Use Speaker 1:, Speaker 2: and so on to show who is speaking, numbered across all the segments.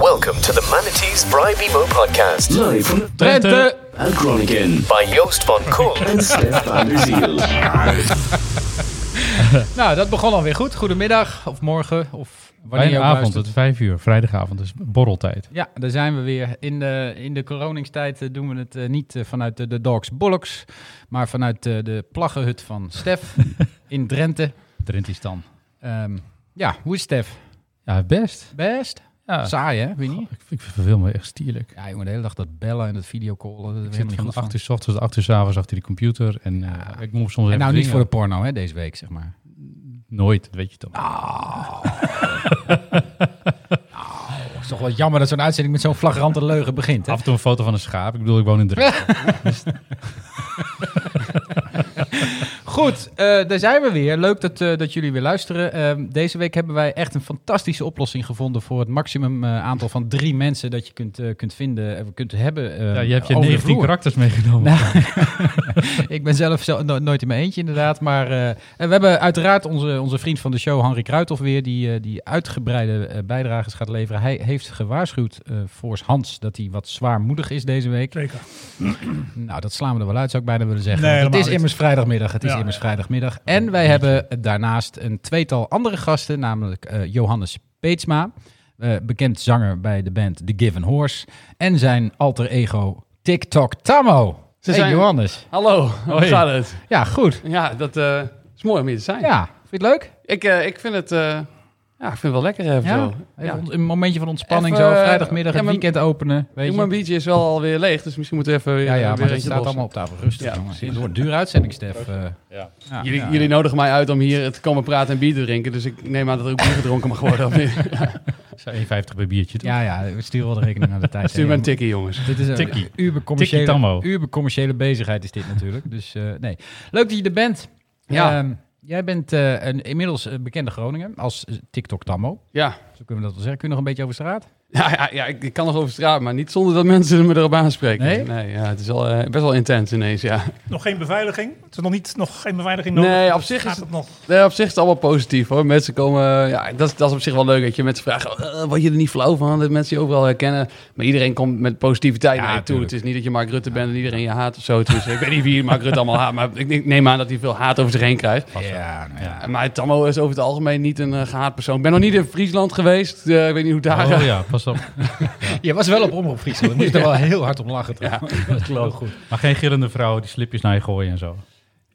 Speaker 1: Welcome to the Manatees Bribe Emo podcast
Speaker 2: Live from
Speaker 3: Twente.
Speaker 2: El Groningen
Speaker 1: by Joost van Kool.
Speaker 2: and Stef van der Ziel.
Speaker 3: Nou, dat begon alweer goed. Goedemiddag of morgen of wanneer je
Speaker 4: Bijna
Speaker 3: ook
Speaker 4: avond,
Speaker 3: luistert.
Speaker 4: het is vijf uur. Vrijdagavond, dus borreltijd.
Speaker 3: Ja, daar zijn we weer. In de, in de Kroningstijd eh, doen we het eh, niet eh, vanuit de, de Dogs Bollocks, maar vanuit eh, de plaggenhut van Stef in Drenthe.
Speaker 4: Drentistan.
Speaker 3: Ehm, ja, hoe is Stef?
Speaker 4: Ja, best.
Speaker 3: Best?
Speaker 4: Ja.
Speaker 3: Saai hè, weet je niet?
Speaker 4: Ik, ik verveel me echt stierlijk.
Speaker 3: Ja jongen, de hele dag dat bellen en dat videocallen, dat
Speaker 4: Ik
Speaker 3: is
Speaker 4: zit
Speaker 3: helemaal niet
Speaker 4: van
Speaker 3: goed
Speaker 4: acht
Speaker 3: van.
Speaker 4: uur s ochtends tot acht uur s avonds achter die computer. En eh, ik moet soms
Speaker 3: En
Speaker 4: even
Speaker 3: nou niet
Speaker 4: zingen.
Speaker 3: voor de porno hè, deze week zeg maar.
Speaker 4: Nooit, dat weet je
Speaker 5: Nou,
Speaker 4: toch.
Speaker 3: Het is toch wel jammer dat zo'n uitzending met zo'n flagrante leugen begint hè?
Speaker 4: Af en toe een foto van een schaap. Ik bedoel, ik woon in Drenthe.
Speaker 3: Goed, eh, daar zijn we weer. Leuk dat, eh, dat jullie weer luisteren. Ehm, deze week hebben wij echt een fantastische oplossing gevonden voor het maximum eh, aantal van drie mensen dat je kunt, eh, kunt vinden en kunt hebben. eh,
Speaker 4: ja, je hebt je
Speaker 3: over de
Speaker 4: 19
Speaker 3: vloer.
Speaker 4: karakters meegenomen.
Speaker 5: Nou,
Speaker 3: Ik ben zelf zo, no- nooit in mijn eentje inderdaad. Maar eh, en we hebben uiteraard onze, onze vriend van de show, Henry Kruithoff, weer, die, eh, die uitgebreide eh, bijdrages gaat leveren. Hij heeft gewaarschuwd eh voor Hans dat hij wat zwaarmoedig is deze week.
Speaker 6: Zeker.
Speaker 3: Nou, dat slaan we er wel uit, zou ik bijna willen zeggen.
Speaker 6: Nee,
Speaker 3: Want het
Speaker 6: helemaal
Speaker 3: is
Speaker 6: niet.
Speaker 3: immers vrijdagmiddag. Het is
Speaker 6: Ja,
Speaker 3: immers vrijdagmiddag. En wij hebben daarnaast een tweetal andere gasten, namelijk eh, Johannes Peetsma, eh, bekend zanger bij de band The Given Horse, en zijn alter ego TikTok Tammo. Hey,
Speaker 5: zijn-
Speaker 3: Johannes.
Speaker 5: Hallo, hoe gaat het?
Speaker 3: Ja, goed.
Speaker 5: Ja, dat eh, is mooi om hier te zijn.
Speaker 3: Ja, vind je het leuk?
Speaker 5: Ik, eh, ik vind het, eh, ja, ik vind het wel lekker even
Speaker 3: Ja?
Speaker 5: zo.
Speaker 3: Even
Speaker 5: Ja.
Speaker 3: ont- een momentje van ontspanning
Speaker 5: Even,
Speaker 3: zo,
Speaker 5: eh,
Speaker 3: vrijdagmiddag,
Speaker 5: ja,
Speaker 3: het
Speaker 5: maar-
Speaker 3: weekend openen. Weet
Speaker 5: Ik- Mijn
Speaker 3: je?
Speaker 5: biertje is wel alweer leeg, dus misschien moeten we even weer,
Speaker 3: Ja, ja,
Speaker 5: weer
Speaker 3: maar dat
Speaker 5: eentje
Speaker 3: staat
Speaker 5: lossen.
Speaker 3: allemaal op tafel. Rustig,
Speaker 5: Ja,
Speaker 3: jongens.
Speaker 5: precies.
Speaker 3: Het wordt een dure uitzending, Stef. eh. Ja,
Speaker 5: Jullie,
Speaker 3: ja.
Speaker 5: jullie nodigen mij uit om hier te komen praten en bier te drinken, dus ik neem aan dat er ook bier gedronken mag worden.
Speaker 4: Zo 1,50 bij biertje. toch?
Speaker 3: Ja, ja, we sturen wel de rekening aan de tijd.
Speaker 5: Stuur me
Speaker 3: Hey,
Speaker 5: een tikkie, jongens.
Speaker 3: Dit is een
Speaker 4: Tikkie.
Speaker 3: ubercommerciële-
Speaker 4: Tikkie Tammo.
Speaker 3: ubercommerciële bezigheid is dit natuurlijk. Dus eh, nee, leuk dat je er bent.
Speaker 5: Ja.
Speaker 3: Ehm, jij bent eh, een inmiddels eh, bekende Groninger als eh, TikTok Tammo.
Speaker 5: Ja,
Speaker 3: Zo kunnen we dat wel zeggen. Kun je nog een beetje over straat?
Speaker 5: ja, ja, ja ik, ik kan nog over straat, maar niet zonder dat mensen me erop aanspreken.
Speaker 3: Nee?
Speaker 5: ja, het is wel, eh, best wel intens ineens, ja.
Speaker 6: Nog geen beveiliging? Het is nog, niet, nog geen beveiliging nodig?
Speaker 5: Nee, op zich is
Speaker 6: Gaat
Speaker 5: het
Speaker 6: het nog?
Speaker 5: Nee, op zich is het allemaal positief hoor. Mensen komen, eh, ja, dat, is- dat is op zich wel leuk. Dat je mensen vraagt, eh, word je er niet flauw van? Dat mensen je overal herkennen. Maar iedereen komt met positiviteit
Speaker 3: Ja,
Speaker 5: naar je toe.
Speaker 3: tuurlijk.
Speaker 5: Het is niet dat je Mark Rutte bent en iedereen je haat of zo. Tenminste, ik weet niet wie Mark Rutte allemaal haat, maar ik ik neem aan dat hij veel haat over zich heen krijgt.
Speaker 3: Ja, nou ja.
Speaker 5: Maar Tammo is over het algemeen niet een eh, gehaat persoon. Ik ben nog niet in Friesland geweest. Eh, ik weet niet hoe daar...
Speaker 4: Oh ja, pas op.
Speaker 3: Je was wel op Omroep Friesland. Daar moest er wel heel hard om lachen. trouwens. dat klopt. Goed.
Speaker 4: Maar geen gillende vrouwen die slipjes naar je gooien en zo.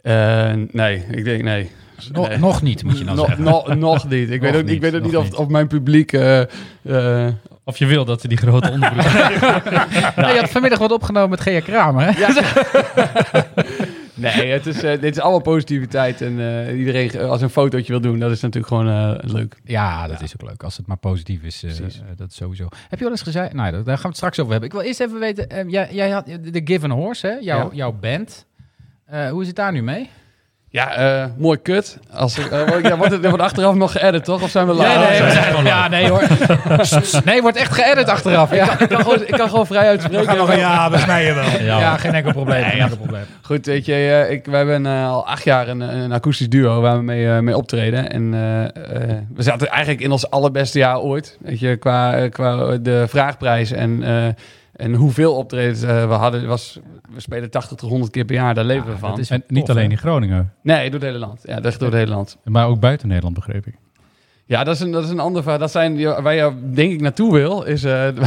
Speaker 5: Eh, nee, ik denk nee.
Speaker 3: No-
Speaker 5: Nee.
Speaker 3: Nog niet, moet je dan
Speaker 5: Nog-
Speaker 3: zeggen.
Speaker 5: nog- nog niet.
Speaker 4: Nou, Nog
Speaker 5: Ik weet ook,
Speaker 4: niet,
Speaker 5: ik weet ook
Speaker 4: nog
Speaker 5: niet of,
Speaker 4: niet.
Speaker 5: of mijn publiek... eh, eh,
Speaker 4: Of je wil dat ze die grote onderbroek...
Speaker 3: Nee, je had vanmiddag wat opgenomen met Gea Kramer. Hè?
Speaker 5: Nee, het is, eh, dit is allemaal positiviteit. En eh, iedereen, eh, als een fotootje wil doen, dat is natuurlijk gewoon eh, leuk.
Speaker 3: Ja, dat is ook leuk. Als het maar positief is, eh, eh, dat sowieso. Heb je wel eens gezegd... Nou, ja, daar gaan we het straks over hebben. Ik wil eerst even weten... eh, jij, jij had de Given Horse, hè? Jouw,
Speaker 5: Ja.
Speaker 3: jouw band. Eh, hoe is het daar nu mee?
Speaker 5: Ja, eh, mooi kut. Als, ik- eh, ja, wordt, het, wordt achteraf nog geëdit, toch? Of zijn we live?
Speaker 3: we zijn gewoon Ja, nee hoor. nee, wordt echt geëdit achteraf. Ja,
Speaker 5: Ik, kan gewoon, ik kan gewoon vrij
Speaker 6: We gaan
Speaker 5: uitspreken.
Speaker 6: nog een Oh ja, we snijden wel.
Speaker 3: ja, geen enkel probleem. geen enkel probleem.
Speaker 5: Goed, weet je, eh, ik, wij hebben eh, al acht jaar een, een akoestisch duo waar we mee, eh, mee optreden. En eh, eh, we zaten eigenlijk in ons allerbeste jaar ooit. Weet je, qua, eh, qua de vraagprijs en, eh, en hoeveel optredens eh, we hadden. Was, we spelen 80 tot 100 keer per jaar, daar leven we van.
Speaker 3: is
Speaker 4: En
Speaker 3: tof,
Speaker 4: niet
Speaker 3: hè?
Speaker 4: alleen in Groningen,
Speaker 5: Nee, door het hele land. Ja, echt door het hele land.
Speaker 4: maar ook buiten Nederland, begreep ik.
Speaker 5: Ja, dat is een, dat is een ander verhaal. Dat zijn ja, waar je denk ik naartoe wil, is... eh,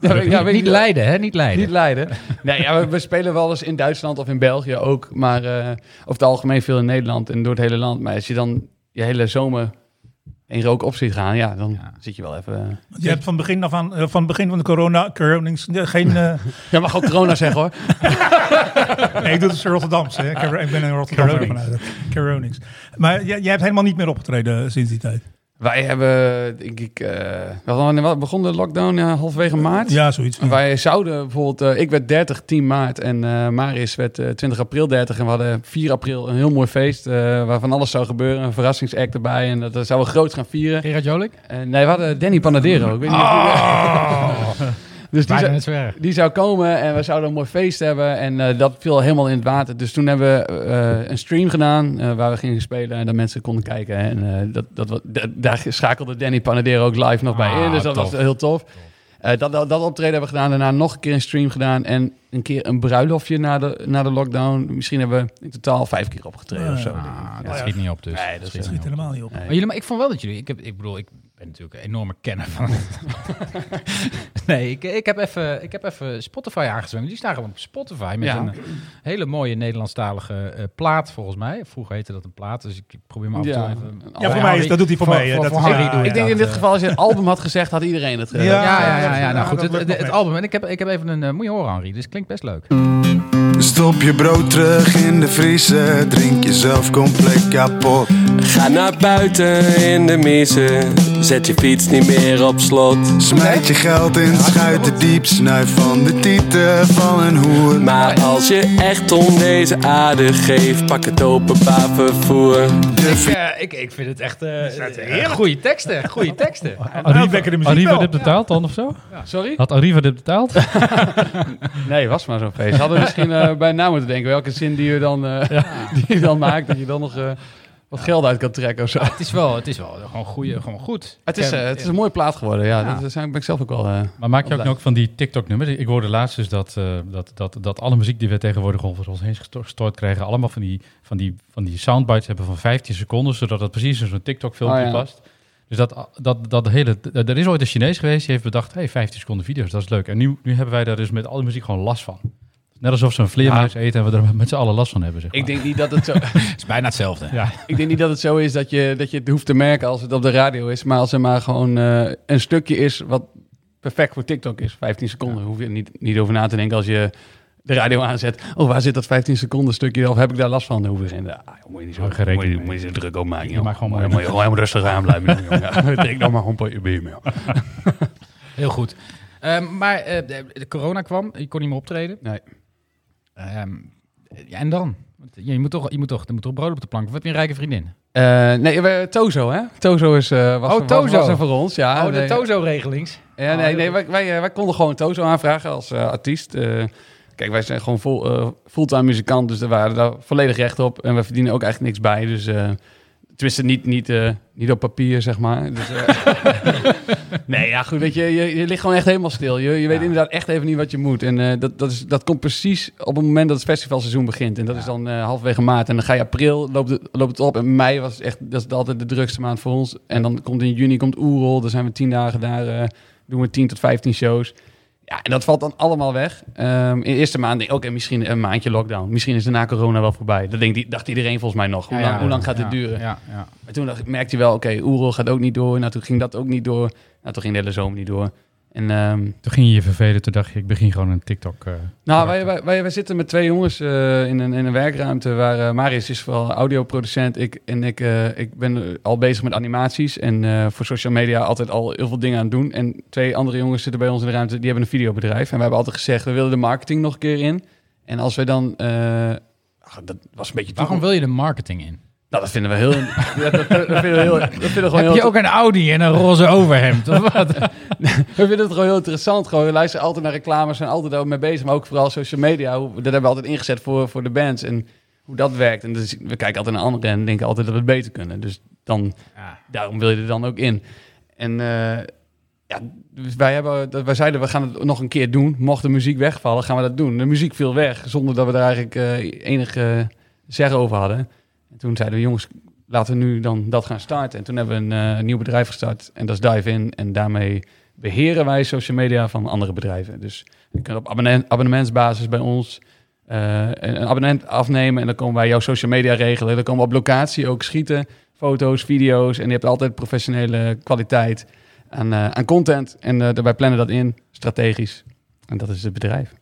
Speaker 5: ja, weet- ja, weet
Speaker 3: niet
Speaker 5: ik-
Speaker 3: Leiden, hè? Niet Leiden.
Speaker 5: Niet Leiden. Nee, ja, we, we spelen wel eens in Duitsland of in België ook. Maar eh, over het algemeen veel in Nederland en door het hele land. Maar als je dan je hele zomer in rook op ziet gaan, ja, dan zit je wel even...
Speaker 6: Want Je hebt van begin af aan, eh, van het begin van de corona, coronings, eh, geen... eh,
Speaker 5: Ja, mag ook corona zeggen hoor.
Speaker 6: nee, ik doe het Rotterdamse. hè. Cor- Ik ben in Rotterdam.
Speaker 5: Coronings.
Speaker 6: vanuit. Coronings. Maar jij, jij hebt helemaal niet meer opgetreden eh, sinds die tijd.
Speaker 5: Wij hebben, denk ik... eh wat, wat begon de lockdown ja, halverwege maart?
Speaker 6: Ja, zoiets.
Speaker 5: En Wij zouden bijvoorbeeld, eh, ik werd 30 10 maart en eh Marius werd eh, 20 april 30. En we hadden 4 april een heel mooi feest eh, waar van alles zou gebeuren. Een verrassingsact erbij en dat eh, zouden we groot gaan vieren.
Speaker 3: Gerard Jolik?
Speaker 5: En nee, we hadden Danny Panadero. Ik weet niet of jullie- Dus die,
Speaker 3: Bijna
Speaker 5: zou-
Speaker 3: net zo erg.
Speaker 5: die zou komen en we zouden een mooi feest hebben. En eh, dat viel helemaal in het water. Dus toen hebben we eh, een stream gedaan eh, waar we gingen spelen en dat mensen konden kijken. En eh, dat, dat, wa- da- daar schakelde Danny Panadero ook live nog bij
Speaker 4: Ah,
Speaker 5: in. Dus dat
Speaker 4: tof.
Speaker 5: was heel tof. Eh, dat, dat, dat optreden hebben we gedaan. Daarna nog een keer een stream gedaan. En een keer een bruiloftje na de, na de lockdown. Misschien hebben we in totaal vijf keer opgetreden of zo.
Speaker 4: Ah,
Speaker 6: ja.
Speaker 3: Oh,
Speaker 4: dat schiet niet op dus.
Speaker 5: Nee, dat
Speaker 4: schiet
Speaker 6: schiet
Speaker 4: niet op.
Speaker 6: helemaal niet op.
Speaker 3: Maar, Oh, jullie, maar ik vond wel dat jullie... Ik, heb, ik bedoel, ik ben natuurlijk een enorme kenner van... nee, ik, ik, heb even, ik heb even Spotify aangezwemd. Die staan gewoon op Spotify met
Speaker 5: Ja.
Speaker 3: een hele mooie Nederlandstalige eh, plaat, volgens mij. Vroeger heette dat een plaat, dus ik probeer me af en toe
Speaker 5: Ja.
Speaker 3: even...
Speaker 5: Ja,
Speaker 6: Ja, voor
Speaker 5: Harry-
Speaker 6: mij is, dat doet hij voor,
Speaker 3: voor-
Speaker 6: mij. hè.
Speaker 3: voor-
Speaker 6: dat
Speaker 3: voor
Speaker 6: is-
Speaker 3: Harry
Speaker 6: ja,
Speaker 3: doe je
Speaker 5: Ik denk in
Speaker 6: dat, eh,
Speaker 5: dit geval, als je een album had gezegd, had iedereen het gedaan.
Speaker 6: Ja.
Speaker 3: Ja, ja, ja, ja,
Speaker 6: ja,
Speaker 3: nou goed,
Speaker 6: dat
Speaker 3: het,
Speaker 6: lukt nog
Speaker 3: het
Speaker 6: net.
Speaker 3: album. En ik heb, ik heb even een... eh, moet je horen, Henri, dus klinkt best leuk.
Speaker 7: Stop je brood terug in de vriezer, drink jezelf compleet kapot.
Speaker 8: Ga naar buiten in de miezen. Zet je fiets niet meer op slot.
Speaker 7: Smijt je geld in, schuit de diep, snuif van de tieten van een hoer.
Speaker 8: Maar als je echt om deze aarde geeft, pak het openbaar vervoer.
Speaker 7: De
Speaker 3: Ik, eh, ik, ik vind het echt... eh goede teksten, goede teksten.
Speaker 6: wekker Nou, de muziek
Speaker 4: Arriva
Speaker 6: wel.
Speaker 4: dit betaald dan of zo?
Speaker 5: Sorry?
Speaker 4: Had Arriva dit betaald?
Speaker 5: Nee, was maar zo'n feest. Hadden we misschien eh, bij na moeten denken welke zin die je dan, eh, die je dan maakt, dat je dan nog eh, wat geld uit kan trekken of zo.
Speaker 3: Het is wel, het is wel gewoon, goeie, gewoon goed.
Speaker 5: Het is, eh, het is een mooie plaat geworden, ja.
Speaker 3: Ja.
Speaker 5: Dat is- daar ben ik zelf ook wel... eh,
Speaker 4: Maar maak je ook
Speaker 5: blij.
Speaker 4: nog van die TikTok-nummers? Ik hoorde laatst dus dat, eh, dat, dat, dat alle muziek die we tegenwoordig over ons heen gesto- gestort krijgen, allemaal van die, van die, van die soundbites hebben van 15 seconden, zodat dat precies in zo'n TikTok-filmpje
Speaker 5: Oh, ja.
Speaker 4: past. Dus dat, dat, dat hele, er is ooit een Chinees geweest die heeft bedacht, hey, 15 seconden video's, dat is leuk. En nu, nu hebben wij daar dus met alle muziek gewoon last van. Net alsof ze een vleermuis eten en we er met z'n allen last van hebben, zeg
Speaker 5: Ik
Speaker 4: maar.
Speaker 5: denk niet dat het zo...
Speaker 3: Het is bijna hetzelfde.
Speaker 5: Ik denk niet dat het zo is dat je, dat je het hoeft te merken als het op de radio is. Maar als er maar gewoon eh, een stukje is wat perfect voor TikTok is. 15 seconden. Hoef je er niet, niet over na te denken als je de radio aanzet. Oh, waar zit dat 15 seconden stukje? Of heb ik daar last van? Dan hoef je geen... Ah, joh, moet je niet zo,
Speaker 4: Hou geen rekening
Speaker 5: moet je,
Speaker 4: mee.
Speaker 5: moet je zo druk op maken, joh.
Speaker 4: maak gewoon
Speaker 5: Moet je-
Speaker 4: maar-
Speaker 5: moet je gewoon helemaal rustig aan blijven. doen, jongen. Drink dan maar gewoon een paar uur bier mee. joh.
Speaker 3: Heel goed. Ehm, maar eh, de, de corona kwam, je kon niet meer optreden.
Speaker 5: Nee.
Speaker 3: Ehm, ja, en dan? Want Je moet toch, je moet toch, er moet toch brood op de plank. Of heb je een rijke vriendin?
Speaker 5: Eh, nee, we- Tozo, hè? Tozo is, eh, was,
Speaker 3: Oh,
Speaker 5: was-
Speaker 3: Tozo.
Speaker 5: was er voor ons. Ja,
Speaker 3: oh, de Oh,
Speaker 5: Nee.
Speaker 3: Tozo-regelings.
Speaker 5: Ja, nee, nee wij, wij, eh, wij konden gewoon Tozo aanvragen als eh, artiest. Eh, kijk, wij zijn gewoon full, eh, fulltime muzikant, dus daar waren daar volledig recht op. En we verdienen ook eigenlijk niks bij, dus... eh tenminste, niet, niet, eh, niet op papier, zeg maar. Dus, eh, nee, ja, goed, weet je, je, je ligt gewoon echt helemaal stil. Je, je weet inderdaad echt even niet wat je moet. En eh, dat, dat, is, dat komt precies op het moment dat het festivalseizoen begint. En dat is dan eh, halverwege maart. En dan ga je april, loopt het, loopt het op. En mei was echt, dat is altijd de drukste maand voor ons. En dan komt in juni komt Oerol, dan zijn we tien dagen daar... eh, doen we 10 tot 15 shows. Ja, en dat valt dan allemaal weg. Ehm, in de eerste maand denk ik, oké, misschien een maandje lockdown. Misschien is daarna corona wel voorbij. Dat denk, die- dacht iedereen volgens mij nog. Hoe,
Speaker 3: Ja,
Speaker 5: lang,
Speaker 3: ja.
Speaker 5: hoe lang gaat
Speaker 3: Ja,
Speaker 5: dit duren?
Speaker 3: Ja, ja.
Speaker 5: Maar toen dacht, ik- merkte je wel, oké, Oerol gaat ook niet door. Nou, toen ging dat ook niet door. Nou, toen ging de hele zomer niet door. En ehm,
Speaker 4: Toen ging je je vervelen, toen dacht je, ik begin gewoon een TikTok. eh, karakter.
Speaker 5: nou, wij, wij, wij, wij zitten met twee jongens eh, in, een, in een werkruimte waar eh, Marius is vooral audioproducent. Ik, en ik, eh, ik ben eh, al bezig met animaties en eh, voor social media altijd al heel veel dingen aan het doen. En twee andere jongens zitten bij ons in de ruimte, die hebben een videobedrijf. En we hebben altijd gezegd, we willen de marketing nog een keer in. En als wij dan... eh, ach, dat was een beetje...
Speaker 3: Waarom wil je de marketing in?
Speaker 5: Nou, dat vinden we heel... ja, dat, dat vinden we heel... Dat vinden we gewoon heel
Speaker 3: heb je ook een Audi en een roze overhemd? Of wat?
Speaker 5: We vinden het gewoon heel interessant. Gewoon, we luisteren altijd naar reclames, zijn altijd daar ook mee bezig. Maar ook vooral social media. Hoe, dat hebben we altijd ingezet voor, voor de bands. En hoe dat werkt. En dus, we kijken altijd naar anderen en denken altijd dat we het beter kunnen. Dus dan,
Speaker 3: Ja.
Speaker 5: daarom wil je er dan ook in. En eh, ja, dus wij, hebben, dat- wij zeiden, we gaan het nog een keer doen. Mocht de muziek wegvallen, gaan we dat doen. De muziek viel weg, zonder dat we daar eigenlijk eh enig eh, zeggen over hadden. En toen zeiden we, jongens, laten we nu dan dat gaan starten. En toen hebben we een eh, nieuw bedrijf gestart. En dat is Dive In. En daarmee beheren wij social media van andere bedrijven. Dus je kunt op abonne- abonnementsbasis bij ons eh, een een abonnement afnemen. En dan komen wij jouw social media regelen. Dan komen we op locatie ook schieten. Foto's, video's. En je hebt altijd professionele kwaliteit aan, eh, aan content. En eh wij plannen dat in, strategisch. En dat is het bedrijf.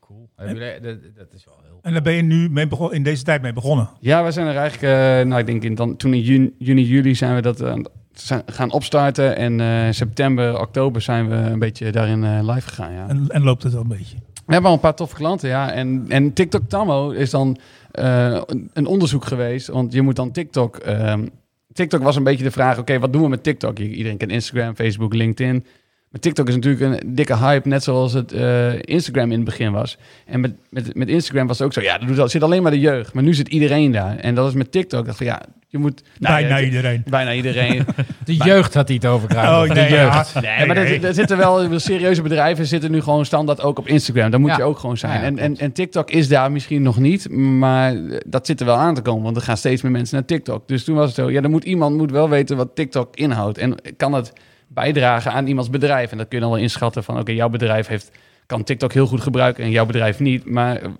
Speaker 3: Cool. Hebben jullie- Dat, dat is wel heel...
Speaker 6: En daar ben je nu mee begon, in deze tijd mee begonnen.
Speaker 5: Ja, we zijn er eigenlijk, eh, nou ik denk in dan, toen in juni, juni, juli zijn we dat aan- zijn- gaan opstarten. En eh, september, oktober zijn we een beetje daarin eh, live gegaan. Ja.
Speaker 6: En, en loopt het al een beetje.
Speaker 5: We hebben al een paar toffe klanten, ja. En, en TikTok Tammo is dan eh, een- een onderzoek geweest. Want je moet dan TikTok... ehm, TikTok was een beetje de vraag, oké, wat doen we met TikTok? I- Iedereen kent Instagram, Facebook, LinkedIn. Maar TikTok is natuurlijk een dikke hype, net zoals het eh, Instagram in het begin was. En met, met, met Instagram was het ook zo, ja, er doet al- zit alleen maar de jeugd. Maar nu zit iedereen daar. En dat is met TikTok, dat van ja, je moet... nou,
Speaker 6: Bijna
Speaker 5: ja,
Speaker 6: iedereen.
Speaker 5: Bijna iedereen.
Speaker 3: De Oh, jeugd had hij het over. Kruidhoff.
Speaker 6: nee,
Speaker 3: de jeugd.
Speaker 6: ja.
Speaker 5: Nee, maar
Speaker 6: Nee,
Speaker 5: er-
Speaker 6: nee.
Speaker 5: er zitten wel serieuze bedrijven zitten nu gewoon standaard ook op Instagram. Daar moet
Speaker 3: Ja.
Speaker 5: je ook gewoon zijn.
Speaker 3: Ja,
Speaker 5: en, en, en TikTok is daar misschien nog niet, maar dat zit er wel aan te komen, want er gaan steeds meer mensen naar TikTok. Dus toen was het zo, ja, dan moet iemand moet wel weten wat TikTok inhoudt en kan het bijdragen aan iemands bedrijf. En dat kun je dan wel inschatten van, oké, jouw bedrijf heeft kan TikTok heel goed gebruiken en jouw bedrijf niet, maar eh,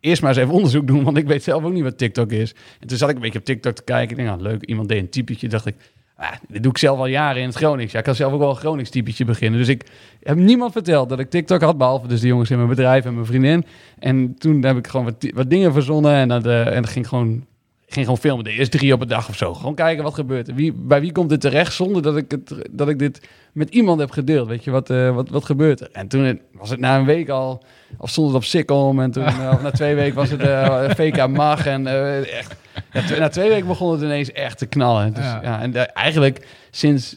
Speaker 5: Eerst maar eens even onderzoek doen, want ik weet zelf ook niet wat TikTok is. En toen zat ik een beetje op TikTok te kijken. Ik denk, nou, leuk, iemand deed een typetje. Dacht ik, Ah, dit doe ik zelf al jaren in het Gronings. Ja, ik kan zelf ook wel een Gronings typetje beginnen. Dus ik heb niemand verteld dat ik TikTok had, behalve dus de jongens in mijn bedrijf en mijn vriendin. En toen heb ik gewoon wat, ti- wat dingen verzonnen en dat, eh, en dat ging gewoon... Ging gewoon filmen, de eerste drie op een dag of zo. Gewoon kijken wat gebeurt er. Wie, bij wie komt dit terecht zonder dat ik, het, dat ik dit met iemand heb gedeeld? Weet je, wat, eh, wat, wat gebeurt er? En toen was het na een week al, of stond het op Sikkom. En toen, eh, of na twee weken was het eh, VK Mag. En eh, echt, ja, tw- na twee weken begon het ineens echt te knallen. Dus,
Speaker 3: Ja.
Speaker 5: ja. en eh, eigenlijk sinds,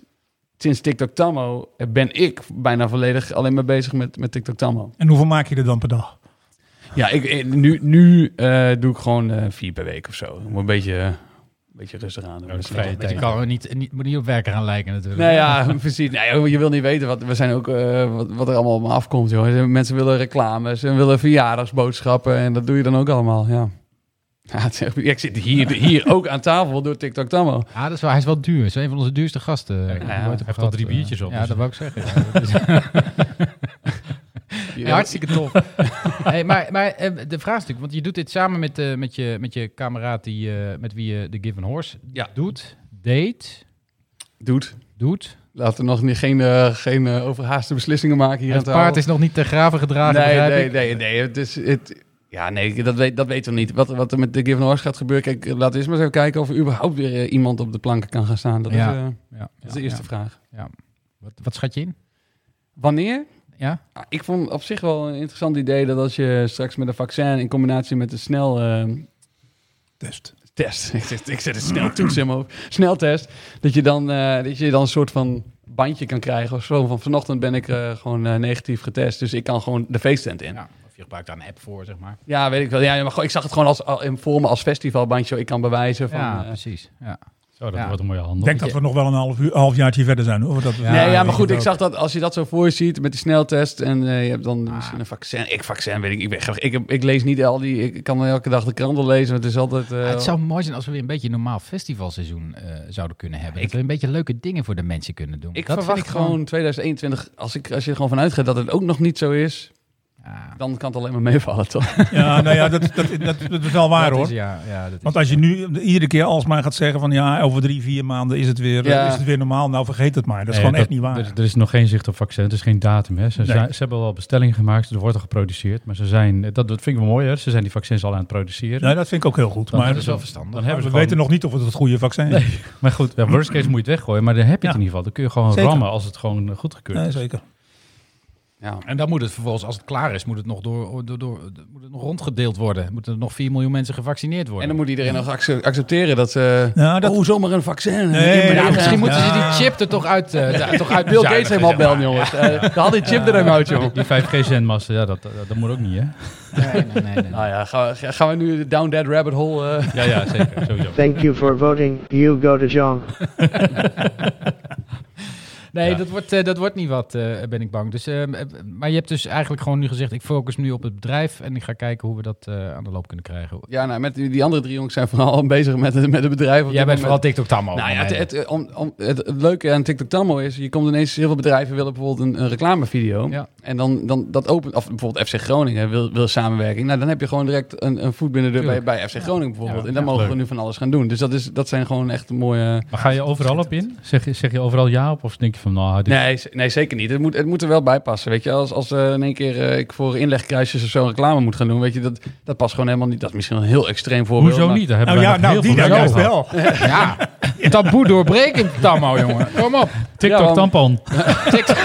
Speaker 5: sinds TikTok Tammo eh, ben ik bijna volledig alleen maar bezig met, met TikTok Tammo.
Speaker 6: En hoeveel maak je er dan per dag?
Speaker 5: Ja, ik, ik- nu, nu eh, doe ik gewoon eh, vier per week of zo. Ik moet een beetje, eh, een beetje rustig aan doen. Dus-
Speaker 4: vrije
Speaker 3: Je
Speaker 4: tijd.
Speaker 3: kan er niet, niet, moet niet op werken gaan lijken natuurlijk.
Speaker 5: Nou ja, precies. Nee, je wil niet weten wat, we zijn ook, eh, wat, wat er allemaal op me afkomt. Joh. Mensen willen reclames en willen verjaardagsboodschappen. En dat doe je dan ook allemaal, ja. Ja, het is echt- ik zit hier, hier ook aan tafel door TikTok Tammo.
Speaker 3: Ja, Ah, dat is wel, hij is wel duur. Hij is een van onze duurste gasten. eh, Ik heb hem
Speaker 5: hij
Speaker 3: nooit
Speaker 5: heeft
Speaker 3: op
Speaker 4: al
Speaker 3: gehad,
Speaker 4: drie
Speaker 3: eh.
Speaker 4: biertjes op,
Speaker 3: Ja,
Speaker 4: dus-
Speaker 3: dat wou ik zeggen. Ja, dat is- Ja, hartstikke tof. hey, maar maar eh, de vraag is natuurlijk, want je doet dit samen met, eh, met, je, met je kameraad die, eh, met wie je de Given Horse
Speaker 5: Ja.
Speaker 3: doet, date,
Speaker 5: Doet.
Speaker 3: doet.
Speaker 5: Laten we nog niet, geen, eh, geen eh, overhaaste beslissingen maken hier
Speaker 3: het
Speaker 5: aan tafel.
Speaker 3: paard is nog niet te graven gedragen,
Speaker 5: nee,
Speaker 3: begrijp
Speaker 5: nee,
Speaker 3: ik.
Speaker 5: nee, nee. Het is, het, ja, nee, dat, weet, dat weten we niet. Wat, wat er met de Given Horse gaat gebeuren. Kijk, eh, laten we eerst maar eens even kijken of er überhaupt weer eh, iemand op de planken kan gaan staan. Dat,
Speaker 3: Ja.
Speaker 5: is, eh,
Speaker 3: Ja,
Speaker 5: dat is de eerste
Speaker 3: ja.
Speaker 5: vraag.
Speaker 3: Wat, wat schat je in?
Speaker 5: Wanneer?
Speaker 3: Ja?
Speaker 5: Ah, Ik vond op zich wel een interessant idee dat als je straks met een vaccin in combinatie met een snel eh,
Speaker 6: Test.
Speaker 5: test, ik zet, ik zet een snel toets in mijn hoofd, sneltest, dat je dan, eh, dat je dan een soort van bandje kan krijgen of zo. Van vanochtend ben ik eh, gewoon eh, negatief getest, dus ik kan gewoon de feesttent in. Ja,
Speaker 3: ja. Of je gebruikt daar een app voor, zeg maar.
Speaker 5: weet ik wel. Ja, maar gewoon, ik zag het gewoon als, al- in voor me als festivalbandje. Ik kan bewijzen van.
Speaker 3: ja,
Speaker 5: eh,
Speaker 3: precies. Ja.
Speaker 4: Zo, dat
Speaker 3: Ja.
Speaker 4: wordt een mooie handel.
Speaker 6: Ik denk dat we nog wel een half, uur, halfjaartje verder zijn. Hoor. Dat,
Speaker 3: Ja,
Speaker 5: nee, ja, maar
Speaker 6: weet
Speaker 5: goed,
Speaker 6: het
Speaker 5: ik
Speaker 6: ook.
Speaker 5: zag dat als je dat zo voor je ziet met die sneltest en eh, je hebt dan misschien een vaccin. Ik vaccin, weet ik, ik, ben- ik, heb- ik lees niet al die, ik kan elke dag de krant al lezen, want het is altijd... eh,
Speaker 3: Ah, het zou mooi zijn als we weer een beetje een normaal festivalseizoen eh, zouden kunnen hebben. dat we een beetje leuke dingen voor de mensen kunnen doen.
Speaker 5: Ik
Speaker 3: dat vind
Speaker 5: verwacht gewoon 2021, als, ik, als je er gewoon vanuit gaat dat het ook nog niet zo is,
Speaker 3: Ja,
Speaker 5: dan kan het alleen maar meevallen, toch?
Speaker 6: Ja, nou ja, dat, dat, dat, dat is wel waar
Speaker 3: dat
Speaker 6: hoor.
Speaker 3: is- ja, ja, dat is-
Speaker 6: Want als je nu iedere keer alsmaar gaat zeggen van ja, over drie, vier maanden is het weer,
Speaker 5: Ja.
Speaker 6: is het weer normaal. Nou, vergeet het maar. Dat is gewoon echt niet waar.
Speaker 4: Er, er is nog geen zicht op vaccin, er is geen datum. Hè. Ze,
Speaker 6: Nee.
Speaker 4: zijn- ze hebben wel bestellingen gemaakt, er wordt al geproduceerd. Maar ze zijn, dat, dat vind ik wel mooi, hè. ze zijn die vaccins al aan het produceren.
Speaker 6: Nee, dat vind ik ook heel goed. Maar
Speaker 3: dat is wel verstandig.
Speaker 4: Dan hebben
Speaker 6: we
Speaker 4: ze
Speaker 6: weten
Speaker 4: gewoon-
Speaker 6: nog niet of het het goede vaccin is. Nee,
Speaker 4: Maar goed, ja, worst case moet je het weggooien, maar dan heb je het
Speaker 6: Ja.
Speaker 4: in ieder geval. Dan kun je gewoon
Speaker 6: Zeker.
Speaker 4: rammen als het gewoon eh, goedgekeurd is.
Speaker 6: zeker.
Speaker 5: Ja.
Speaker 3: En dan moet het vervolgens, als het klaar is, moet het nog, door, door, door, moet het nog rondgedeeld worden. Moeten er nog 4 miljoen mensen gevaccineerd
Speaker 5: En
Speaker 3: worden.
Speaker 5: dan moet iedereen nog acce- accepteren dat ze...
Speaker 6: Nou, dat-
Speaker 5: Oh, zomaar een vaccin.
Speaker 6: Nee,
Speaker 5: Ja,
Speaker 6: ja,
Speaker 3: ja, misschien
Speaker 6: Ja.
Speaker 3: moeten ze die chip er toch uit, eh, daar- toch uit
Speaker 5: Bill Gates
Speaker 3: bezuinigen,
Speaker 5: helemaal
Speaker 3: zeg maar.
Speaker 5: bellen, jongens. Eh dan had die chip er hem uit, jongen.
Speaker 4: Die 5G-zendmasten, ja, dat, dat, dat moet ook niet, hè?
Speaker 3: Nee, nee, nee, nee.
Speaker 5: Nou ja, gaan we, gaan we nu down that rabbit hole... eh?
Speaker 4: Ja, ja, zeker, sowieso.
Speaker 9: Thank you for voting. You go to John.
Speaker 3: Nee,
Speaker 4: Ja.
Speaker 3: dat, wordt, eh, dat wordt niet wat, eh, ben ik bang. Dus, eh, maar je hebt dus eigenlijk gewoon nu gezegd, ik focus nu op het bedrijf en ik ga kijken hoe we dat eh, aan de loop kunnen krijgen.
Speaker 5: Ja, nou, met die die andere drie jongens zijn vooral bezig met, het- met het bedrijf. op
Speaker 3: Jij bent
Speaker 5: dit moment.
Speaker 3: vooral TikTok Tammo.
Speaker 5: Nou ja, het, het, om, om, het, het leuke aan TikTok Tammo is, je komt ineens, heel veel bedrijven willen bijvoorbeeld een, een reclamevideo.
Speaker 3: Ja.
Speaker 5: En dan, dan dat opent, of bijvoorbeeld FC Groningen wil, wil samenwerking. Nou, dan heb je gewoon direct een, een voet binnen de deur bij, bij FC Groningen bijvoorbeeld.
Speaker 4: Ja,
Speaker 5: en dan
Speaker 4: ja,
Speaker 5: mogen we
Speaker 4: leuk.
Speaker 5: nu van alles gaan doen. Dus dat, is, dat zijn gewoon echt mooie...
Speaker 4: Maar ga je overal op in? Zeg, je- zeg je overal ja op? Of denk je van, nou,
Speaker 3: Dus-
Speaker 4: dit,
Speaker 5: Nee, z- nee, zeker niet. Het moet, het moet er wel bij passen. Weet je, als, als eh, in één keer eh, ik voor inlegkruisjes of zo een reclame moet gaan doen, weet je, dat, dat past gewoon helemaal niet. Dat is misschien een heel extreem voorbeeld.
Speaker 4: hoezo
Speaker 5: maar-
Speaker 4: niet? Daar hebben
Speaker 6: Nou
Speaker 4: wij
Speaker 6: ja,
Speaker 4: nog heel
Speaker 6: nou die
Speaker 4: veel
Speaker 6: dan
Speaker 4: werk
Speaker 6: juist
Speaker 4: aan.
Speaker 6: wel.
Speaker 3: Ja, taboe doorbreken, Tammo, jongen. Kom op.
Speaker 4: TikTok
Speaker 5: Ja, want-
Speaker 4: tampon.
Speaker 3: TikTok.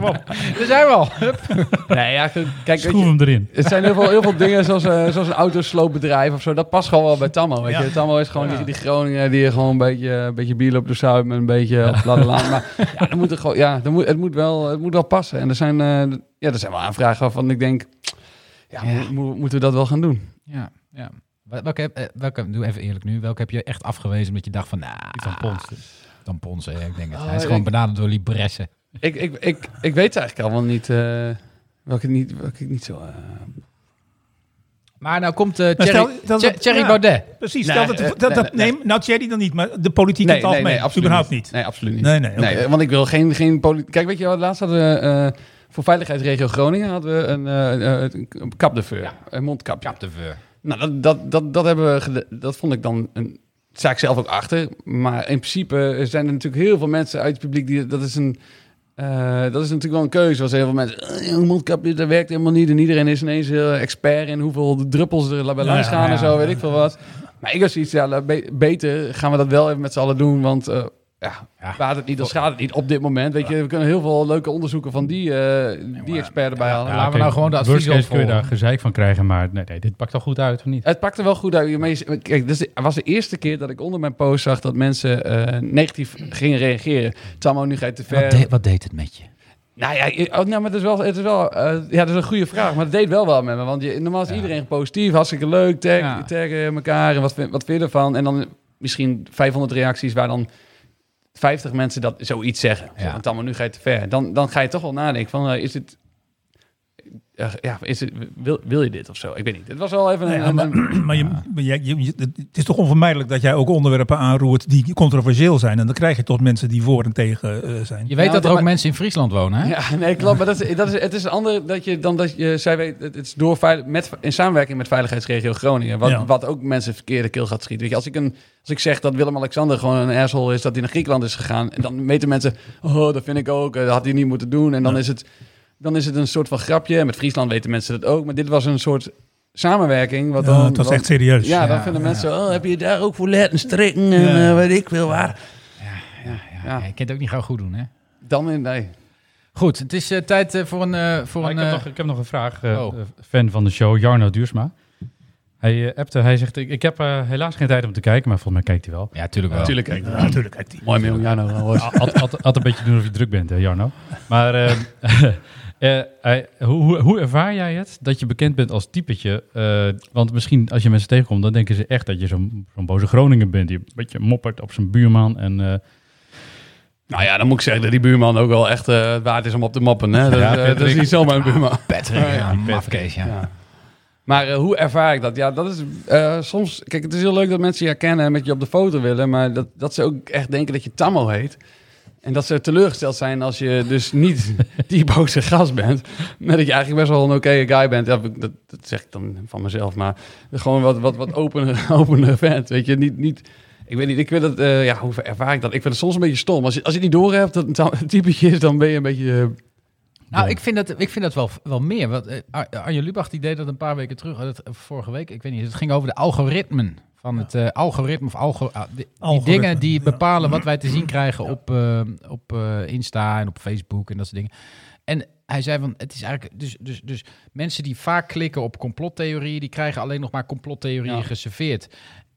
Speaker 6: op.
Speaker 3: Daar zijn we al. Hup.
Speaker 5: Nee, ja, kijk, weet je,
Speaker 4: Schroef hem erin.
Speaker 5: het zijn heel veel, heel veel dingen zoals, eh, zoals een autosloopbedrijf of zo. Dat past gewoon wel bij Tammo. Weet je.
Speaker 6: Ja.
Speaker 5: Tammo is gewoon die, die Groningen die gewoon een beetje, eh, een beetje bier op de zuip en een beetje op blablabla. Maar ja, dan moet er gewoon, ja dan moet, het, moet wel, het moet wel passen. En er zijn, eh, ja, er zijn wel aanvragen waarvan ik denk, ja, mo- mo- moeten we dat wel gaan doen?
Speaker 3: Ja, ja. Wel- Welke, heb- eh, welke, doe even eerlijk nu, welke heb je echt afgewezen omdat je dacht van, nou,
Speaker 4: Die van Pons.
Speaker 3: dan Ponsen, ja, ik denk het.
Speaker 5: Oh,
Speaker 3: Hij is
Speaker 5: ik-
Speaker 3: gewoon benaderd door Libresse.
Speaker 5: Ik, ik, ik, ik weet eigenlijk allemaal niet, eh, welke, niet welke ik niet zo... eh,
Speaker 3: Maar nou komt eh
Speaker 6: Maar
Speaker 3: Thierry,
Speaker 6: stel dat-
Speaker 3: Thierry- Thierry
Speaker 6: ja.
Speaker 3: Baudet.
Speaker 6: Precies.
Speaker 5: Nee,
Speaker 6: stel dat,
Speaker 5: eh,
Speaker 6: dat, dat,
Speaker 5: nee, nee.
Speaker 6: nee, nou Thierry dan niet, maar de politiek in het algemeen. überhaupt niet.
Speaker 5: Nee, absoluut niet.
Speaker 6: Nee, nee. oké.
Speaker 5: Nee, want ik wil geen, geen politiek. Kijk, weet je wat? Laatst hadden we eh, voor Veiligheidsregio Groningen hadden we een, eh, eh, een kapdeveur. Een mondkapje. Nou, dat, dat, dat, dat hebben we. gede- Dat vond ik dan een. Sta ik zelf ook achter. Maar in principe eh, zijn er natuurlijk heel veel mensen uit het publiek die. Dat is een. eh, dat is natuurlijk wel een keuze. Als heel veel mensen. "Eh, Een mondkapje, dat werkt helemaal niet. En iedereen is ineens heel expert in hoeveel druppels er bij langs
Speaker 6: ja,
Speaker 5: gaan en
Speaker 6: ja.
Speaker 5: zo, weet ik veel wat. Maar ik was iets. Ja, la- be- beter gaan we dat wel even met z'n allen doen. Want. eh, ja,
Speaker 3: Ja.
Speaker 5: baat het niet, dan schaadt het niet op dit moment. Weet je, we kunnen heel veel leuke onderzoeken van die, eh, die expert erbij halen.
Speaker 3: Ja, laten we nou gewoon de
Speaker 4: worst
Speaker 3: adviezen
Speaker 4: case kun je daar
Speaker 3: opvolgen.
Speaker 4: gezeik van krijgen, maar nee, nee, dit pakt al goed uit, of niet?
Speaker 5: Het pakte wel goed uit. Maar je- Kijk, dit is- het was de eerste keer dat ik onder mijn post zag dat mensen eh, negatief gingen reageren. Tammo, nu ga je te ver.
Speaker 6: Oh,
Speaker 3: Wat, de- wat deed het met je?
Speaker 5: Nou ja, je- oh, nou, maar het is wel, het is wel eh, ja, dat is een goede vraag. Maar het deed wel wel met me. Want je, normaal is iedereen positief, hartstikke leuk, tag,
Speaker 3: Ja.
Speaker 5: taggen elkaar en wat, vind- wat vind je ervan? En dan misschien 500 reacties waar dan 50 mensen dat zoiets zeggen.
Speaker 3: Ja.
Speaker 5: Want Tammo, nu ga je te ver. Dan, dan ga je toch wel nadenken van, eh, is het... eh, ja, is het, wil, wil je dit of zo? Ik weet niet. Het was wel even een...
Speaker 6: Nee, ja,
Speaker 5: een-
Speaker 6: maar
Speaker 5: een-
Speaker 6: maar je, maar jij- je- je- het is toch onvermijdelijk dat jij ook onderwerpen aanroert die controversieel zijn. En dan krijg je toch mensen die voor en tegen eh, zijn.
Speaker 3: Je weet
Speaker 5: Nou,
Speaker 3: dat er
Speaker 5: maar-
Speaker 3: ook mensen in Friesland wonen, hè?
Speaker 5: Ja, nee, klopt. Maar dat is, dat is, het is een ander dat je dan dat je, zij weet, het het is door veil- met, in samenwerking met Veiligheidsregio Groningen. Wat,
Speaker 6: Ja.
Speaker 5: wat ook mensen verkeerde keel gaat schieten. Weet je, als ik, een, als ik zeg dat Willem-Alexander gewoon een asshole is, dat hij naar Griekenland is gegaan. En dan weten mensen, oh, dat vind ik ook, eh, dat had hij niet moeten doen. En dan is het, dan is het een soort van grapje. En met Friesland weten mensen dat ook. Maar dit was een soort samenwerking. Wat
Speaker 6: Ja,
Speaker 5: dan,
Speaker 6: het was
Speaker 5: wat-
Speaker 6: Eh, echt serieus.
Speaker 5: Ja, dan
Speaker 3: Ja,
Speaker 5: vinden mensen, oh, heb je daar ook voor en strikken en
Speaker 6: Ja.
Speaker 5: eh, weet ik veel waar. Ja.
Speaker 3: Ja, Je kunt het ook niet gauw goed doen, hè?
Speaker 5: Dan in, nee.
Speaker 3: Goed, het is eh, tijd eh, voor een... eh, voor
Speaker 4: Maar
Speaker 3: een
Speaker 4: ik, heb
Speaker 3: eh,
Speaker 4: nog, ik heb nog een vraag, eh,
Speaker 3: oh.
Speaker 4: eh, fan van de show, Jarno Duursma. Hij eh, appte, hij zegt, ik, ik heb eh, helaas geen tijd om te kijken, maar volgens mij kijkt hij wel.
Speaker 3: Ja, tuurlijk wel.
Speaker 5: Natuurlijk,
Speaker 6: Ja, natuurlijk. kijk, die-
Speaker 5: Mooi mail, Jano. hoor.
Speaker 4: Altijd al, een beetje doen of je druk bent, hè, Jarno. Maar ehm, eh, eh, hoe, hoe, hoe ervaar jij het dat je bekend bent als typetje? Eh, want misschien als je mensen tegenkomt, dan denken ze echt dat je zo'n zo'n boze Groninger bent. Die een beetje moppert op zijn buurman. En, eh,
Speaker 5: Nou ja, dan moet ik zeggen dat die buurman ook wel echt eh, het waard is om op te mappen. Hè? Dat,
Speaker 4: Ja,
Speaker 5: is, eh, dat is
Speaker 4: Patrick.
Speaker 5: niet zomaar een buurman.
Speaker 3: Patrick, ja,
Speaker 5: Ja,
Speaker 3: een mafkees, ja.
Speaker 5: Ja. Maar eh, hoe ervaar ik dat? Ja, dat is eh, soms... Kijk, het is heel leuk dat mensen je herkennen en met je op de foto willen. Maar dat, dat ze ook echt denken dat je Tammo heet. En dat ze teleurgesteld zijn als je dus niet die boze gast bent. Maar dat je eigenlijk best wel een oké guy bent. Ja, dat, dat zeg ik dan van mezelf. Maar gewoon wat, wat, wat opener, opener vent. Weet je, niet... niet ik weet niet, ik wil het, eh, ja, hoe ervaar ik dat? Ik vind het soms een beetje stom. Als je, als je niet doorhebt dat het een tam- typetje is, dan ben je een beetje... eh,
Speaker 3: Nou, ik vind dat, ik vind dat wel, wel meer. Want, eh, Ar- Arjen Lubach die deed dat een paar weken terug, eh, dat, eh, vorige week, ik weet niet. Het ging over de algoritmen. Van het eh, algoritme of algo, ah, die- die,
Speaker 6: Algoritme,
Speaker 3: dingen die
Speaker 6: ja.
Speaker 3: bepalen wat wij te zien krijgen op, eh, op eh, Insta en op Facebook en dat soort dingen. En hij zei van, het is eigenlijk, dus, dus, dus mensen die vaak klikken op complottheorieën, die krijgen alleen nog maar complottheorieën
Speaker 5: Ja.
Speaker 3: geserveerd.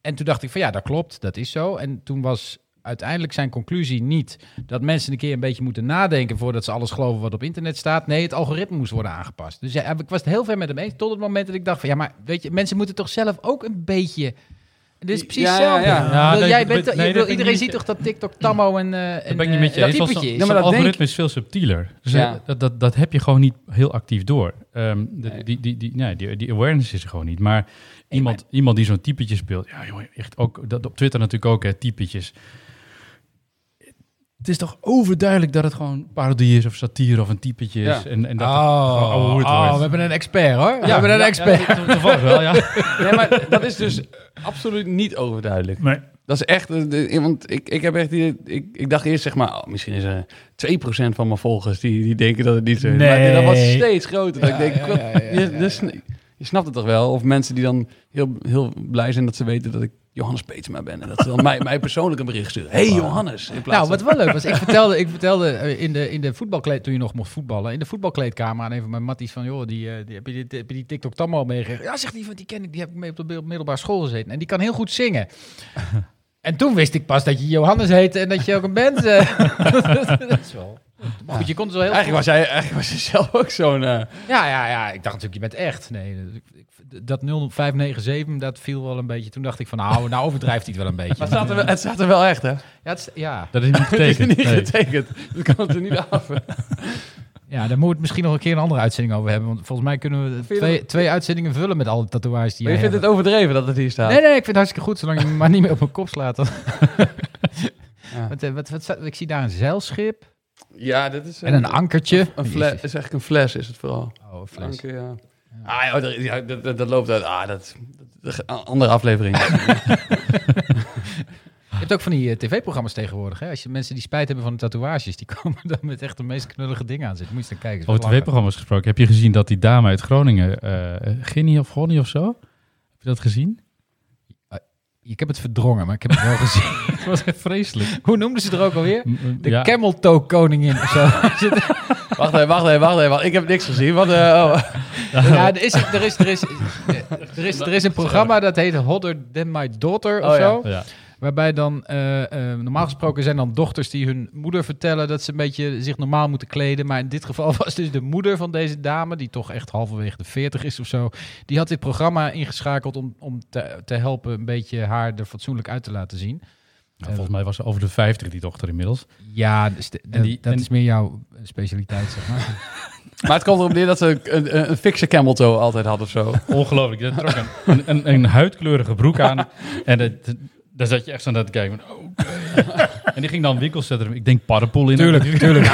Speaker 3: En toen dacht ik van, ja, dat klopt, dat is zo. En toen was uiteindelijk zijn conclusie niet dat mensen een keer een beetje moeten nadenken voordat ze alles geloven wat op internet staat. Nee, het algoritme moest worden aangepast. Dus ja, ik was het heel ver met hem eens, tot het moment dat ik dacht van, ja, maar weet je, mensen moeten toch zelf ook een beetje... Dit is precies
Speaker 5: Ja, ja,
Speaker 3: hetzelfde.
Speaker 5: ja.
Speaker 3: Ik
Speaker 4: Ja,
Speaker 3: bedoel,
Speaker 4: dat-
Speaker 3: jij bent,
Speaker 4: nee,
Speaker 3: ik
Speaker 4: dat
Speaker 3: bedoel,
Speaker 4: ben ik
Speaker 3: iedereen
Speaker 4: niet-
Speaker 3: ziet toch dat TikTok Tammo en, eh en
Speaker 4: dat ben ik niet met je
Speaker 3: eh, dat
Speaker 4: eens. want
Speaker 3: typetje is.
Speaker 4: zo'n-
Speaker 5: Ja,
Speaker 4: zo'n
Speaker 5: maar dat
Speaker 4: algoritme
Speaker 5: denk
Speaker 4: is veel subtieler. Dus
Speaker 5: Ja.
Speaker 4: eh, dat, dat, dat heb je gewoon niet heel actief door. Ehm, de, die, die, die, nee, die, die awareness is er gewoon niet. Maar iemand, iemand die zo'n typetje speelt... Ja, jongen, echt ook, dat, op Twitter natuurlijk ook, hè, typetjes. Het is toch overduidelijk dat het gewoon parodie is of satire of een typetje is.
Speaker 5: Ja.
Speaker 4: En, en dat het gewoon ouwe
Speaker 3: Oh,
Speaker 4: hoer
Speaker 3: oh,
Speaker 4: wordt.
Speaker 3: we hebben een expert hoor. we hebben een
Speaker 4: ja,
Speaker 3: expert.
Speaker 4: ja, to- toevallig wel, ja.
Speaker 5: Nee, maar dat is dus absoluut niet overduidelijk.
Speaker 6: Nee.
Speaker 5: Dat is echt, eh, de- want ik, ik heb echt, die, ik, ik dacht eerst zeg maar, oh, misschien is er 2% van mijn volgers die, die denken dat het niet zo is. Maar dat was
Speaker 6: Nee.
Speaker 5: steeds groter. Dat ik denk, wat- je, dus- je snapt het toch wel? Of mensen die dan heel, heel blij zijn dat ze weten dat ik Johannes Petema ben. En dat ze dan mij, mij persoonlijk een bericht sturen. hey, Johannes. In plaats
Speaker 3: Nou, wat wel leuk was, ik vertelde, ik vertelde eh, in de, in de voetbalkleed, toen je nog mocht voetballen, in de voetbalkleedkamer aan een van mijn matties van, joh, die, eh, die, heb, je, dit- heb je die TikTok Tam al meegegeven? Ja, zegt die, want die ken ik, die heb ik mee op de mid- middelbare school gezeten. En die kan heel goed zingen. En toen wist ik pas dat je Johannes heette en dat je ook een band... eh. dat is wel... Maar goed, je kon het wel heel
Speaker 5: Eigenlijk was, jij, eigenlijk was je zelf ook zo'n... eh,
Speaker 3: Ja, ja, ja. Ik dacht natuurlijk, je bent echt. Nee, dus ik- ik- dat 0597, dat viel wel een beetje. Toen dacht ik van, nou, nou overdrijft hij het wel een beetje.
Speaker 5: maar het staat, er wel, het staat er wel echt, hè?
Speaker 3: Ja, het is- ja.
Speaker 4: Dat is niet
Speaker 5: Het is
Speaker 4: getekend.
Speaker 5: niet
Speaker 4: nee.
Speaker 5: getekend. Dat kan het er niet af.
Speaker 3: ja, daar moeten we het misschien nog een keer een andere uitzending over hebben. Want volgens mij kunnen we
Speaker 5: je
Speaker 3: twee, twee uitzendingen vullen met alle tatoeages die
Speaker 5: Maar je
Speaker 3: jij
Speaker 5: vindt het
Speaker 3: hebt.
Speaker 5: overdreven dat het hier staat?
Speaker 3: Nee, nee, ik vind het hartstikke goed, zolang je me maar niet meer op mijn kop slaat. dan.
Speaker 5: Ja.
Speaker 3: Want, eh, wat, wat, staat- ik zie daar een zeilschip
Speaker 5: Ja, dit is... eh,
Speaker 3: en een ankertje.
Speaker 5: Een fles, is eigenlijk een fles is het vooral.
Speaker 3: Oh, een fles.
Speaker 5: Dank je, ja. Ah, ja, dat, ja, dat, dat- dat loopt uit. Ah, dat, dat, dat- andere aflevering.
Speaker 3: Je hebt ook van die eh, tv-programma's tegenwoordig. Hè? Als je mensen die spijt hebben van de tatoeages, die komen dan met echt de meest knullige dingen aan zitten. Moet je eens naar kijken. is
Speaker 4: Over
Speaker 3: wel lachen.
Speaker 4: tv-programma's gesproken. Heb je gezien dat die dame uit Groningen, eh Ginny of Gonny of zo? Heb je dat gezien?
Speaker 3: Ik heb het verdrongen, maar ik heb het wel gezien.
Speaker 4: Het was echt vreselijk.
Speaker 3: Hoe noemden ze er ook alweer? De
Speaker 4: ja.
Speaker 3: Camel Toe Koningin of zo.
Speaker 5: wacht even, wacht even, wacht even. wacht. Ik heb niks gezien. Wat, eh, oh.
Speaker 3: ja, er is, er, is, er, is, er, is, er is een programma dat heet Hotter Than My Daughter of
Speaker 5: Oh ja.
Speaker 3: zo.
Speaker 4: ja.
Speaker 3: Waarbij dan, eh, eh, normaal gesproken zijn dan dochters die hun moeder vertellen dat ze een beetje zich normaal moeten kleden. Maar in dit geval was dus de moeder van deze dame, die toch echt halverwege de 40 is of zo. Die had dit programma ingeschakeld om, om te, te helpen een beetje haar er fatsoenlijk uit te laten zien.
Speaker 4: Nou, volgens mij was ze over de 50 die dochter inmiddels.
Speaker 3: Ja, dus de-
Speaker 4: En die-
Speaker 3: dat- dat
Speaker 4: en-
Speaker 3: is meer jouw specialiteit, zeg maar.
Speaker 5: Maar het komt erop neer dat ze een, een, een fikse camel toe altijd had of zo.
Speaker 4: Ongelooflijk. Dat trok een, een, een, een huidkleurige broek aan. En dat, daar zat je echt zo naar te kijken. Van, oké. En die ging dan winkelcentrum. Ik denk paddenpoel in. Tuurlijk, tuurlijk.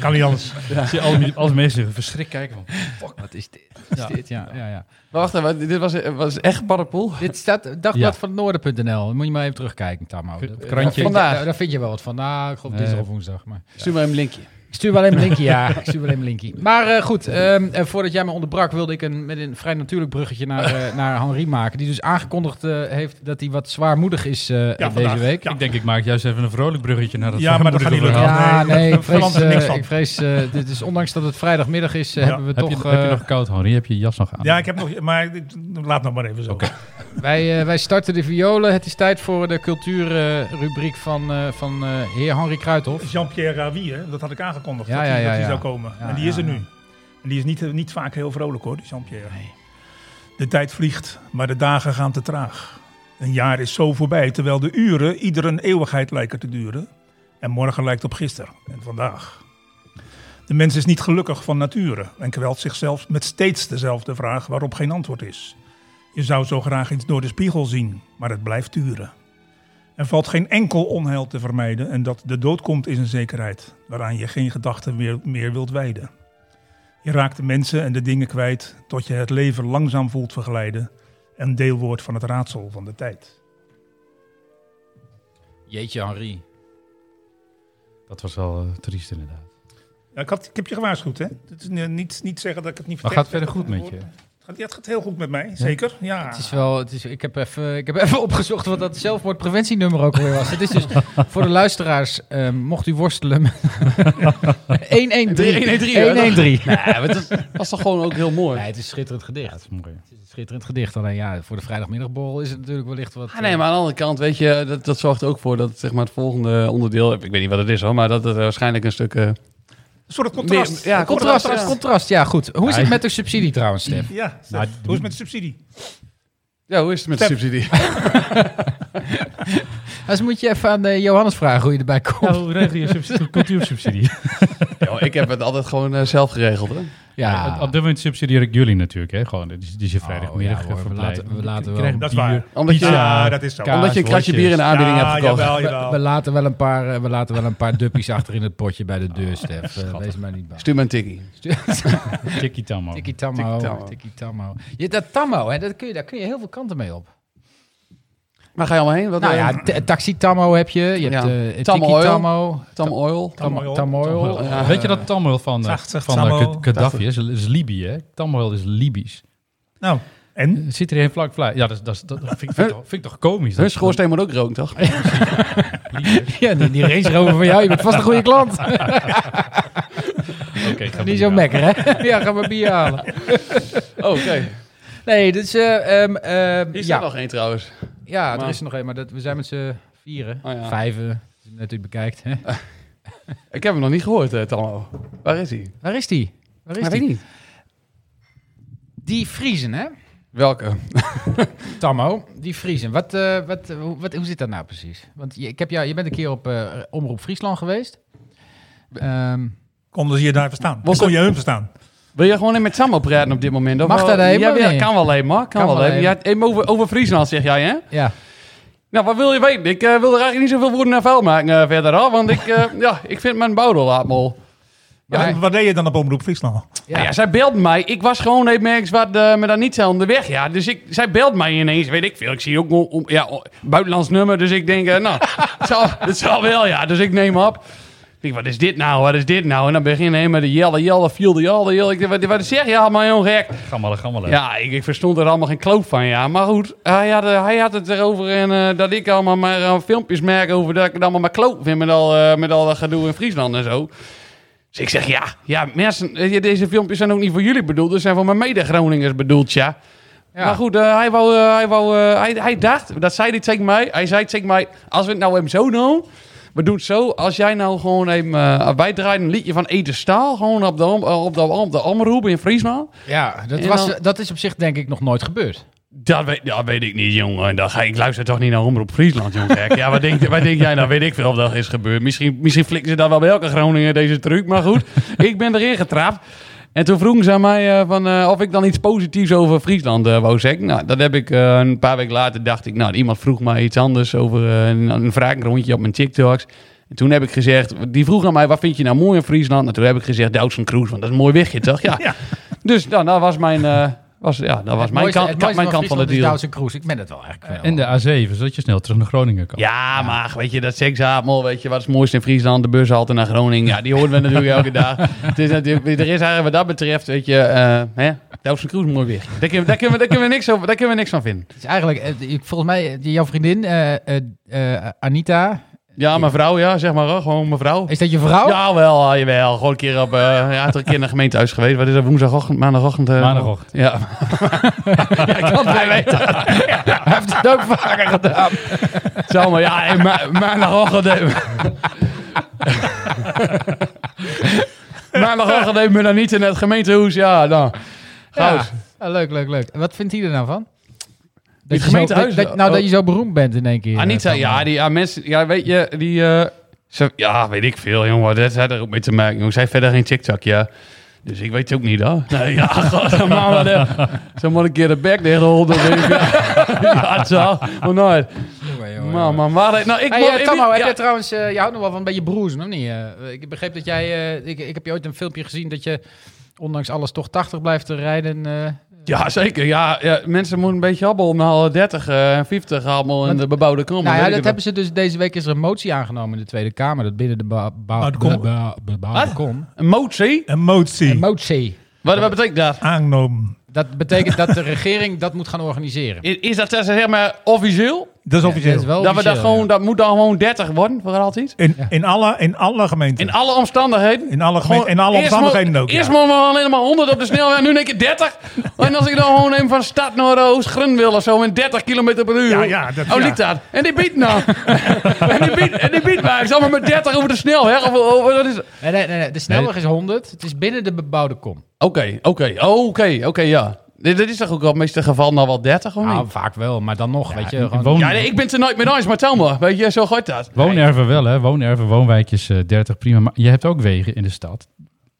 Speaker 6: Kan niet anders.
Speaker 4: Zie je alle, alle mensen verschrikt kijken. Van,
Speaker 3: Wat is dit? Wat is
Speaker 4: Ja.
Speaker 3: dit? Ja, ja, ja.
Speaker 5: Maar wacht even, dit was, was echt paddenpoel.
Speaker 3: Dit staat dagblad van noorden.nl. Moet je maar even terugkijken, Tammo.
Speaker 4: Het
Speaker 3: Dat-
Speaker 4: krantje.
Speaker 3: Daar,
Speaker 5: Vandaag.
Speaker 3: daar- daar vind je wel wat van. Nou, ik geloof
Speaker 4: Nee.
Speaker 3: dinsdag of woensdag. Maar.
Speaker 5: Stuur maar een linkje.
Speaker 3: Ik stuur wel even een linkje, ja. Ik stuur wel even een linkje. Maar eh, goed, ehm, eh, voordat jij me onderbrak... wilde ik een, met een vrij natuurlijk bruggetje naar, eh, naar Henri maken. Die dus aangekondigd eh, heeft dat hij wat zwaarmoedig is eh, deze
Speaker 6: vandaag.
Speaker 3: week.
Speaker 6: Ja.
Speaker 4: Ik denk, ik maak juist even een vrolijk bruggetje naar dat
Speaker 6: Ja, maar dat gaat niet
Speaker 4: verhaal.
Speaker 6: lukken.
Speaker 3: Ja,
Speaker 6: nee,
Speaker 3: nee,
Speaker 6: daar
Speaker 3: ik vrees,
Speaker 6: verandert niks
Speaker 3: eh,
Speaker 6: van.
Speaker 3: ik vrees eh, dit is, ondanks dat het vrijdagmiddag is, eh,
Speaker 6: Ja.
Speaker 3: hebben we
Speaker 4: Heb,
Speaker 3: toch...
Speaker 4: je, heb je
Speaker 3: eh,
Speaker 4: nog koud, Henri? Heb je je jas nog
Speaker 3: Ah,
Speaker 4: aan?
Speaker 6: Ja, ik heb nog, maar dit- laat nog maar even zo.
Speaker 3: Wij, eh, wij starten de violen. Het is tijd voor de cultuurrubriek van, eh, van eh, heer Henri Kruithof.
Speaker 6: Jean-Pierre Ravi, hè, dat had ik aangekondigd.
Speaker 3: Ja,
Speaker 6: dat
Speaker 3: ja,
Speaker 6: hij-
Speaker 3: ja,
Speaker 6: dat hij
Speaker 3: ja.
Speaker 6: zou komen.
Speaker 3: Ja,
Speaker 6: en die
Speaker 3: ja,
Speaker 6: is er
Speaker 3: ja.
Speaker 6: nu. En die is niet, niet vaak heel vrolijk hoor, die Jean-Pierre. De tijd vliegt, maar de dagen gaan te traag. Een jaar is zo voorbij, terwijl de uren ieder een eeuwigheid lijken te duren. En morgen lijkt op gisteren en vandaag. De mens is niet gelukkig van nature en kwelt zichzelf met steeds dezelfde vraag waarop geen antwoord is. Je zou zo graag eens door de spiegel zien, maar het blijft duren. Er valt geen enkel onheil te vermijden en dat de dood komt is een zekerheid, waaraan je geen gedachten meer, meer wilt wijden. Je raakt de mensen en de dingen kwijt tot je het leven langzaam voelt verglijden en deel wordt van het raadsel van de tijd.
Speaker 3: Jeetje, Henri.
Speaker 4: Dat was wel eh, triest inderdaad.
Speaker 6: Ja, ik, had, ik heb je gewaarschuwd, hè? Het is eh, niet, niet zeggen dat ik het niet
Speaker 4: Maar
Speaker 6: vertel.
Speaker 4: gaat het verder goed met je?
Speaker 6: Het gaat, ja, het gaat heel goed met mij, zeker. Ja.
Speaker 3: Het is wel, het is, ik, heb even, ik heb even opgezocht wat dat zelfmoordpreventienummer ook alweer was. Het is dus voor de luisteraars, eh, mocht u worstelen. met- 113.
Speaker 5: 113,
Speaker 3: 113.
Speaker 5: Nee, maar het was, was toch gewoon ook heel mooi.
Speaker 3: Nee, het is een schitterend
Speaker 4: Ja, het
Speaker 3: gedicht.
Speaker 4: is mooi.
Speaker 3: Het is een schitterend gedicht. Alleen ja, voor de vrijdagmiddagborrel is het natuurlijk wellicht wat... eh,
Speaker 5: Ah, nee, maar aan de andere kant, weet je, dat, dat zorgt er ook voor dat zeg maar, het volgende onderdeel, ik weet niet wat het is hoor, maar dat het waarschijnlijk een stuk... eh,
Speaker 6: Een soort contrast.
Speaker 5: Meer- ja,
Speaker 6: Een
Speaker 3: Contrast,
Speaker 5: contrast, ja.
Speaker 3: contrast, ja goed. Hoe is
Speaker 4: Ja,
Speaker 3: het
Speaker 4: je-
Speaker 3: met de subsidie trouwens, Stef?
Speaker 6: Ja, Stef.
Speaker 4: Nou,
Speaker 6: hoe is het met de subsidie?
Speaker 5: ja, hoe is het met
Speaker 6: Stef.
Speaker 5: de subsidie?
Speaker 3: Dus moet je even aan eh, Johannes vragen hoe je erbij komt.
Speaker 4: hoe regel je subsidie? cultuursubsidie?
Speaker 5: Yo, ik heb het altijd gewoon eh, zelf geregeld. Hè?
Speaker 4: Ja. Op dit moment subsidieer ik jullie natuurlijk. Hè? Gewoon, dit is, dit is je
Speaker 3: Oh,
Speaker 4: vrijdagmiddag
Speaker 3: ja, hoor, we
Speaker 4: verblijf.
Speaker 3: laten- we laten
Speaker 4: Je krijgt
Speaker 6: Dat is
Speaker 4: bier.
Speaker 6: waar.
Speaker 5: Omdat je,
Speaker 6: Ja, dat is zo.
Speaker 3: Kaas,
Speaker 5: omdat je een kratje
Speaker 4: worstjes.
Speaker 5: bier in de aanbieding hebt gekocht.
Speaker 6: jawel,
Speaker 3: We,
Speaker 6: jawel.
Speaker 3: we laten wel een paar, eh, we laten wel een paar duppies achter in het potje bij de deur, Stef. Eh, wees maar niet bang.
Speaker 5: Stuur me een tikkie.
Speaker 4: Tikkie tammo.
Speaker 3: Tikkie
Speaker 5: Tikkie
Speaker 3: Tammo,
Speaker 5: Tammo.
Speaker 3: Tikkie Tammo. Je, dat Tammo, hè, dat kun je, daar kun je heel veel kanten mee op.
Speaker 5: Waar ga je allemaal heen? Wat,
Speaker 3: Nou
Speaker 5: eh,
Speaker 3: ja, t- Taxi Tammo heb je. Je hebt
Speaker 5: Ja.
Speaker 3: eh
Speaker 5: Tammo
Speaker 3: Tikkie
Speaker 5: Oil.
Speaker 3: Tammo.
Speaker 5: Tam Oil.
Speaker 3: Tam-
Speaker 6: Oil.
Speaker 3: Tamoil.
Speaker 5: Oil. Ja.
Speaker 4: Weet je dat Tamoil van, eh,
Speaker 6: Zacht, zacht
Speaker 4: van eh,
Speaker 6: Tamoil.
Speaker 4: Gaddafi is? is Libië, hè? Tamoil is Libisch.
Speaker 6: Nou, En?
Speaker 4: Zit er geen vlak vlak? Ja, dat, is- dat, is- dat vind, ik- vind ik toch, vind ik toch komisch.
Speaker 5: Hun
Speaker 4: Dat,
Speaker 5: schoorsteen moet ook roken, toch?
Speaker 3: Ja, die, die Range Rover van jou, je bent vast een goede klant.
Speaker 4: Oké, ik ga
Speaker 3: Niet
Speaker 4: bier
Speaker 3: zo
Speaker 4: halen.
Speaker 3: mekker, hè? Ja, ga maar bier halen.
Speaker 5: Oh, oké.
Speaker 3: Nee, dus... eh, ehm, ehm,
Speaker 5: Is
Speaker 3: ja,
Speaker 5: er nog één trouwens?
Speaker 3: ja er
Speaker 5: maar-
Speaker 3: is er nog een, maar dat, we zijn met z'n vieren.
Speaker 5: Oh, ja. Eh.
Speaker 3: Vijven, als je hem natuurlijk bekijkt. Hè?
Speaker 5: Ik heb hem nog niet gehoord, eh Tammo. Waar is hij?
Speaker 3: Waar is die? Waar is
Speaker 5: Maar
Speaker 3: die?
Speaker 5: niet.
Speaker 3: Die Friesen, hè?
Speaker 5: Welke?
Speaker 3: Tammo, die Friesen. Wat, eh, wat, hoe- wat, hoe zit dat nou precies? Want je, ik heb jou, je bent een keer op eh, Omroep Friesland geweest. Ehm,
Speaker 6: Konden ze je daar verstaan?
Speaker 5: Was
Speaker 6: kon
Speaker 5: dat-
Speaker 6: je hun verstaan?
Speaker 5: Wil je gewoon in met Sammo praten op dit moment? Of
Speaker 3: Mag
Speaker 5: wel-
Speaker 3: dat helemaal
Speaker 5: Ja, ja,
Speaker 3: niet?
Speaker 5: kan wel helemaal. Kan,
Speaker 3: Kan
Speaker 5: wel
Speaker 3: wel
Speaker 5: even. Ja, even over, over Friesland zeg jij, hè?
Speaker 3: ja.
Speaker 5: Nou, wat wil je weten? Ik eh, wil er eigenlijk niet zoveel woorden naar vuil maken eh, verder al. Want ik, eh, ja, ik vind mijn bouwdol aapmol.
Speaker 3: Maar-
Speaker 6: Wat deed je dan op Omroep Friesland?
Speaker 3: Ja.
Speaker 5: Ja. ja, zij belt mij. Ik was gewoon even ergens wat eh, me daar niet aan de weg. Ja, dus ik, zij belt mij ineens, weet ik veel. Ik zie ook om, om- ja, o- buitenlands nummer, dus ik denk, eh, nou, het zal, het zal wel, ja. Dus ik neem op. Ik denk, wat is dit nou? Wat is dit nou? En dan begin je met de jelle, jelle, fielde, jelle, jelle. Ik denk, wat, wat zeg je allemaal, jong gek?
Speaker 4: Gammelen, gammelen.
Speaker 5: Ja, ik, ik verstond er allemaal geen kloof van, ja. Maar goed, hij had, eh, hij had het erover en, eh, dat ik allemaal maar eh, filmpjes merk over dat ik het allemaal maar kloof vind met al, eh, met al dat gedoe in Friesland en zo. Dus ik zeg, ja, ja mensen, weet je, deze filmpjes zijn ook niet voor jullie bedoeld. Ze zijn voor mijn mede-Groningers bedoeld, ja.
Speaker 3: Ja.
Speaker 5: Maar goed, eh, hij, wou, eh, hij, wou, eh, hij, hij dacht, dat zei hij tegen mij. Hij zei tegen mij, als we het nou hem zo doen... We doen het zo, als jij nou gewoon even... eh wij draaien een liedje van Ede Staal... gewoon op de, om- op de, op de omroep in Friesland.
Speaker 3: Ja, dat,
Speaker 5: En
Speaker 3: was,
Speaker 5: dan-
Speaker 3: dat is op zich denk ik nog nooit gebeurd.
Speaker 5: Dat weet, dat weet ik niet, jongen. Dat ga, ik luister toch niet naar Omroep Friesland, jongen. gek. Ja, wat denk, wat denk jij? Nou weet ik veel of dat is gebeurd. Misschien, misschien flikken ze daar wel bij elke Groningen deze truc. Maar goed, ik ben erin getrapt. En toen vroegen ze aan mij eh, van, eh, of ik dan iets positiefs over Friesland eh, wou zeggen. Nou, dat heb ik eh, een paar weken later dacht ik. Nou, iemand vroeg mij iets anders over eh, een, een vragenrondje op mijn TikToks. En toen heb ik gezegd, die vroeg aan mij, wat vind je nou mooi in Friesland? En toen heb ik gezegd, Doutzen Kroes, want dat is een mooi wegje, toch? Ja.
Speaker 6: Ja.
Speaker 5: Dus nou, dat was mijn, eh, was, ja, dat was
Speaker 3: Het
Speaker 5: mijn
Speaker 3: mooiste-
Speaker 5: kant,
Speaker 3: het
Speaker 5: kant-
Speaker 3: mooiste
Speaker 5: mijn kant van de
Speaker 3: Friesland is
Speaker 5: deal.
Speaker 3: Doutzen Kroes. Ik ben het wel eigenlijk wel.
Speaker 4: En de A7, zodat je snel terug naar Groningen kan.
Speaker 5: Ja, maar weet je, dat seksapel, weet je, wat is het mooiste in Friesland? De bus altijd naar Groningen. Ja, die horen we natuurlijk elke dag. Het is natuurlijk, er is eigenlijk wat dat betreft, weet je, eh hè, Doutzen Kroes mooi weer. Daar kunnen, we- daar, kunnen we, daar, kunnen we niks over, daar kunnen we niks van vinden.
Speaker 3: Het is eigenlijk, eh, ik- volgens mij, eh, jouw vriendin eh, eh, eh, Anita,
Speaker 5: Ja, mevrouw, ja, zeg maar, hoor, gewoon mevrouw.
Speaker 3: is dat je vrouw?
Speaker 5: Ja, wel, ah, jawel. Gewoon een keer op, eh ja, toch een keer in de gemeentehuis geweest. Wat is dat, woensdagochtend, maandagochtend? eh,
Speaker 4: Maandagochtend.
Speaker 5: Ja. ja, ik kan het niet weten. Hij heeft het ook vaker gedaan. Het is allemaal, ja, hey, ma maandagochtend. eh. maandagochtend heeft me dan niet in het gemeentehuis. Ja, nou.
Speaker 3: Ja.
Speaker 5: Goud.
Speaker 3: Ah, leuk, leuk, leuk. En Wat vindt hij er nou van?
Speaker 5: Het
Speaker 3: Dat je, zo,
Speaker 5: gemeentehuis?
Speaker 3: dat- dat- nou,
Speaker 5: Oh.
Speaker 3: dat je zo beroemd bent in één keer.
Speaker 5: Anita,
Speaker 3: eh,
Speaker 5: ja,
Speaker 3: van-
Speaker 5: die ja, mensen, ja, weet je, die, eh, ze, ja, weet ik veel, jongen, dat had er ook mee te maken, jongen. Zij heeft verder geen TikTok, ja. Dus ik weet het ook niet, hoor. Nee, ja, god, maar wat, eh, Zo moet ik een keer de bek dichtholden. weet ik. Ja, het zal. Hoe nooit.
Speaker 3: Jongen, jongen,
Speaker 5: Man,
Speaker 3: jongen.
Speaker 5: man, waar, nou, ik
Speaker 3: Oh, Hey,
Speaker 5: moet-
Speaker 3: eh,
Speaker 5: ik-
Speaker 3: Tammo, heb
Speaker 5: ja.
Speaker 3: jij trouwens, eh, je houdt nog wel van een beetje broezen, of niet? Eh, ik begreep dat jij, eh, ik, ik heb je ooit een filmpje gezien dat je ondanks alles toch 80 blijft te rijden. eh.
Speaker 5: Ja, zeker. Ja, ja, mensen moeten een beetje habbelen om nou 30 en 50 allemaal in
Speaker 3: Want-
Speaker 5: de bebouwde kom.
Speaker 3: nou ja, dat hebben ze dus, deze week is er een motie aangenomen in de Tweede Kamer, dat binnen de ba- ba-
Speaker 6: Nou, dat komt-
Speaker 3: ba- ba- ba-
Speaker 5: Wat?
Speaker 3: kom.
Speaker 5: Een motie?
Speaker 3: Een
Speaker 6: Emotie.
Speaker 3: motie.
Speaker 5: Wat, wat betekent dat?
Speaker 6: Aangenomen.
Speaker 3: Dat betekent dat de regering dat moet gaan organiseren.
Speaker 5: Is, is dat zeg maar officieel?
Speaker 6: Dat is officieel.
Speaker 3: Dat is wel
Speaker 5: dat, we dat,
Speaker 3: officieel,
Speaker 5: gewoon,
Speaker 3: ja.
Speaker 5: dat moet dan gewoon 30 worden voor altijd?
Speaker 6: in, in, alle, in alle gemeenten.
Speaker 5: In alle omstandigheden?
Speaker 6: In alle, gemeenten, in alle
Speaker 5: Eerst
Speaker 6: omstandigheden
Speaker 5: mo-
Speaker 6: ook. ja.
Speaker 5: Eerst moeten we alleen maar 100 op de snelweg, nu denk ik 30. En als ik dan gewoon neem van stad naar Oost, Grunwil of zo, met 30 km per uur.
Speaker 6: Ja, ja, dat-
Speaker 5: oh,
Speaker 6: ja.
Speaker 5: liep dat. En die biedt nou. en die biedt, en die biedt mij. Ik zal maar met 30 over de snelweg. Of, of, wat is het?
Speaker 3: Nee, nee, nee, nee, de snelweg is 100. Het is binnen de bebouwde kom.
Speaker 5: Oké, oké, oké, oké, ja. Dit dit is toch ook wel het meeste geval nou wel 30 of niet?
Speaker 3: Nou, vaak wel, maar dan nog, weet je.
Speaker 4: ik
Speaker 3: Gewoon...
Speaker 4: woon-
Speaker 5: ja, nee, ik ben het er nooit mee eens, maar tel maar. Weet je, zo gaat dat.
Speaker 4: Woonerven wel, hè? Woonerven, woonwijkjes eh, 30, prima. Maar je hebt ook wegen in de stad.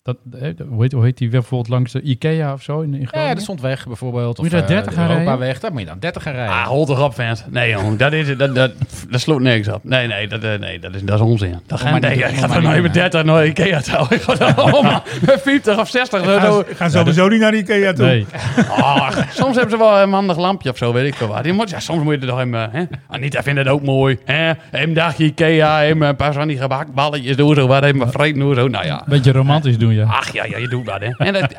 Speaker 4: Dat, eh, hoe, heet, hoe heet die weg bijvoorbeeld langs de Ikea of zo? In, in
Speaker 3: Ja,
Speaker 4: Groningen?
Speaker 3: de Zondweg bijvoorbeeld.
Speaker 4: Moet
Speaker 3: Of
Speaker 4: je daar 30
Speaker 3: eh,
Speaker 4: gaan
Speaker 3: de
Speaker 4: rijden?
Speaker 3: Europaweg, daar moet je dan 30 gaan rijden.
Speaker 5: Ah, hol toch op, vent. Nee, jongen, dat, is, dat, dat, dat sloot niks op. Nee, nee, dat, eh, nee, dat, is, dat is onzin. Dat
Speaker 3: maar
Speaker 5: gaat nee,
Speaker 3: niet
Speaker 5: ik
Speaker 3: doen,
Speaker 5: ga
Speaker 3: maar
Speaker 5: er
Speaker 3: niet
Speaker 5: nooit met
Speaker 3: doen,
Speaker 5: 30 naar Ikea trouwen. Ik ga er allemaal met 50 of 60. zo-
Speaker 6: Gaan,
Speaker 5: zo.
Speaker 6: ze- gaan sowieso niet naar Ikea toe.
Speaker 4: Nee.
Speaker 5: Ah, soms hebben ze wel een handig lampje of zo, weet ik veel wat. Je moet, ja, soms moet je er toch even... Hè? Anita vindt het ook mooi. Hè? Een dagje Ikea, hem een paar van die gebakken balletjes doen. Zo, wat even vreten doen. Zo. Nou ja,
Speaker 4: Beetje romantisch doen,
Speaker 3: Ah,
Speaker 4: ja.
Speaker 5: Ach ja, ja je doet dat, hè. En, dat,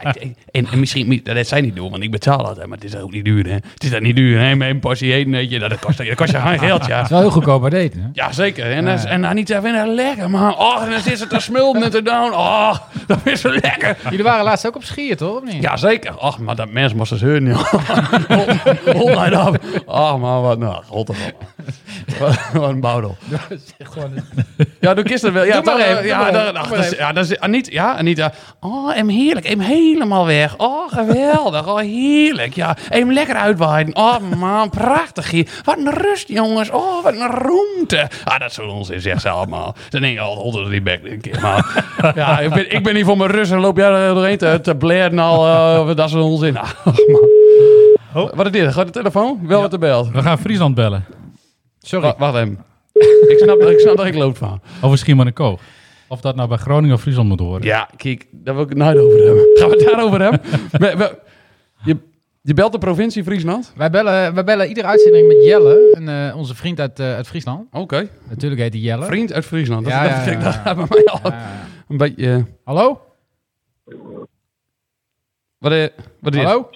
Speaker 5: en, en misschien, dat zijn niet doen, want ik betaal dat, hè, maar het is ook niet duur, hè. Het is dat niet duur, hè. Mijn passie eten, weet je, dat kost, dat kost je geen geld, ja.
Speaker 3: is wel heel goedkoop uit eten. Hè?
Speaker 5: Ja, zeker. En, dan- en dan niet even eh, lekker, man. Oh, en dan zit ze te smulden en te down. Oh, dat is zo lekker.
Speaker 3: Jullie waren laatst ook op Schier, toch? Of niet?
Speaker 5: Ja, zeker. Ach, maar dat mens moest dus hun. joh. Online af. Ach, man, wat nou. God, wat, wat een bouwdel.
Speaker 3: Gewoon een-
Speaker 5: Ja, doe gisteren wel. Ja,
Speaker 3: Doe maar
Speaker 5: toch,
Speaker 3: even,
Speaker 5: eh,
Speaker 3: doe
Speaker 5: ja,
Speaker 3: maar
Speaker 5: daar-
Speaker 3: even,
Speaker 5: ach,
Speaker 3: doe maar
Speaker 5: dat is-
Speaker 3: even.
Speaker 5: ja, dat is- Anita, ja, Anita. Oh, hem heerlijk. Hem helemaal weg. Oh, geweldig. Oh, heerlijk. Ja, hem lekker uitwaaien. Oh, man, prachtig hier. Wat een rust, jongens. Oh, wat een roemte. Ah, dat is zo'n onzin, zegt ze allemaal. Ze denken oh, al onder die bek, denk ik. Maar, ja, ik ben, ik ben hier voor mijn rust en loop jij er doorheen te, te blaren al. eh, dat is een onzin. Ah, man.
Speaker 6: Oh.
Speaker 5: Wat is dit? Gaat de telefoon? Wel wat de belt.
Speaker 4: We gaan Friesland bellen.
Speaker 3: Sorry.
Speaker 5: Wa- Wacht even. ik, snap, ik snap dat ik loop van.
Speaker 4: Oh, Over Schiermonnikoog. Of dat nou bij Groningen of Friesland moet horen.
Speaker 5: Ja, kijk, daar wil ik het nooit over hebben. Gaan we het daarover hebben? We- we- je, je belt de provincie Friesland?
Speaker 3: Wij bellen, wij bellen iedere uitzending met Jelle, een, eh, onze vriend uit, eh, uit Friesland.
Speaker 5: Oké,
Speaker 3: Natuurlijk heet hij Jelle.
Speaker 5: vriend uit Friesland. Dat,
Speaker 3: Ja,
Speaker 5: dat,
Speaker 3: ja,
Speaker 5: vind ik- dat
Speaker 3: ja.
Speaker 5: gaat bij mij al
Speaker 3: Ja.
Speaker 5: een beetje... eh,
Speaker 3: hallo?
Speaker 5: wat, eh, wat is dit?
Speaker 3: Hallo?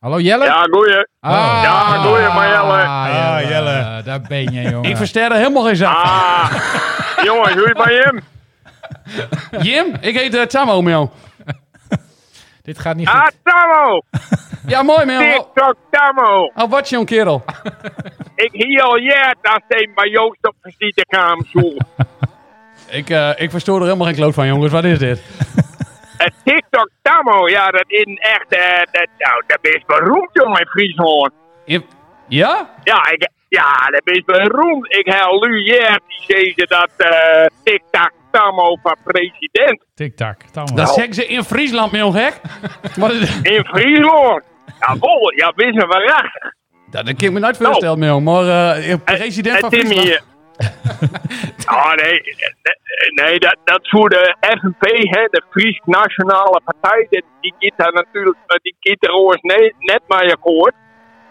Speaker 3: Hallo Jelle?
Speaker 10: Ja, goeie.
Speaker 3: ah, Eh,
Speaker 10: Ja, doe je maar, Jelle.
Speaker 6: Ah, Jelle.
Speaker 3: Daar ben je, jongen.
Speaker 5: Ik verster er helemaal geen zaak.
Speaker 10: Ah, jongens, hoe is het bij hem?
Speaker 5: Jim, ik heet eh, Tamo, Mel.
Speaker 3: Dit gaat niet goed.
Speaker 10: Ah, Tamo!
Speaker 5: Ja, mooi, Mel. Oh,
Speaker 10: TikTok Tamo!
Speaker 5: oh, wat zo'n kerel.
Speaker 10: Ik hier al jaren dat ze bij Joost op visitekamer zoeken.
Speaker 5: Ik, eh, ik verstoor er helemaal geen kloot van, jongens. Wat is dit?
Speaker 10: Het TikTok Tamo, ja, dat is een echt, eh, dat, nou, dat is beroemd, jongen, in Friesland.
Speaker 5: Je- ja?
Speaker 10: Ja, ik, ja, dat is beroemd. Ik hel nu jaren die zeiden dat eh TikTok Tamo van president
Speaker 4: Tik-tak.
Speaker 5: Dat
Speaker 10: Nou.
Speaker 5: zeggen ze in Friesland, Mel, gek. Wat is,
Speaker 10: in Friesland. Jawohl, ja, wist me waarachtig.
Speaker 5: dat kan ik me
Speaker 10: Nou.
Speaker 5: nooit voorstellen, Mel. Maar eh, president van
Speaker 10: Het is
Speaker 5: Friesland...
Speaker 10: hier. Oh nee, nee, nee, dat, dat is voor de FNP, hè, de Fries Nationale Partij, die, die gaat daar natuurlijk, eh, die gaat er ooit nee, net mee akkoord.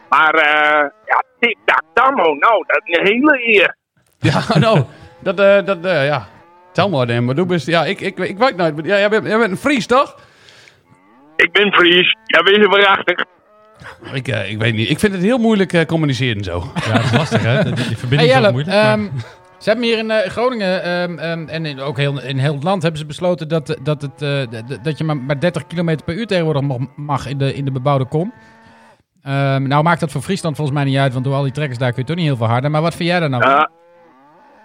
Speaker 10: Maar eh, ja, tik-tak, tammo, nou, dat is een hele eer.
Speaker 5: Ja, nou, dat, eh, dat, eh, ja. Tel maar, dan, maar doe best. Ja, ik, ik, ik weet nooit. maar Ja, jij, bent, jij bent een Fries, toch?
Speaker 10: Ik ben Fries, ja, wees er waarachtig.
Speaker 5: Ik, eh, ik weet niet. Ik vind het heel moeilijk eh, communiceren zo.
Speaker 4: Ja, dat is lastig, hè? Die, die
Speaker 3: Hey
Speaker 4: verbinding is
Speaker 3: Jelle,
Speaker 4: ook moeilijk. maar-
Speaker 3: ehm, ze hebben hier in eh, Groningen ehm, ehm, en in, ook heel, in heel het land hebben ze besloten dat, dat, het, eh, d- dat je maar, maar 30 km per uur tegenwoordig mag, mag in, de, in de bebouwde kom. Ehm, nou maakt dat voor Friesland volgens mij niet uit, want door al die trekkers daar kun je toch niet heel veel harder. Maar wat vind jij daar nou? van?
Speaker 10: Ja,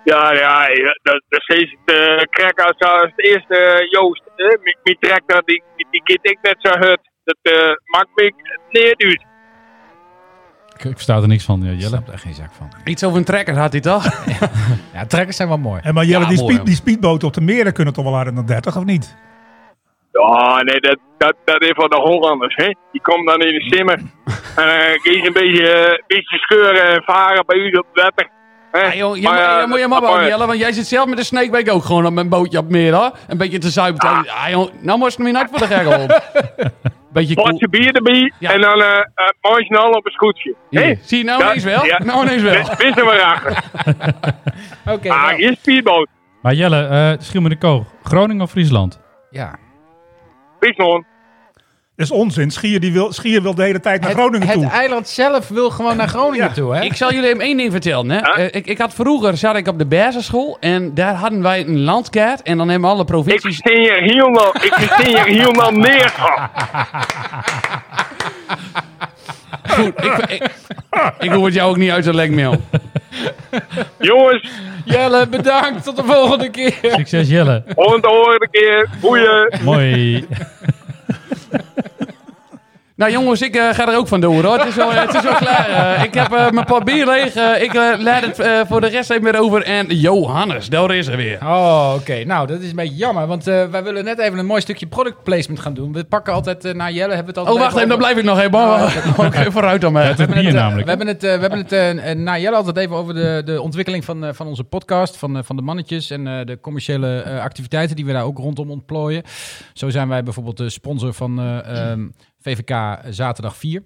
Speaker 10: ja, ja, ja, dat, dat is het uh, krek als, als het eerste eh, Joost. hè, Mijn mijn tractor, die, die, die kind ik net zo hut. Dat eh, maakt me neerduwt.
Speaker 4: ik, ik versta er niks van, eh,
Speaker 3: Ik
Speaker 4: Jelle.
Speaker 3: snap daar geen zak van.
Speaker 5: Iets over een trekker had hij toch?
Speaker 3: Ja, trekkers zijn wel mooi.
Speaker 6: En maar Jelle,
Speaker 5: Ja,
Speaker 6: die,
Speaker 5: mooi,
Speaker 6: speed,
Speaker 5: hè.
Speaker 6: die speedboten op de meren kunnen toch wel harder dan 30, of niet?
Speaker 10: Ja, nee, dat, dat, dat is van de Hollanders, hè. Die komt dan in de simmer. en dan kun je een beetje, eh, beetje scheuren en varen bij u op 30. hè.
Speaker 5: Ja, Ah, joh, je,
Speaker 10: Maar, eh,
Speaker 5: moet-
Speaker 10: ja,
Speaker 5: je moet je
Speaker 10: dat-
Speaker 5: mama ook
Speaker 10: maar-
Speaker 5: jellen, want jij zit zelf met een snakeback ook gewoon op mijn bootje op het meer, hoor. Een beetje te zuipen. Ah. joh, nou moest je me niet voor de gek op. Beetje cool.
Speaker 10: Potje bier erbij
Speaker 5: Ja.
Speaker 10: en dan eh eh, mooi snel op een scootje.
Speaker 5: Hier,
Speaker 10: Hé,
Speaker 5: Zie je nou
Speaker 10: Ja,
Speaker 5: ineens wel?
Speaker 10: ja.
Speaker 5: Nou ineens wel.
Speaker 10: wist wist er maar achter.
Speaker 3: Oké,
Speaker 10: Ah,
Speaker 3: nou,
Speaker 10: je speedboot.
Speaker 4: Maar Jelle, eh Schiermonnikoog. Groningen of Friesland?
Speaker 3: ja.
Speaker 10: Friesland.
Speaker 6: Dat is onzin. Schier, die wil, Schier wil de hele tijd naar
Speaker 3: Het,
Speaker 6: Groningen
Speaker 3: het
Speaker 6: toe.
Speaker 3: eiland zelf wil gewoon naar Groningen
Speaker 6: Ja.
Speaker 3: toe, hè?
Speaker 5: Ik zal jullie even één ding vertellen. Hè.
Speaker 10: Ja?
Speaker 5: Eh, ik, ik had vroeger zat ik op de basisschool en daar hadden wij een landkaart en dan hebben we alle
Speaker 10: Ik
Speaker 5: provincies.
Speaker 10: versteen je helemaal, ik versteen je helemaal neer. Oh,
Speaker 5: Goed, ik, ik, ik hoef het jou ook niet uit te leggen, Mel.
Speaker 10: jongens,
Speaker 3: Jelle, bedankt. Tot de volgende keer.
Speaker 4: Succes, Jelle.
Speaker 10: hond horen een keer, boeien.
Speaker 4: Mooi.
Speaker 5: Nou jongens, ik eh, ga er ook van door hoor. Het is wel, het is wel klaar. Eh, ik heb eh, mijn papier leeg. Eh, ik eh, laat het eh, voor de rest even weer over. En Johannes, daar is er weer.
Speaker 3: Oh, oké. Nou, dat is een beetje jammer, want eh, wij willen net even een mooi stukje product placement gaan doen. We pakken altijd, eh, na Jelle hebben we het altijd
Speaker 5: Oh wacht even,
Speaker 3: even
Speaker 5: dan
Speaker 3: over-
Speaker 5: blijf ik nog even. Oh, Oké, vooruit dan maar.
Speaker 4: Het bier
Speaker 3: We
Speaker 4: namelijk.
Speaker 3: hebben het, eh, we hebben het eh, eh, na Jelle altijd even over de, de ontwikkeling van, eh, van onze podcast, van, eh, van de mannetjes en eh, de commerciële eh, activiteiten die we daar ook rondom ontplooien. Zo zijn wij bijvoorbeeld de sponsor van eh, ehm, VVK Zaterdag 4.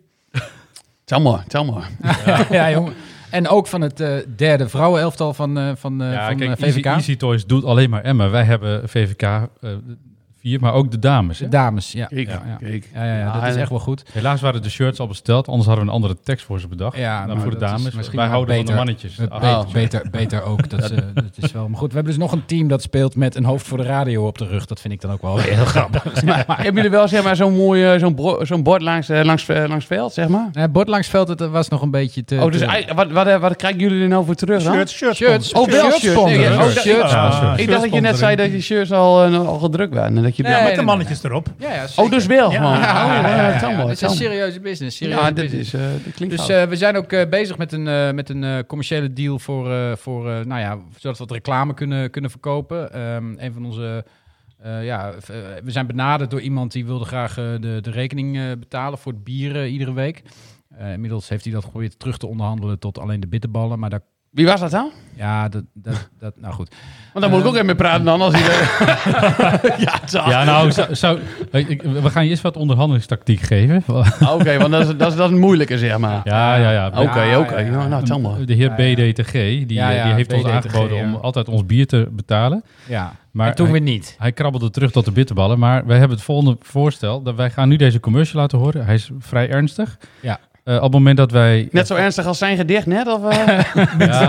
Speaker 5: Tel maar, tel maar.
Speaker 3: ja, jongen. En ook van het eh, derde vrouwenelftal van, eh, van, eh,
Speaker 4: Ja,
Speaker 3: van
Speaker 4: kijk,
Speaker 3: eh,
Speaker 4: Easy,
Speaker 3: VVK.
Speaker 4: Easy Toys doet alleen maar Emmen. Wij hebben VVK eh, vier, maar ook de dames. Hè?
Speaker 3: De dames, ja.
Speaker 5: Kijk,
Speaker 4: Ja, ja.
Speaker 5: kijk.
Speaker 3: Ja, ja, ja, dat
Speaker 5: Ah,
Speaker 3: is
Speaker 5: ja.
Speaker 3: echt wel goed.
Speaker 4: Helaas waren de shirts al besteld, anders hadden we een andere tekst voor ze bedacht.
Speaker 3: Ja,
Speaker 4: dan
Speaker 3: nou,
Speaker 4: voor de
Speaker 3: dat is
Speaker 4: dames.
Speaker 3: misschien
Speaker 4: Wij
Speaker 3: wel
Speaker 4: houden van de
Speaker 3: beter.
Speaker 4: mannetjes.
Speaker 3: Dat
Speaker 4: Ah,
Speaker 3: be-
Speaker 4: sorry.
Speaker 3: beter, beter ook. Dat, ze- dat is wel. Maar goed, we hebben dus nog een team dat speelt met een hoofd voor de radio op de rug. Dat vind ik dan ook wel heel grappig. Maar- maar-
Speaker 5: Hebben jullie wel zeg maar, zo'n mooi eh, zo'n bro- zo'n bord langs, eh, langs, eh, langs het veld, zeg maar?
Speaker 3: Eh, bord langs veld, het was nog een beetje te.
Speaker 5: Oh, dus
Speaker 3: te-
Speaker 5: eigenlijk- wat, wat, eh, wat krijgen jullie er nou voor terug dan?
Speaker 6: Shirts, shirts.
Speaker 3: Shirts.
Speaker 5: Oh, wel
Speaker 3: Shirts
Speaker 5: shirts.
Speaker 3: sponsoren.
Speaker 5: Nee, ja,
Speaker 3: Oh,
Speaker 5: shirts.
Speaker 3: shirts.
Speaker 6: Ah,
Speaker 4: shirts.
Speaker 5: Ik dacht dat je net zei dat die shirts al, eh, al gedrukt waren. en Dat je
Speaker 3: Nee,
Speaker 6: Met de mannetjes erop.
Speaker 3: Ja, ja, zeker.
Speaker 5: Oh, dus wel gewoon.
Speaker 6: Ja, ja,
Speaker 5: Oh,
Speaker 6: ja,
Speaker 5: eh,
Speaker 6: ja, ja.
Speaker 5: tell me,
Speaker 3: Het is
Speaker 5: tell
Speaker 3: een
Speaker 5: me.
Speaker 3: serieuze business. serieuze
Speaker 5: Ja, dit
Speaker 3: business.
Speaker 5: is, eh dit klinkt
Speaker 3: Dus
Speaker 5: wel-
Speaker 3: eh, we zijn ook eh, bezig met een, eh, met een eh, commerciële deal voor, eh, voor eh, nou ja, zodat we wat reclame kunnen, kunnen verkopen. Ehm, een van onze, eh, ja, v- eh, we zijn benaderd door iemand die wilde graag eh, de, de rekening eh, betalen voor het bier eh, iedere week. Eh, inmiddels heeft hij dat geprobeerd terug te onderhandelen tot alleen de bitterballen, maar daar,
Speaker 5: Wie was dat dan? Eh,
Speaker 3: ja, dat, dat, dat, nou goed.
Speaker 5: Want dan moet ik ook even mee praten dan. Als hij ja, toch.
Speaker 3: Ah.
Speaker 4: Ja, nou, zou, zou- ik- ik- we gaan je eerst wat onderhandelingstactiek geven.
Speaker 5: Oké, want dat is, dat, is, dat is een moeilijke, zeg maar.
Speaker 4: Ja, ja, ja.
Speaker 5: Oké,
Speaker 3: Ja,
Speaker 5: oké.
Speaker 3: ja, ja.
Speaker 5: Ja, Nou, tell me.
Speaker 4: De heer BDTG, die,
Speaker 3: Ja, ja,
Speaker 4: die heeft ons
Speaker 3: BDTG,
Speaker 4: aangeboden
Speaker 3: ja.
Speaker 4: om altijd ons bier te betalen.
Speaker 3: Ja,
Speaker 4: Maar
Speaker 3: maar toen
Speaker 4: hij-
Speaker 3: weer niet.
Speaker 4: Hij krabbelde terug tot de bitterballen, maar wij hebben het volgende voorstel. Dat wij gaan nu deze commercial laten horen. Hij is vrij ernstig.
Speaker 3: Ja.
Speaker 4: Eh, op het moment dat wij...
Speaker 5: Net zo ernstig als zijn gedicht net? Of, eh?
Speaker 4: Ja,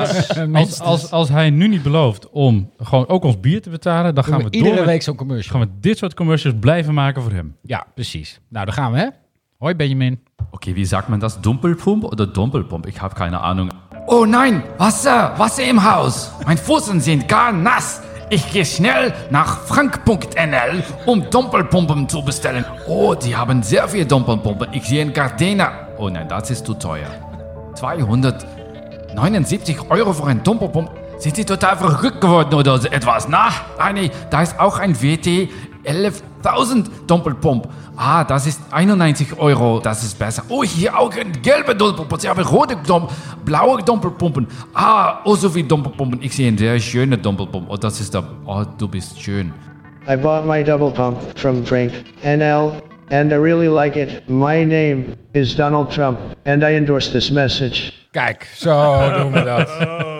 Speaker 4: als, als, als hij nu niet belooft om gewoon ook ons bier te betalen, dan gaan we, door
Speaker 3: iedere
Speaker 4: met-
Speaker 3: week zo'n commercial.
Speaker 4: gaan we dit soort commercials blijven maken voor hem.
Speaker 3: Ja, precies. Nou, daar gaan we, hè? Hoi Benjamin.
Speaker 11: Okay, wie sagt man das? Dumpelpump oder Dompelpump? Ich habe keine Ahnung.
Speaker 8: Oh nein, Wasser, Wasser im Haus. Mein Fußen sind gar nass. Ich gehe schnell nach frank.nl, um Dompelpumpen zu bestellen. Oh, die haben sehr viel Dompelpumpen. Ich sehe in Gardena. Oh nein, das ist zu teuer. 279 Euro für ein Dompelpump. Sind Sie total verrückt geworden oder so etwas? Na, Ah, eine, da ist auch ein WT 11.000 Dompelpump. Ah, das ist 91 Euro, das ist besser. Oh, hier auch ein gelbe Dompelpump. Sie haben rote Dompelpump, blaue Dompelpumpen. Ah, oh, so viele Dompelpumpen. Ich sehe eine sehr schöne Dompelpump. Oh, das ist da. Oh, du bist schön.
Speaker 9: I bought my double pump from Frank NL, and I really like it. My name is Donald Trump, and I endorse this message.
Speaker 3: Kijk, zo doen we dat.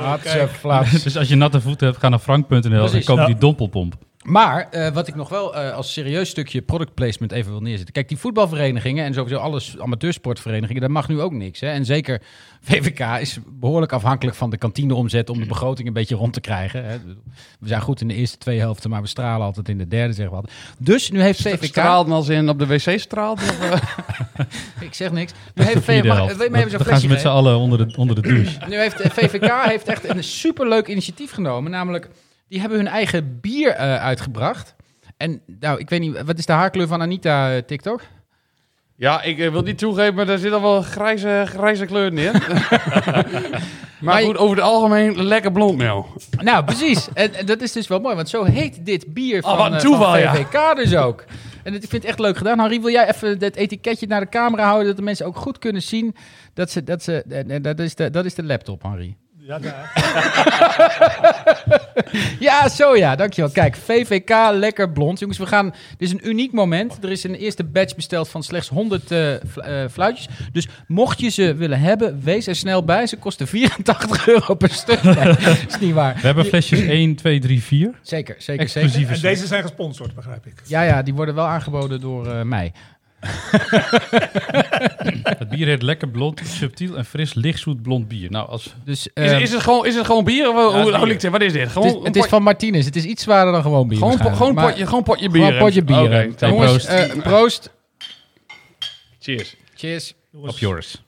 Speaker 3: Hartstikke flats.
Speaker 4: Dus als je natte voeten hebt, ga naar frank.nl en
Speaker 3: Precies.
Speaker 4: koop die dompelpomp.
Speaker 3: Maar eh, wat ik nog wel eh, als serieus stukje product placement even wil neerzetten. Kijk, die voetbalverenigingen en sowieso alle s- amateursportverenigingen, daar mag nu ook niks. Hè? En zeker VVK is behoorlijk afhankelijk van de kantineomzet om de begroting een beetje rond te krijgen. Hè? We zijn goed in de eerste twee helften, maar we stralen altijd in de derde, zeggen we altijd. Dus nu heeft VVK...
Speaker 5: Straalden als in op de wc straalt? Of, eh?
Speaker 3: Ik zeg niks. Nu heeft
Speaker 4: Voor
Speaker 3: VVK...
Speaker 4: ieder
Speaker 3: Mag,
Speaker 4: helft.
Speaker 3: wil je me even zo'n
Speaker 4: Dan gaan ze
Speaker 3: flesje
Speaker 4: met z'n
Speaker 3: geven?
Speaker 4: allen onder de, onder de douche.
Speaker 3: Nu heeft de VVK heeft echt een superleuk initiatief genomen. Namelijk, die hebben hun eigen bier eh, uitgebracht. En nou, ik weet niet, wat is de haarkleur van Anita eh, TikTok?
Speaker 5: ja, ik eh, wil niet toegeven, maar daar zit al wel grijze, grijze kleur in. maar,
Speaker 3: Maar je-
Speaker 5: goed, over het algemeen lekker blond meel.
Speaker 3: Nou, precies. En, en dat is dus wel mooi, want zo heet dit bier van,
Speaker 5: Ah, wat een
Speaker 3: eh,
Speaker 5: toeval, ja.
Speaker 3: van VVK dus ook. En het- ik vind het echt leuk gedaan. Harry, wil jij even dat etiketje naar de camera houden, dat de mensen ook goed kunnen zien dat ze... Dat, ze, en- en dat, is, de, dat is de laptop, Harry. Ja, zo ja, dankjewel. Kijk, VVK, lekker blond. Jongens, we gaan... Dit is een uniek moment. Er is een eerste batch besteld van slechts 100 eh, fl- eh, fluitjes. Dus mocht je ze willen hebben, wees er snel bij. Ze kosten 84 euro per stuk. Nee, is niet waar.
Speaker 4: We hebben flesjes 1, 2, 3, 4.
Speaker 3: Zeker, zeker, zeker.
Speaker 4: Exclusieve
Speaker 6: En deze zijn gesponsord, begrijp ik.
Speaker 3: Ja, ja, die worden wel aangeboden door eh, mij.
Speaker 4: Het bier heet lekker blond, subtiel en fris, lichtzoet blond bier. Nou, als
Speaker 3: Dus,
Speaker 5: Is,
Speaker 3: ehm,
Speaker 5: is, het gewoon, is het gewoon bier? Of, hoe, hoe
Speaker 4: bier.
Speaker 5: ligt het? Wat is dit?
Speaker 3: het,
Speaker 5: Gewoon,
Speaker 3: is, het is
Speaker 5: een pot-
Speaker 3: van Martinez. Het is iets zwaarder dan gewoon bier.
Speaker 5: gewoon, po-
Speaker 3: waarschijnlijk.
Speaker 5: gewoon,
Speaker 3: Maar-
Speaker 5: potje, gewoon potje bier.
Speaker 3: gewoon potje bier.
Speaker 5: Oké, nou,
Speaker 4: Nee,
Speaker 3: Jongens,
Speaker 4: proost.
Speaker 3: eh, proost.
Speaker 5: Cheers.
Speaker 3: Cheers.
Speaker 4: op yours.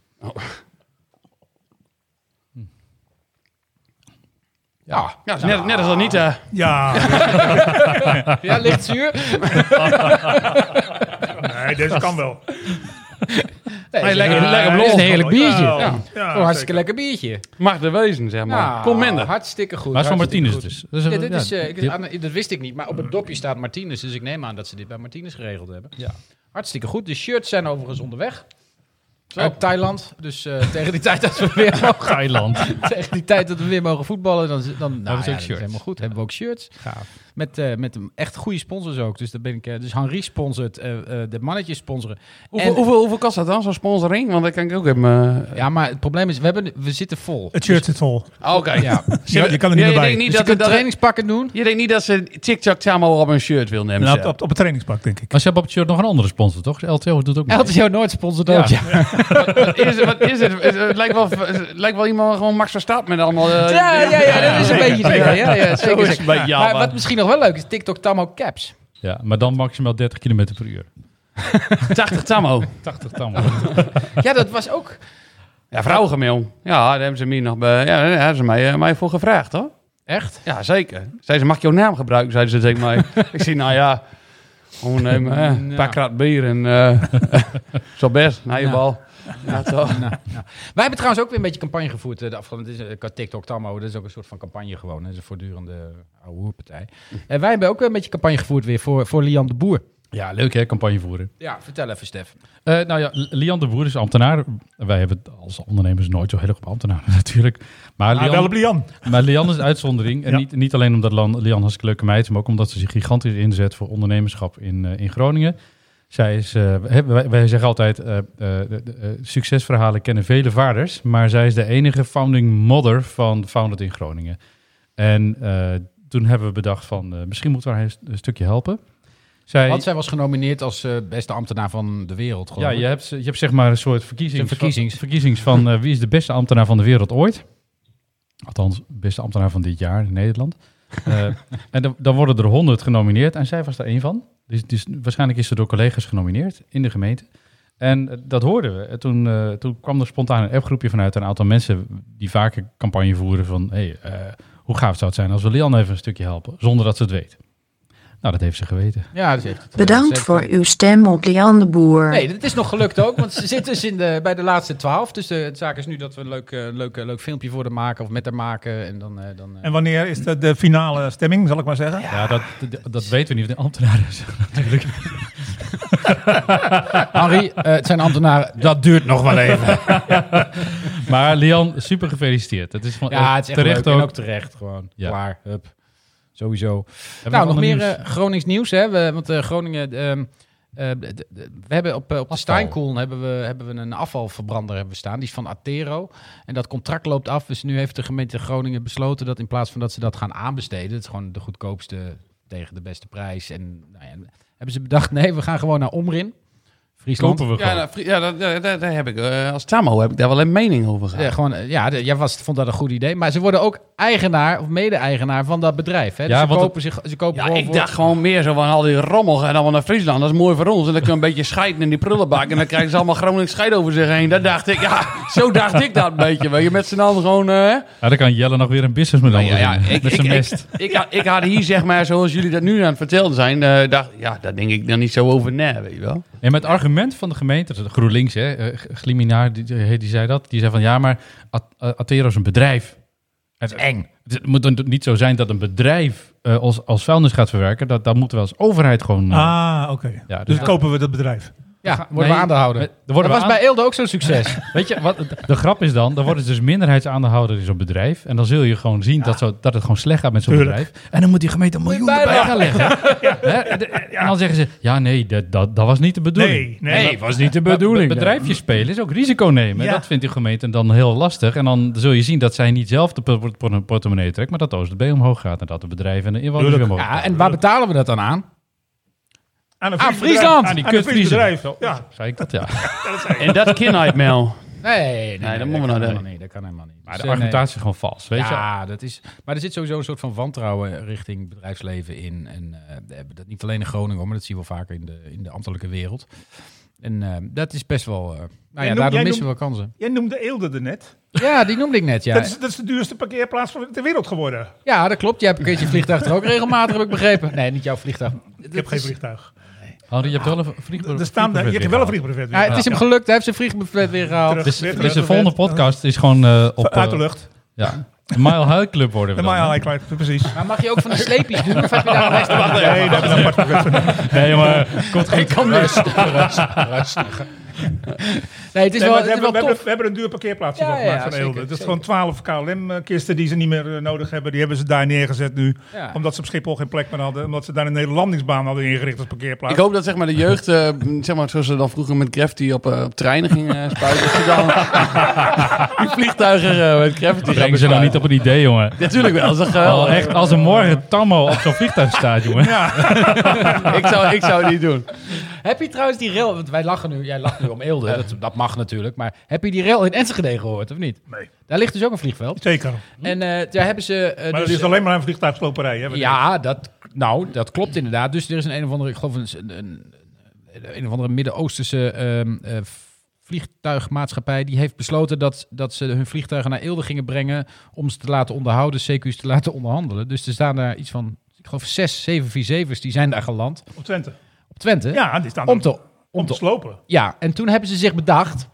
Speaker 3: Ja,
Speaker 5: Ja, net, net als dat niet. eh,
Speaker 6: Ja,
Speaker 3: ja licht zuur.
Speaker 6: nee, deze kan wel.
Speaker 3: Nee,
Speaker 5: Hey, lekker-
Speaker 3: eh,
Speaker 5: lekker blond.
Speaker 3: is een heerlijk biertje.
Speaker 6: Jawel.
Speaker 3: Ja.
Speaker 6: Ja,
Speaker 5: Oh,
Speaker 3: Zo'n hartstikke
Speaker 6: zeker.
Speaker 3: lekker biertje.
Speaker 5: mag er wezen, zeg maar.
Speaker 3: Nou,
Speaker 5: Komt minder.
Speaker 3: Hartstikke goed.
Speaker 4: Maar het is van
Speaker 3: hartstikke
Speaker 4: Martinez
Speaker 3: goed.
Speaker 4: dus. Dat is een-
Speaker 3: Ja, dit
Speaker 4: ja,
Speaker 3: is, eh, ik-
Speaker 4: dit-
Speaker 3: aan- dat wist ik niet, maar op het dopje staat Martinez. Dus ik neem aan dat ze dit bij Martinez geregeld hebben.
Speaker 4: Ja.
Speaker 3: Hartstikke goed. De shirts zijn overigens onderweg. Uit Thailand. Dus eh, tegen die tijd dat we weer mogen...
Speaker 4: Thailand.
Speaker 3: tegen die tijd dat we weer mogen voetballen, dan... dan nou,
Speaker 4: ook
Speaker 3: ja, dat is
Speaker 4: shirts.
Speaker 3: helemaal goed. Hebben we ook shirts. Met, eh, met een- echt goede sponsors ook. Dus, daar ben ik, eh, dus Henri sponsort, eh, eh, de mannetjes sponsoren.
Speaker 5: Hoeveel,
Speaker 3: En-
Speaker 5: hoeveel, hoeveel kost dat dan, zo'n sponsoring? Want dat kan ik ook even... eh,
Speaker 3: Ja, maar het probleem is, we, hebben, we zitten vol.
Speaker 6: Het shirt zit vol.
Speaker 5: Ah, Oké.
Speaker 3: Ja.
Speaker 6: Je, je kan er
Speaker 5: Ja,
Speaker 6: niet meer
Speaker 5: je
Speaker 6: bij.
Speaker 5: denkt niet
Speaker 3: Dus je
Speaker 5: dat,
Speaker 3: kunt
Speaker 5: dat-
Speaker 3: trainingspakken doen.
Speaker 5: je denkt niet dat ze TikTok samen op een shirt wil nemen.
Speaker 6: Nou,
Speaker 5: zelf.
Speaker 6: op, op, op het trainingspak, denk ik.
Speaker 4: Maar ze hebben op het shirt nog een andere sponsor, toch? Dus LTO doet ook mee.
Speaker 3: LTO Noord sponsort ook. Ja.
Speaker 5: Wat is het? Wat is het? Het- Het lijkt wel, het lijkt wel iemand gewoon Max Verstappen met allemaal... eh,
Speaker 3: Ja, ja, ja, dat is een
Speaker 5: ja,
Speaker 3: beetje... Ja, ja, ja, zeker, zeker.
Speaker 5: bij jou,
Speaker 3: Maar
Speaker 5: man.
Speaker 3: wat misschien nog wel leuk is, TikTok Tammo Caps.
Speaker 4: Ja, maar dan maximaal 30 km per uur.
Speaker 5: 80 Tammo.
Speaker 4: 80 tammen.
Speaker 3: Ja, dat was ook...
Speaker 5: Ja, vrouwengemeel. Ja, daar hebben ze mij nog bij. Ja, daar hebben ze mij, eh, mij voor gevraagd, hoor.
Speaker 3: Echt?
Speaker 5: Ja, zeker. Zeiden ze, mag ik jouw naam gebruiken? Zeiden ze tegen mij. ik zei, nou ja, gewoon nemen,
Speaker 3: Nou.
Speaker 5: hè, een paar krat bier en eh, zo best. Na je
Speaker 3: Nou.
Speaker 5: bal. Ja, toch?
Speaker 3: Wij hebben trouwens ook weer een beetje campagne gevoerd eh, de afgelopen... Het is, eh, TikTok Tammo, dat is ook een soort van campagne gewoon. hè. Dat is een voortdurende eh, oude hoerpartij. En wij hebben ook weer een beetje campagne gevoerd weer voor, voor Lian de Boer.
Speaker 4: Ja, leuk hè, campagne voeren.
Speaker 3: Ja, vertel even, Stef.
Speaker 4: Eh, nou ja, Lian de Boer is ambtenaar. Wij hebben het als ondernemers nooit zo heel erg op ambtenaren natuurlijk. Maar
Speaker 6: Ah, wel
Speaker 4: Lian,
Speaker 6: op Lian.
Speaker 4: Maar Lian is een uitzondering. En
Speaker 6: Ja.
Speaker 4: niet, niet alleen omdat Lan- Lian hartstikke leuke meid is, maar ook omdat ze zich gigantisch inzet voor ondernemerschap in, eh, in Groningen. Zij is, eh, we hebben- wij, wij zeggen altijd, eh, eh, de- de, eh, succesverhalen kennen vele vaders, maar zij is de enige founding mother van Founded in Groningen. En eh, toen hebben we bedacht van, eh, misschien moeten we haar een st- een stukje helpen. Zij,
Speaker 3: Want zij was genomineerd als eh, beste ambtenaar van de wereld, geloof
Speaker 4: ja,
Speaker 3: ik.
Speaker 4: je hebt, je hebt zeg maar een soort verkiezings,
Speaker 3: Een verkiezings.
Speaker 4: van, verkiezings van eh, wie is de beste ambtenaar van de wereld ooit. Althans, beste ambtenaar van dit jaar in Nederland. Eh, en dan, dan worden er honderd genomineerd en zij was er één van. Dus, dus waarschijnlijk is ze door collega's genomineerd in de gemeente. En eh, dat hoorden we. En toen, eh, toen kwam er spontaan een appgroepje vanuit een aantal mensen die vaker campagne voeren van... Hey, eh, hoe gaaf zou het zijn als we Lian even een stukje helpen, zonder dat ze het weet. Nou, dat heeft ze geweten.
Speaker 3: Ja, dat is echt- dat
Speaker 12: Bedankt
Speaker 3: is echt-
Speaker 12: voor uw stem op Lian de Boer.
Speaker 3: Nee, dat is nog gelukt ook, want ze zit dus in de, bij de laatste twaalf. Dus de, de zaak is nu dat we een leuk, eh, leuk, eh, leuk filmpje voor haar maken of met haar maken. En dan, eh, dan, eh,
Speaker 6: En wanneer is dat de finale stemming, zal ik maar zeggen?
Speaker 4: Ja, dat, dat, dat weten we niet, want de ambtenaren is natuurlijk...
Speaker 3: Henri, eh, het zijn ambtenaren. Dat duurt nog wel even.
Speaker 4: Maar Lian, super gefeliciteerd. Het is van,
Speaker 3: Ja, het is echt
Speaker 4: terecht
Speaker 3: leuk. En
Speaker 4: ook.
Speaker 3: ook terecht gewoon.
Speaker 4: Ja.
Speaker 3: Klaar, hup. Sowieso.
Speaker 4: Hebben we
Speaker 3: nou, nog
Speaker 4: ander
Speaker 3: meer
Speaker 4: nieuws?
Speaker 3: eh, Gronings nieuws. Hè? We, want eh, Groningen... ehm, eh, d- d- we hebben op, eh, op de Steinkool hebben we, hebben we een afvalverbrander hebben we staan. Die is van Atero. En dat contract loopt af. Dus nu heeft de gemeente Groningen besloten dat in plaats van dat ze dat gaan aanbesteden. Het is gewoon de goedkoopste tegen de beste prijs. En nou ja, hebben ze bedacht, nee, we gaan gewoon naar Omrin. Friesland.
Speaker 4: Kopen we
Speaker 5: Ja,
Speaker 4: gewoon.
Speaker 5: nou, vri- ja dat, dat, dat- daar heb ik, eh, als Tamo heb ik daar wel een mening over gehad.
Speaker 3: Ja, gewoon, eh, ja, de- jij was, vond dat een goed idee. Maar ze worden ook eigenaar of mede-eigenaar van dat bedrijf. Hè? Dus
Speaker 4: Ja,
Speaker 3: ze,
Speaker 4: want
Speaker 3: kopen zich, ze kopen
Speaker 5: Ja,
Speaker 3: gewoon
Speaker 5: ik
Speaker 3: voor-
Speaker 5: dacht gewoon meer zo van al die rommel en allemaal naar Friesland. Dat is mooi voor ons. En dan kun je een beetje scheiden in die prullenbak. En dan krijgen ze allemaal Gronings scheid over zich heen. Dat dacht ik, ja, zo dacht ik dat een beetje. Weet je, met z'n allen gewoon... eh, hè?
Speaker 4: Ja, dan kan Jelle nog weer een businessmodel
Speaker 3: Nou
Speaker 5: ja, ja,
Speaker 4: beginnen.
Speaker 5: ik,
Speaker 4: Met
Speaker 5: ik,
Speaker 4: zijn
Speaker 5: ik,
Speaker 4: mest.
Speaker 5: ik had- ik had hier, zeg maar, zoals jullie dat nu aan het vertellen zijn, eh, dacht, ja, daar denk ik dan niet zo over na, weet je wel.
Speaker 4: En met het argument van de gemeente, de GroenLinks, hè, eh, G- Gliminaar, die, die, die zei dat. Die zei van, ja, maar At- eh, Atero is een bedrijf. Het is eng. Het moet dan niet zo zijn dat een bedrijf eh, als, als vuilnis gaat verwerken. Dat, dat moeten we als overheid gewoon... eh,
Speaker 6: Ah, oké.
Speaker 4: Ja, dus
Speaker 6: dus
Speaker 4: dat-
Speaker 6: kopen we dat bedrijf.
Speaker 3: Ja, dus worden
Speaker 4: Nee,
Speaker 3: we aandeelhouder.
Speaker 4: we- dan worden
Speaker 3: dat
Speaker 4: we
Speaker 3: was
Speaker 4: aan-
Speaker 3: bij Eelde ook zo'n succes.
Speaker 4: Weet je, wat, de grap is dan, dan worden ze dus minderheidsaandeelhouder in zo'n bedrijf. En dan zul je gewoon zien dat, zo, dat het gewoon slecht gaat met zo'n
Speaker 6: Tuurlijk.
Speaker 4: bedrijf. En dan moet die gemeente een miljoen erbij gaan leggen. Hè? De- En dan zeggen ze, ja nee, dat, dat, dat was niet de bedoeling.
Speaker 6: Nee, nee.
Speaker 4: dat was niet de
Speaker 5: bedoeling.
Speaker 4: Bedrijfjes spelen is ook risico nemen.
Speaker 6: Ja.
Speaker 4: Dat vindt die gemeente dan heel lastig. En dan zul je zien dat zij niet zelf de por- por- portemonnee trekt, maar dat de OZB omhoog gaat. En dat de bedrijven en de inwoners weer
Speaker 6: Tuurlijk.
Speaker 4: omhoog
Speaker 3: Ja, en waar betalen we dat dan aan?
Speaker 6: Aan een
Speaker 3: Ah,
Speaker 6: Fries bedrijf.
Speaker 3: Friesland!
Speaker 6: Aan
Speaker 4: die
Speaker 6: een Fries
Speaker 4: kutvriezen.
Speaker 6: bedrijf.
Speaker 4: Zo,
Speaker 6: Ja.
Speaker 4: Zei ik dat, ja.
Speaker 5: En dat kinheid, Mel.
Speaker 3: Nee, nee,
Speaker 5: dat
Speaker 3: dat
Speaker 5: moeten we
Speaker 3: kan
Speaker 5: nou
Speaker 3: helemaal
Speaker 5: doen.
Speaker 3: niet. Dat kan helemaal niet.
Speaker 4: Maar
Speaker 3: Dus,
Speaker 4: de
Speaker 3: eh, nee.
Speaker 4: argumentatie is gewoon vals, weet je.
Speaker 3: ja, dat is. Maar er zit sowieso een soort van wantrouwen richting bedrijfsleven in. En eh, dat niet alleen in Groningen, hoor, maar dat zie je wel vaker in de, in de ambtelijke wereld. En eh, dat is best wel. eh, nou ja,
Speaker 6: noemt-
Speaker 3: daardoor
Speaker 6: jij
Speaker 3: missen we wel kansen.
Speaker 6: Jij noemde Eelde er net.
Speaker 3: Ja, die noemde ik net. Ja,
Speaker 6: Dat, is, dat is de duurste parkeerplaats van de wereld geworden.
Speaker 3: ja dat klopt. Jij hebt een keertje je vliegtuig er ook regelmatig, heb ik begrepen. Nee, niet jouw vliegtuig.
Speaker 6: Ik heb geen vliegtuig.
Speaker 4: Henri, je hebt wel een vliegtuig.
Speaker 6: Er staan, je hebt wel een vliegbuffet.
Speaker 3: Ja, het is hem gelukt. Hij heeft zijn vliegbuffet weer gehaald.
Speaker 6: Terug.
Speaker 4: Dus,
Speaker 6: Weer
Speaker 4: dus
Speaker 6: terug,
Speaker 4: de volgende
Speaker 6: weer-
Speaker 4: podcast is gewoon eh, op...
Speaker 6: Uit de
Speaker 4: eh,
Speaker 6: lucht.
Speaker 4: Ja. De Mile High Club worden
Speaker 6: De
Speaker 4: we dan,
Speaker 6: Maya
Speaker 4: hè?
Speaker 6: High Club, precies.
Speaker 3: Maar mag je ook van de sleepjes doen? Of heb je daar een rest
Speaker 6: Nee, dat is een apart buffet.
Speaker 4: Nee, maar komt goed.
Speaker 3: Ik kan rustig, rustig. Nee, het is
Speaker 6: Nee,
Speaker 3: wel,
Speaker 6: maar
Speaker 3: het is
Speaker 6: we, hebben,
Speaker 3: wel
Speaker 6: we, hebben,
Speaker 3: tof.
Speaker 6: we hebben een duur parkeerplaatsje
Speaker 3: Ja,
Speaker 6: van gemaakt
Speaker 3: ja,
Speaker 6: van
Speaker 3: zeker,
Speaker 6: Eelde. Dat is
Speaker 3: zeker.
Speaker 6: gewoon 12 KLM-kisten die ze niet meer eh, nodig hebben. Die hebben ze daar neergezet nu.
Speaker 3: Ja.
Speaker 6: Omdat ze op Schiphol geen plek meer hadden. Omdat ze daar een hele landingsbaan hadden ingericht als parkeerplaats.
Speaker 5: Ik hoop dat zeg maar, de jeugd, eh, zeg maar, zoals ze dan vroeger met Graffiti op, eh, op treinen gingen eh, spuiten. dat ze dan die vliegtuigen eh, met Graffiti
Speaker 4: Brengen ze nou niet op een idee, jongen.
Speaker 5: Natuurlijk wel, dat is wel
Speaker 4: Oh, echt, als een morgen Tammo op zo'n vliegtuig staat, jongen.
Speaker 5: ik, zou, ik zou het niet doen.
Speaker 3: Heb je trouwens die rail, want wij lachen nu, jij lacht nu om Eelde, dat, dat mag natuurlijk, maar heb je die rail in Enschede gehoord of niet?
Speaker 6: Nee.
Speaker 3: Daar ligt dus ook een vliegveld.
Speaker 6: Zeker.
Speaker 3: En eh, daar hebben ze... eh,
Speaker 6: Maar
Speaker 3: dus,
Speaker 6: dat is alleen maar een vliegtuigsloperij. Hè? wat ik-
Speaker 3: Ja, dat, nou, dat klopt inderdaad. Dus er is een een of andere, ik geloof een, een, een of andere Midden-Oosterse ehm, eh, vliegtuigmaatschappij, die heeft besloten dat, dat ze hun vliegtuigen naar Eelde gingen brengen om ze te laten onderhouden, CQ's te laten onderhandelen. Dus er staan daar iets van, ik geloof zes 747's, die zijn daar geland.
Speaker 6: Op Twente.
Speaker 3: Op Twente.
Speaker 6: Ja, die staan
Speaker 3: om te, om,
Speaker 6: om te slopen.
Speaker 3: Ja, en toen hebben ze zich bedacht.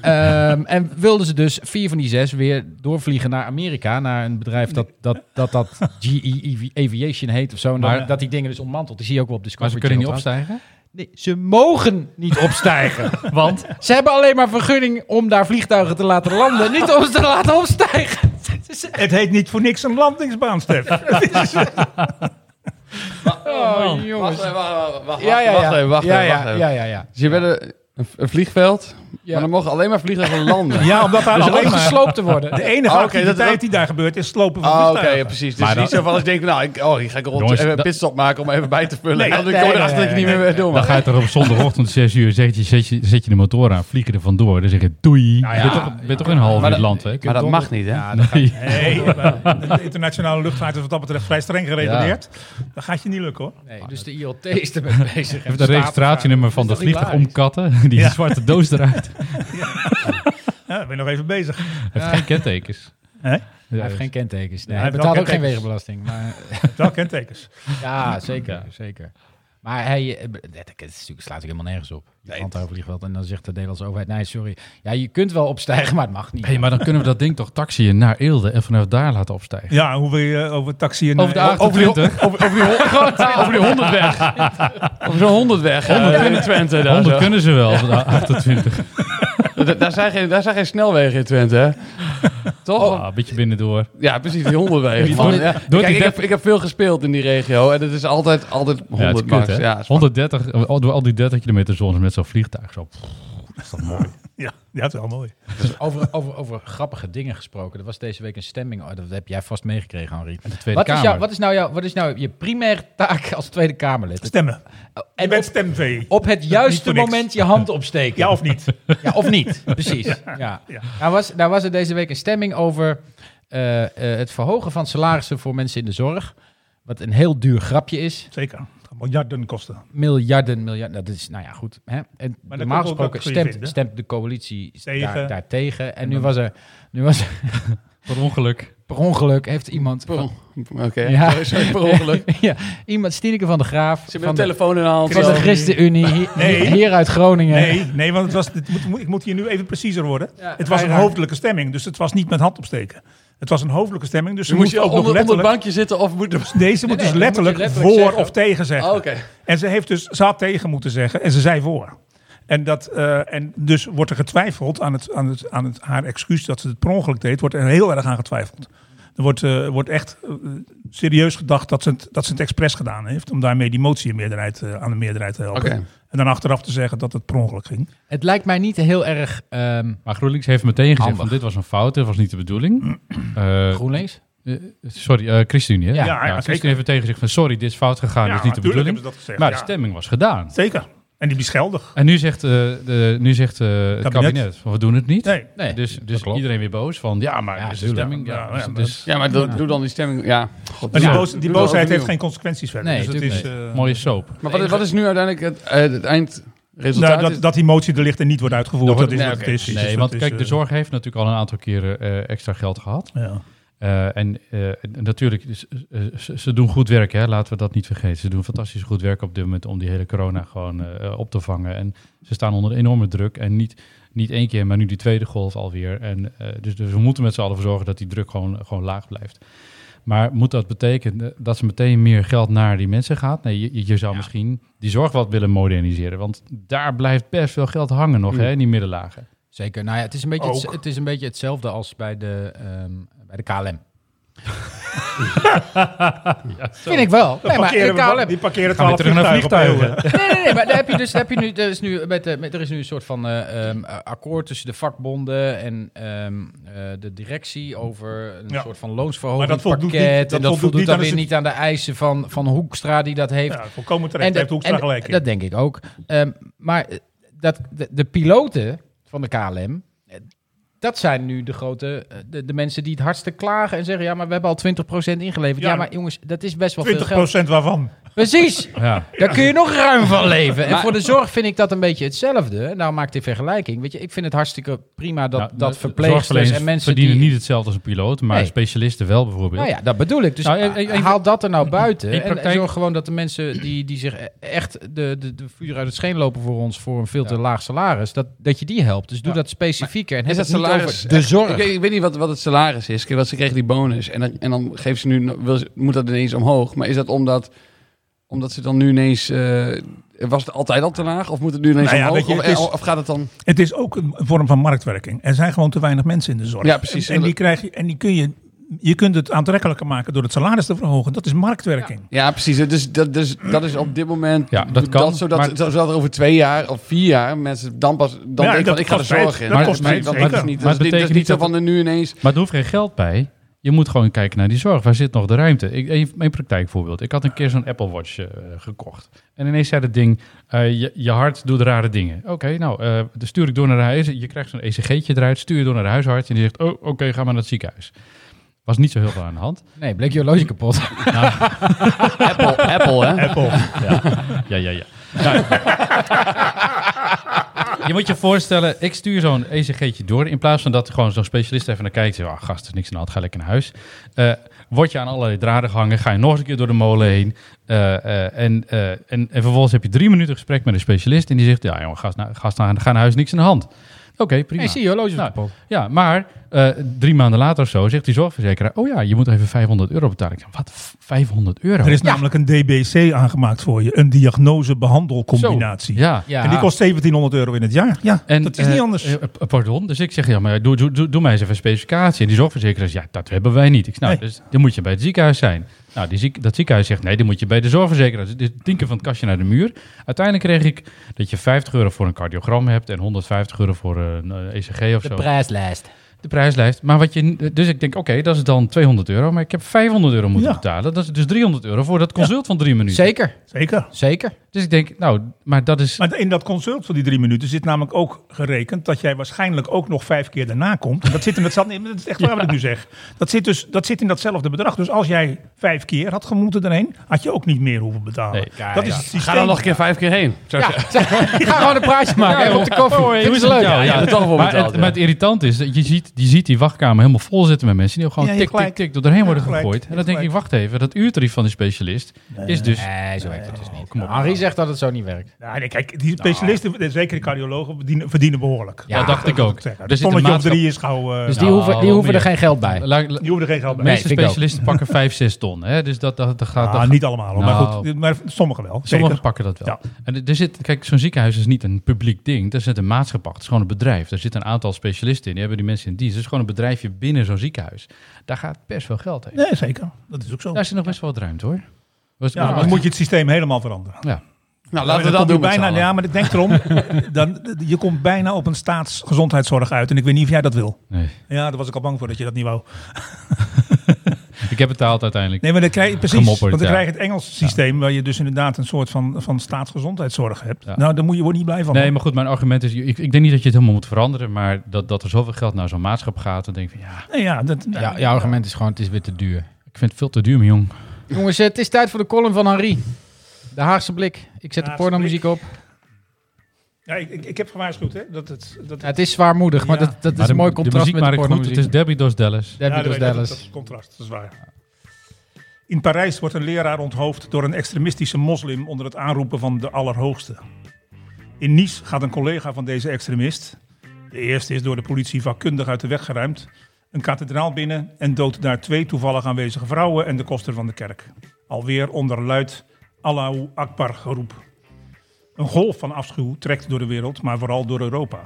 Speaker 3: ehm, en wilden ze dus vier van die zes weer doorvliegen naar Amerika. Naar een bedrijf dat dat, dat, dat GE Aviation heet of zo. En
Speaker 4: Maar-
Speaker 3: dat, dat die dingen dus ontmantelt. Die zie je ook wel op
Speaker 4: Maar
Speaker 3: Discovery
Speaker 4: ze kunnen niet
Speaker 3: Channel
Speaker 4: opstijgen?
Speaker 3: Nee, ze mogen niet opstijgen. Want ze hebben alleen maar vergunning om daar vliegtuigen te laten landen. Niet om ze te laten opstijgen. Het is-
Speaker 6: Het heet niet voor niks een landingsbaan, Stef. Het is-
Speaker 3: Oh, jongens.
Speaker 5: Wacht even, wacht, wacht,
Speaker 3: Ja, ja, ja.
Speaker 5: wacht even, wacht
Speaker 3: Ja,
Speaker 5: even,
Speaker 3: ja,
Speaker 5: wacht even.
Speaker 3: ja, ja, ja.
Speaker 5: Dus je bent een, een- een vliegveld, maar dan mogen alleen maar vliegtuigen landen.
Speaker 6: ja, omdat daar
Speaker 5: Dus
Speaker 6: alleen
Speaker 3: Om
Speaker 6: maar...
Speaker 3: gesloopt te worden.
Speaker 6: De enige
Speaker 5: Oh, oké,
Speaker 6: activiteit
Speaker 5: dat- dat-
Speaker 6: die daar gebeurt is slopen van
Speaker 5: Oh, oké,
Speaker 6: vliegtuigen.
Speaker 5: ja, precies. Dus
Speaker 4: Maar dan-
Speaker 5: niet zo van als je denkt, nou, ik, oh, ik ga ik rond
Speaker 4: Jongens,
Speaker 5: even een
Speaker 4: dat-
Speaker 5: pitstop maken om even bij te vullen.
Speaker 6: Nee,
Speaker 5: en dan
Speaker 6: nee,
Speaker 5: kom je
Speaker 6: nee,
Speaker 5: erachter dat ik
Speaker 6: nee,
Speaker 5: niet meer
Speaker 6: nee.
Speaker 5: meer doe.
Speaker 4: Dan
Speaker 5: Maar.
Speaker 4: ga je toch op zondagochtend 6 uur, zet je, zet, je, zet je de motor aan, vlieg je er vandoor. Dan zeg je doei.
Speaker 3: Nou ja,
Speaker 4: je bent toch, ben toch in een half uur
Speaker 5: Maar
Speaker 4: het
Speaker 5: dat-
Speaker 4: land, hè?
Speaker 5: Maar dat mag niet, hè?
Speaker 4: Nee.
Speaker 6: Nee, maar de internationale luchtvaart is wat dat betreft vrij streng gereguleerd. Dat gaat je niet lukken hoor.
Speaker 3: Nee, dus de ILT is ermee bezig.
Speaker 4: Even het registratienummer van de
Speaker 3: Dat is toch
Speaker 4: vliegtuig
Speaker 3: hilarisch?
Speaker 4: omkatten. Die
Speaker 6: Ja.
Speaker 4: zwarte doos eruit.
Speaker 6: Ja, ik ben nog even bezig.
Speaker 4: Heeft geen kentekens.
Speaker 6: Hè?
Speaker 4: Ja,
Speaker 3: Hij heeft geen kentekens. Nee, hij
Speaker 6: hij heeft
Speaker 3: betaalt
Speaker 6: wel
Speaker 3: ook geen
Speaker 6: kentekens.
Speaker 3: wegenbelasting. Maar,
Speaker 6: Wel kentekens.
Speaker 3: ja, zeker, zeker. Maar hij, eh, dat dat is natuurlijk, slaat ik helemaal nergens op. Je plant daar een vliegveld en dan zegt de Nederlandse overheid, nee, sorry. Ja, je kunt wel opstijgen, maar het mag niet.
Speaker 4: Hey, maar dan kunnen we dat ding toch taxiën naar Eelde en vanaf daar laten opstijgen.
Speaker 6: Ja, hoe wil je eh, over taxi en...
Speaker 4: Over de
Speaker 6: eh,
Speaker 4: A28. Over die,
Speaker 5: Over die 100 weg. Over zo'n 100 weg. 100 in Twente. Daar, zo.
Speaker 4: kunnen ze wel, van de A28.
Speaker 5: Daar- daar, zijn geen, daar zijn geen snelwegen in Twente, hè? Toch?
Speaker 4: Ah, een beetje binnendoor.
Speaker 5: Ja, precies, die hondenwegen.
Speaker 4: Door-
Speaker 5: man. Ja.
Speaker 4: door
Speaker 5: Kijk,
Speaker 4: die
Speaker 5: ik heb,
Speaker 4: def-
Speaker 5: ik heb veel gespeeld in die regio en het is altijd, altijd 100
Speaker 4: het is kut,
Speaker 5: max.
Speaker 4: hè?
Speaker 5: ja, is-
Speaker 4: 130, al- door al die 30 kilometer zones met zo'n vliegtuig. Zo.
Speaker 6: Ja, ja, dat is wel mooi.
Speaker 3: Over, over, over grappige dingen gesproken. Er was deze week een stemming. Oh, dat heb jij vast meegekregen, Henri.
Speaker 4: De Tweede
Speaker 3: Wat is,
Speaker 4: Kamer.
Speaker 3: jou, wat, is nou jou, wat is nou je primaire taak als Tweede Kamerlid?
Speaker 6: Stemmen. Je
Speaker 3: En
Speaker 6: bent
Speaker 3: op,
Speaker 6: stemvee.
Speaker 3: op het juiste
Speaker 6: voor niks.
Speaker 3: moment je hand opsteken.
Speaker 6: Ja of niet?
Speaker 3: Ja, of niet, precies. Ja.
Speaker 6: ja.
Speaker 3: Nou, was, nou was er deze week een stemming over eh, eh, het verhogen van salarissen voor mensen in de zorg. Wat een heel duur grapje is.
Speaker 6: Zeker. Het gaat miljarden kosten.
Speaker 3: Miljarden, miljarden. Dat is, nou ja, goed. Hè? En
Speaker 6: dan
Speaker 3: normaal
Speaker 6: komt
Speaker 3: gesproken
Speaker 6: ook dat je
Speaker 3: stemt,
Speaker 6: vindt, hè?
Speaker 3: stemt de coalitie
Speaker 6: Tegen.
Speaker 3: Daar, daartegen. En nu was er, nu was er
Speaker 4: Per ongeluk.
Speaker 3: per ongeluk heeft iemand...
Speaker 5: per on-
Speaker 3: van-
Speaker 5: Oké,
Speaker 3: Ja.
Speaker 5: sorry, sorry, per ongeluk.
Speaker 3: ja, iemand Stieneke van de Graaf.
Speaker 5: Ik zit met
Speaker 3: van
Speaker 5: een telefoon in de hand.
Speaker 3: De, van de
Speaker 5: zo.
Speaker 3: ChristenUnie, hier,
Speaker 6: Nee.
Speaker 3: hier uit Groningen.
Speaker 6: Nee, nee want het was, dit moet- moet- ik moet hier nu even preciezer worden. het was
Speaker 3: wij
Speaker 6: een
Speaker 3: raken-
Speaker 6: hoofdelijke stemming, dus het was niet met hand opsteken. Het was een hoofdelijke stemming, dus ze
Speaker 5: Dus moest
Speaker 6: moest
Speaker 5: je
Speaker 6: ook nog
Speaker 5: onder, onder het
Speaker 6: letterlijk...
Speaker 5: bankje zitten of moet je...
Speaker 6: Deze moet
Speaker 3: nee,
Speaker 6: dus
Speaker 3: dan moet je
Speaker 6: letterlijk,
Speaker 3: letterlijk
Speaker 6: voor
Speaker 3: zeggen.
Speaker 6: of tegen zeggen.
Speaker 5: Oh, Oké.
Speaker 6: En ze, heeft dus, ze had tegen moeten zeggen en ze zei voor. En, dat, eh, en dus wordt er getwijfeld aan, het, aan, het, aan het, haar excuus dat ze het per ongeluk deed. Wordt er heel erg aan getwijfeld. Er wordt, eh, wordt echt eh, serieus gedacht dat ze, het, dat ze het expres gedaan heeft. Om daarmee die motie in meerderheid, eh, aan de meerderheid te helpen.
Speaker 5: Oké.
Speaker 6: En dan achteraf te zeggen dat het per ongeluk ging.
Speaker 3: Het lijkt mij niet heel erg... ehm,
Speaker 4: Maar GroenLinks heeft meteen gezegd
Speaker 3: Handig.
Speaker 4: van dit was een fout, dit was niet de bedoeling. Eh,
Speaker 3: GroenLinks?
Speaker 4: eh, sorry, eh ChristenUnie. Hè?
Speaker 3: Ja,
Speaker 6: ja, zeker.
Speaker 4: ChristenUnie heeft meteen gezegd van sorry, dit is fout gegaan, dit is niet de
Speaker 6: natuurlijk
Speaker 4: bedoeling.
Speaker 6: hebben ze dat gezegd.
Speaker 4: Maar
Speaker 6: Ja,
Speaker 4: de stemming was gedaan.
Speaker 6: Zeker. En die bescheldig.
Speaker 4: En nu zegt, eh, de, nu zegt eh, het
Speaker 6: Kabinet.
Speaker 4: kabinet, van, we doen het niet.
Speaker 6: Nee.
Speaker 3: Nee.
Speaker 4: Dus, dus
Speaker 3: klopt.
Speaker 4: iedereen weer boos van ja, maar
Speaker 3: Ja,
Speaker 4: dit is de
Speaker 3: tuurlijk.
Speaker 4: stemming. Ja,
Speaker 6: Ja,
Speaker 4: dus-
Speaker 6: ja, maar
Speaker 4: dus,
Speaker 5: Ja, maar doe, doe dan die stemming... Ja. God,
Speaker 6: Maar die,
Speaker 5: ja,
Speaker 6: boos- die
Speaker 5: doe dat
Speaker 6: boosheid heeft
Speaker 5: overnieuw.
Speaker 6: geen consequenties verder.
Speaker 3: Nee,
Speaker 6: dus het is,
Speaker 3: tuurlijk
Speaker 6: eh,
Speaker 4: mooie soap.
Speaker 5: Maar wat, is- wat is nu uiteindelijk het, eh, het eindresultaat?
Speaker 6: nou, dat, dat die motie er ligt en niet wordt uitgevoerd.
Speaker 4: Dat
Speaker 6: Dat,
Speaker 4: wordt-
Speaker 6: is
Speaker 5: nee,
Speaker 6: wat
Speaker 5: oké,
Speaker 6: het is.
Speaker 4: Nee,
Speaker 6: Dus dat
Speaker 4: want
Speaker 6: is,
Speaker 4: kijk, de
Speaker 6: eh,
Speaker 4: zorg heeft natuurlijk al een aantal keren eh, extra geld gehad.
Speaker 6: ja.
Speaker 4: Eh, en eh, en natuurlijk, is- eh, ze, ze doen goed werk, hè? laten we dat niet vergeten. Ze doen fantastisch goed werk op dit moment om die hele corona gewoon eh, op te vangen. En ze staan onder enorme druk. En niet, niet één keer, maar nu die tweede golf alweer. En, eh, dus, dus we moeten met z'n allen voor zorgen dat die druk gewoon, gewoon laag blijft. Maar moet dat betekenen dat ze meteen meer geld naar die mensen gaat? Nee, je, je zou misschien die zorg wat willen moderniseren. Want daar blijft best veel geld hangen nog,
Speaker 3: Mm.
Speaker 4: hè, in die middenlagen.
Speaker 3: Zeker. Nou ja, het is een beetje, het,
Speaker 4: Ook.
Speaker 3: het is een beetje hetzelfde als bij de, ehm, bij de KLM. Vind ik wel.
Speaker 6: Dan parkeren we- die parkeren Gaan we 12 terug naar vliegtuigen op vliegtuigen.
Speaker 3: Nee, nee, nee, maar daar heb je dus, daar heb je nu, er, is nu met de, met, er is nu een soort van eh, ehm, eh, akkoord tussen de vakbonden en ehm, eh, de directie over een
Speaker 6: Ja.
Speaker 3: soort van
Speaker 6: Maar dat voldoet niet-
Speaker 3: loonsverhogingspakket.
Speaker 6: dat
Speaker 3: en dat
Speaker 6: voldoet
Speaker 3: voldoet
Speaker 6: niet
Speaker 3: dan
Speaker 6: aan
Speaker 3: weer
Speaker 6: de-
Speaker 3: niet aan de eisen van, van Hoekstra die dat heeft.
Speaker 6: Ja, volkomen terecht. Daar heeft Hoekstra
Speaker 3: en
Speaker 6: gelijk in.
Speaker 3: Dat denk ik ook. Ehm, maar eh, dat, de, de piloten van de KLM, eh, dat zijn nu de grote, eh, de, de mensen die het hardste klagen en zeggen, ja, maar we hebben al 20% ingeleverd. Ja,
Speaker 6: Ja.
Speaker 3: maar jongens, dat is best wel veel
Speaker 6: 20%
Speaker 3: geld.
Speaker 6: waarvan.
Speaker 3: Precies.
Speaker 6: Ja.
Speaker 3: Daar kun je nog ruim van leven. En
Speaker 6: Maar-
Speaker 3: voor de zorg vind ik dat een beetje hetzelfde. Nou maak die vergelijking. Weet je, ik vind het hartstikke prima dat,
Speaker 4: Nou, de-
Speaker 3: dat
Speaker 4: de
Speaker 3: verpleegsters
Speaker 4: zorgverleners
Speaker 3: en mensen die...
Speaker 4: verdienen niet hetzelfde als een piloot, maar
Speaker 3: Nee.
Speaker 4: specialisten wel bijvoorbeeld.
Speaker 3: Nou ja, dat bedoel ik. Dus
Speaker 4: Nou, eh, eh,
Speaker 3: haal dat er nou buiten.
Speaker 4: In
Speaker 3: En- En
Speaker 4: praktijk-
Speaker 3: zorg gewoon dat de mensen die, die zich e- echt de, de, de vuur uit het scheen lopen voor ons voor een veel te laag salaris, dat, dat je die helpt. Dus doe dat specifieker. En heb
Speaker 5: Is dat
Speaker 3: het niet
Speaker 5: salaris?
Speaker 3: over de zorg.
Speaker 5: Ik, weet- ik weet niet wat, wat het salaris is. Kijk, wat ze kregen die bonus. En dan, en dan geeft ze nu, no- wil ze- moet dat ineens omhoog. Maar is dat omdat, omdat ze dan nu ineens. eh, was het altijd al te laag? Of moet het nu ineens
Speaker 6: Nou ja,
Speaker 5: omhoog?
Speaker 6: weet je,
Speaker 5: of,
Speaker 6: het is-
Speaker 5: of- of gaat het dan.
Speaker 6: Het is ook een vorm van marktwerking. Er zijn gewoon te weinig mensen in de zorg.
Speaker 5: Ja, precies.
Speaker 6: En, en die krijg je, en die kun je, je kunt het aantrekkelijker maken door het salaris te verhogen. Dat is marktwerking.
Speaker 5: Ja, precies. Dus dat, dus, dat is op dit moment. Ja,
Speaker 6: dat kan,
Speaker 5: zodat,
Speaker 6: maar-
Speaker 5: zodat er over twee jaar of vier jaar mensen dan pas. Dan
Speaker 6: Ja,
Speaker 5: denken
Speaker 6: dat
Speaker 5: van ik ga de
Speaker 6: kost tijd.
Speaker 5: zorg in.
Speaker 6: Dat kost tijd,
Speaker 5: dat
Speaker 6: zeker.
Speaker 4: Maar
Speaker 5: is niet, dat
Speaker 4: het
Speaker 5: is niet, dat is
Speaker 4: betekent
Speaker 5: niet
Speaker 4: niet
Speaker 5: zo
Speaker 4: dat-
Speaker 5: van de nu ineens.
Speaker 4: Maar er hoeft geen geld bij. Je moet gewoon kijken naar die zorg. Waar zit nog de ruimte? Ik, een, mijn praktijkvoorbeeld. Ik had een keer zo'n Apple Watch eh, gekocht. En ineens zei dat ding, eh, je, je hart doet rare dingen. Oké, nou, eh, dan stuur ik door naar huis. Je krijgt zo'n ECG'tje eruit, stuur je door naar de huisarts. En die zegt, oh, oké, ga maar naar het ziekenhuis. Was niet zo heel veel aan de hand.
Speaker 3: Nee, bleek je horloge kapot.
Speaker 4: Nou.
Speaker 3: Apple, Apple, hè?
Speaker 4: Apple. Ja, ja, ja. ja. Nou, je moet je voorstellen, ik stuur zo'n ECG'tje door. In plaats van dat gewoon zo'n specialist even naar kijkt. Zegt, ah, gast, er is niks aan de hand, ga lekker naar huis. Eh, word je aan allerlei draden gehangen, ga je nog eens een keer door de molen heen. Eh, eh, en, eh, en, en vervolgens heb je drie minuten gesprek met een specialist. En die zegt, ja jongen, gast, nou, gast nou, ga naar huis, niks aan de hand. Oké, prima.
Speaker 3: Nee, zie je horloge is
Speaker 4: Nou,
Speaker 3: kapot.
Speaker 4: ja, maar eh, drie maanden later of zo zegt die zorgverzekeraar... oh ja, je moet even 500 euro betalen. Ik zeg, wat, v- 500 euro?
Speaker 6: Er is
Speaker 4: Ja.
Speaker 6: namelijk een DBC aangemaakt voor je. Een diagnose-behandelcombinatie.
Speaker 4: Zo, ja. Ja.
Speaker 6: En die kost 1700 euro in het jaar. Ja,
Speaker 4: En,
Speaker 6: dat is
Speaker 4: eh,
Speaker 6: niet anders.
Speaker 4: eh, eh, pardon, dus ik zeg, ja, maar doe, doe, doe, doe mij eens even een specificatie. En die zorgverzekeraar zegt, ja, dat hebben wij niet. Ik snap,
Speaker 6: Nee.
Speaker 4: dus dan moet je bij het ziekenhuis zijn. Nou, die ziek, dat ziekenhuis zegt, nee, dan moet je bij de zorgverzekeraar. Dus tinken van het kastje naar de muur. Uiteindelijk kreeg ik dat je 50 euro voor een cardiogram hebt en 150 euro voor een eh, ECG of
Speaker 3: De
Speaker 4: zo.
Speaker 3: prijslijst.
Speaker 4: De prijslijst. Maar wat je, dus ik denk, oké, dat is dan 200 euro, maar ik heb 500 euro moeten betalen. Dat is dus 300 euro voor dat consult van drie minuten.
Speaker 3: Zeker.
Speaker 6: Zeker.
Speaker 3: Zeker.
Speaker 4: Dus ik denk, nou, maar dat is...
Speaker 6: Maar in dat consult van die drie minuten zit namelijk ook gerekend... dat jij waarschijnlijk ook nog vijf keer daarna komt. En dat zit in hetzelfde... Nee, maar dat is echt waar wat ik nu zeg. Dat zit, dus, dat zit in datzelfde bedrag. Dus als jij vijf keer had gemoeten erheen... had je ook niet meer hoeven betalen. dat is het systeem.
Speaker 5: Ga dan nog een keer vijf keer heen. Zo
Speaker 3: Ja, ga gewoon een praatje maken
Speaker 4: Ja,
Speaker 3: hè, op de koffie.
Speaker 4: hoi,
Speaker 3: Doe
Speaker 4: hoe
Speaker 3: eens
Speaker 4: is het
Speaker 3: leuk.
Speaker 4: met jou? Ja,
Speaker 5: dat wel
Speaker 4: maar,
Speaker 5: betaald,
Speaker 4: het,
Speaker 5: ja.
Speaker 4: maar het irritant is, dat je ziet, je ziet die wachtkamer helemaal vol zitten met mensen die ook gewoon
Speaker 6: Ja, je
Speaker 4: tik,
Speaker 6: hebt
Speaker 4: tik, tik
Speaker 6: gelijk.
Speaker 4: door doorheen
Speaker 6: Ja,
Speaker 4: worden
Speaker 6: je hebt
Speaker 4: gegooid.
Speaker 6: gelijk.
Speaker 4: En dan denk ik, wacht even, dat uurtarief van die specialist is dus...
Speaker 3: Nee, zo werkt het dus niet. Henri zegt dat het zo niet werkt.
Speaker 6: Ja, nee, kijk, die specialisten, eh, zeker de cardiologen, verdienen, verdienen behoorlijk.
Speaker 4: Nou. Ja, dacht ik
Speaker 6: moet
Speaker 4: ook.
Speaker 6: zeggen.
Speaker 4: Er
Speaker 6: Dus
Speaker 4: zit een
Speaker 6: tonnetje op
Speaker 4: maatschap-
Speaker 6: drie is gauw... eh,
Speaker 3: Dus die hoeven- die
Speaker 4: wel
Speaker 3: hoeven er
Speaker 4: Nou,
Speaker 3: geen
Speaker 4: meer.
Speaker 3: geld bij.
Speaker 4: La- la-
Speaker 6: Die hoeven er geen geld bij.
Speaker 4: De
Speaker 6: Nee,
Speaker 4: meeste
Speaker 6: vind ik ook.
Speaker 4: specialisten pakken 5, 6 ton. Hè? Dus dat, dat, dat gaat...
Speaker 6: Ah,
Speaker 4: dat gaat-
Speaker 6: niet allemaal, hoor. maar
Speaker 4: Nou,
Speaker 6: goed, maar sommigen wel.
Speaker 4: Sommigen
Speaker 6: zeker.
Speaker 4: pakken dat wel.
Speaker 6: Ja.
Speaker 4: En er- er zit, kijk, zo'n ziekenhuis is niet een publiek ding. Daar zit een maatschappij. Het is gewoon een bedrijf. Daar zitten een aantal specialisten in. Die hebben die mensen in dienst. Het is gewoon een bedrijfje binnen zo'n ziekenhuis. Daar gaat best wel geld heen.
Speaker 6: Nee, zeker. Dat is ook zo.
Speaker 4: Daar zit nog best wel wat ruimte hoor. Was-
Speaker 6: Ja,
Speaker 4: was-
Speaker 6: dan moet je het systeem helemaal veranderen.
Speaker 4: Ja.
Speaker 5: Nou,
Speaker 6: Dan
Speaker 5: laten we dat
Speaker 6: kom je
Speaker 5: doen. met z'n
Speaker 6: Bijna,
Speaker 5: allen.
Speaker 6: ja, maar ik denk erom. dan, je komt bijna op een staatsgezondheidszorg uit. En ik weet niet of jij dat wil.
Speaker 4: Nee.
Speaker 6: Ja, daar was ik al bang voor dat je dat niet wou.
Speaker 4: Ik heb betaald uiteindelijk.
Speaker 6: Nee, maar dan krijg je precies.
Speaker 4: Gemopperd,
Speaker 6: want dan
Speaker 4: ja.
Speaker 6: krijg je het Engelse systeem. waar je dus inderdaad een soort van, van staatsgezondheidszorg hebt.
Speaker 4: Ja.
Speaker 6: Nou, daar moet je worden niet blij van.
Speaker 4: Nee, maar goed, mijn argument is... Ik, ik denk niet dat je het helemaal moet veranderen... maar dat, dat er zoveel geld naar zo'n maatschappij gaat... dan denk ik van ja,
Speaker 6: Nee, ja, dat,
Speaker 3: Ja, jouw argument is gewoon, het is weer te duur.
Speaker 4: ik vind het veel te duur, mijn jong.
Speaker 3: Jongens, het is tijd voor de column van Henri. De Haagse blik. Ik zet de
Speaker 6: Haagse
Speaker 3: pornomuziek op.
Speaker 6: ja, ik, ik, ik heb gewaarschuwd, hè? Dat het, dat
Speaker 3: Ja, het is zwaarmoedig, maar
Speaker 6: Ja.
Speaker 3: dat, dat
Speaker 4: Maar
Speaker 3: is
Speaker 4: de-
Speaker 3: een mooi
Speaker 4: de
Speaker 3: contrast
Speaker 4: muziek
Speaker 3: met de
Speaker 4: maakt goed.
Speaker 3: pornomuziek.
Speaker 4: Het is Debbie Does Dallas.
Speaker 3: Debbie
Speaker 6: Ja,
Speaker 3: Does
Speaker 6: dat weet ik,
Speaker 3: Dallas.
Speaker 6: Dat is contrast, dat is waar. In Parijs wordt een leraar onthoofd door een extremistische moslim onder het aanroepen van de Allerhoogste. In Nice gaat een collega van deze extremist, de eerste is door de politie vakkundig uit de weg geruimd, een kathedraal binnen en doodt daar twee toevallig aanwezige vrouwen en de koster van de kerk. Alweer onder luid Allahu Akbar geroep. Een golf van afschuw trekt door de wereld, maar vooral door Europa.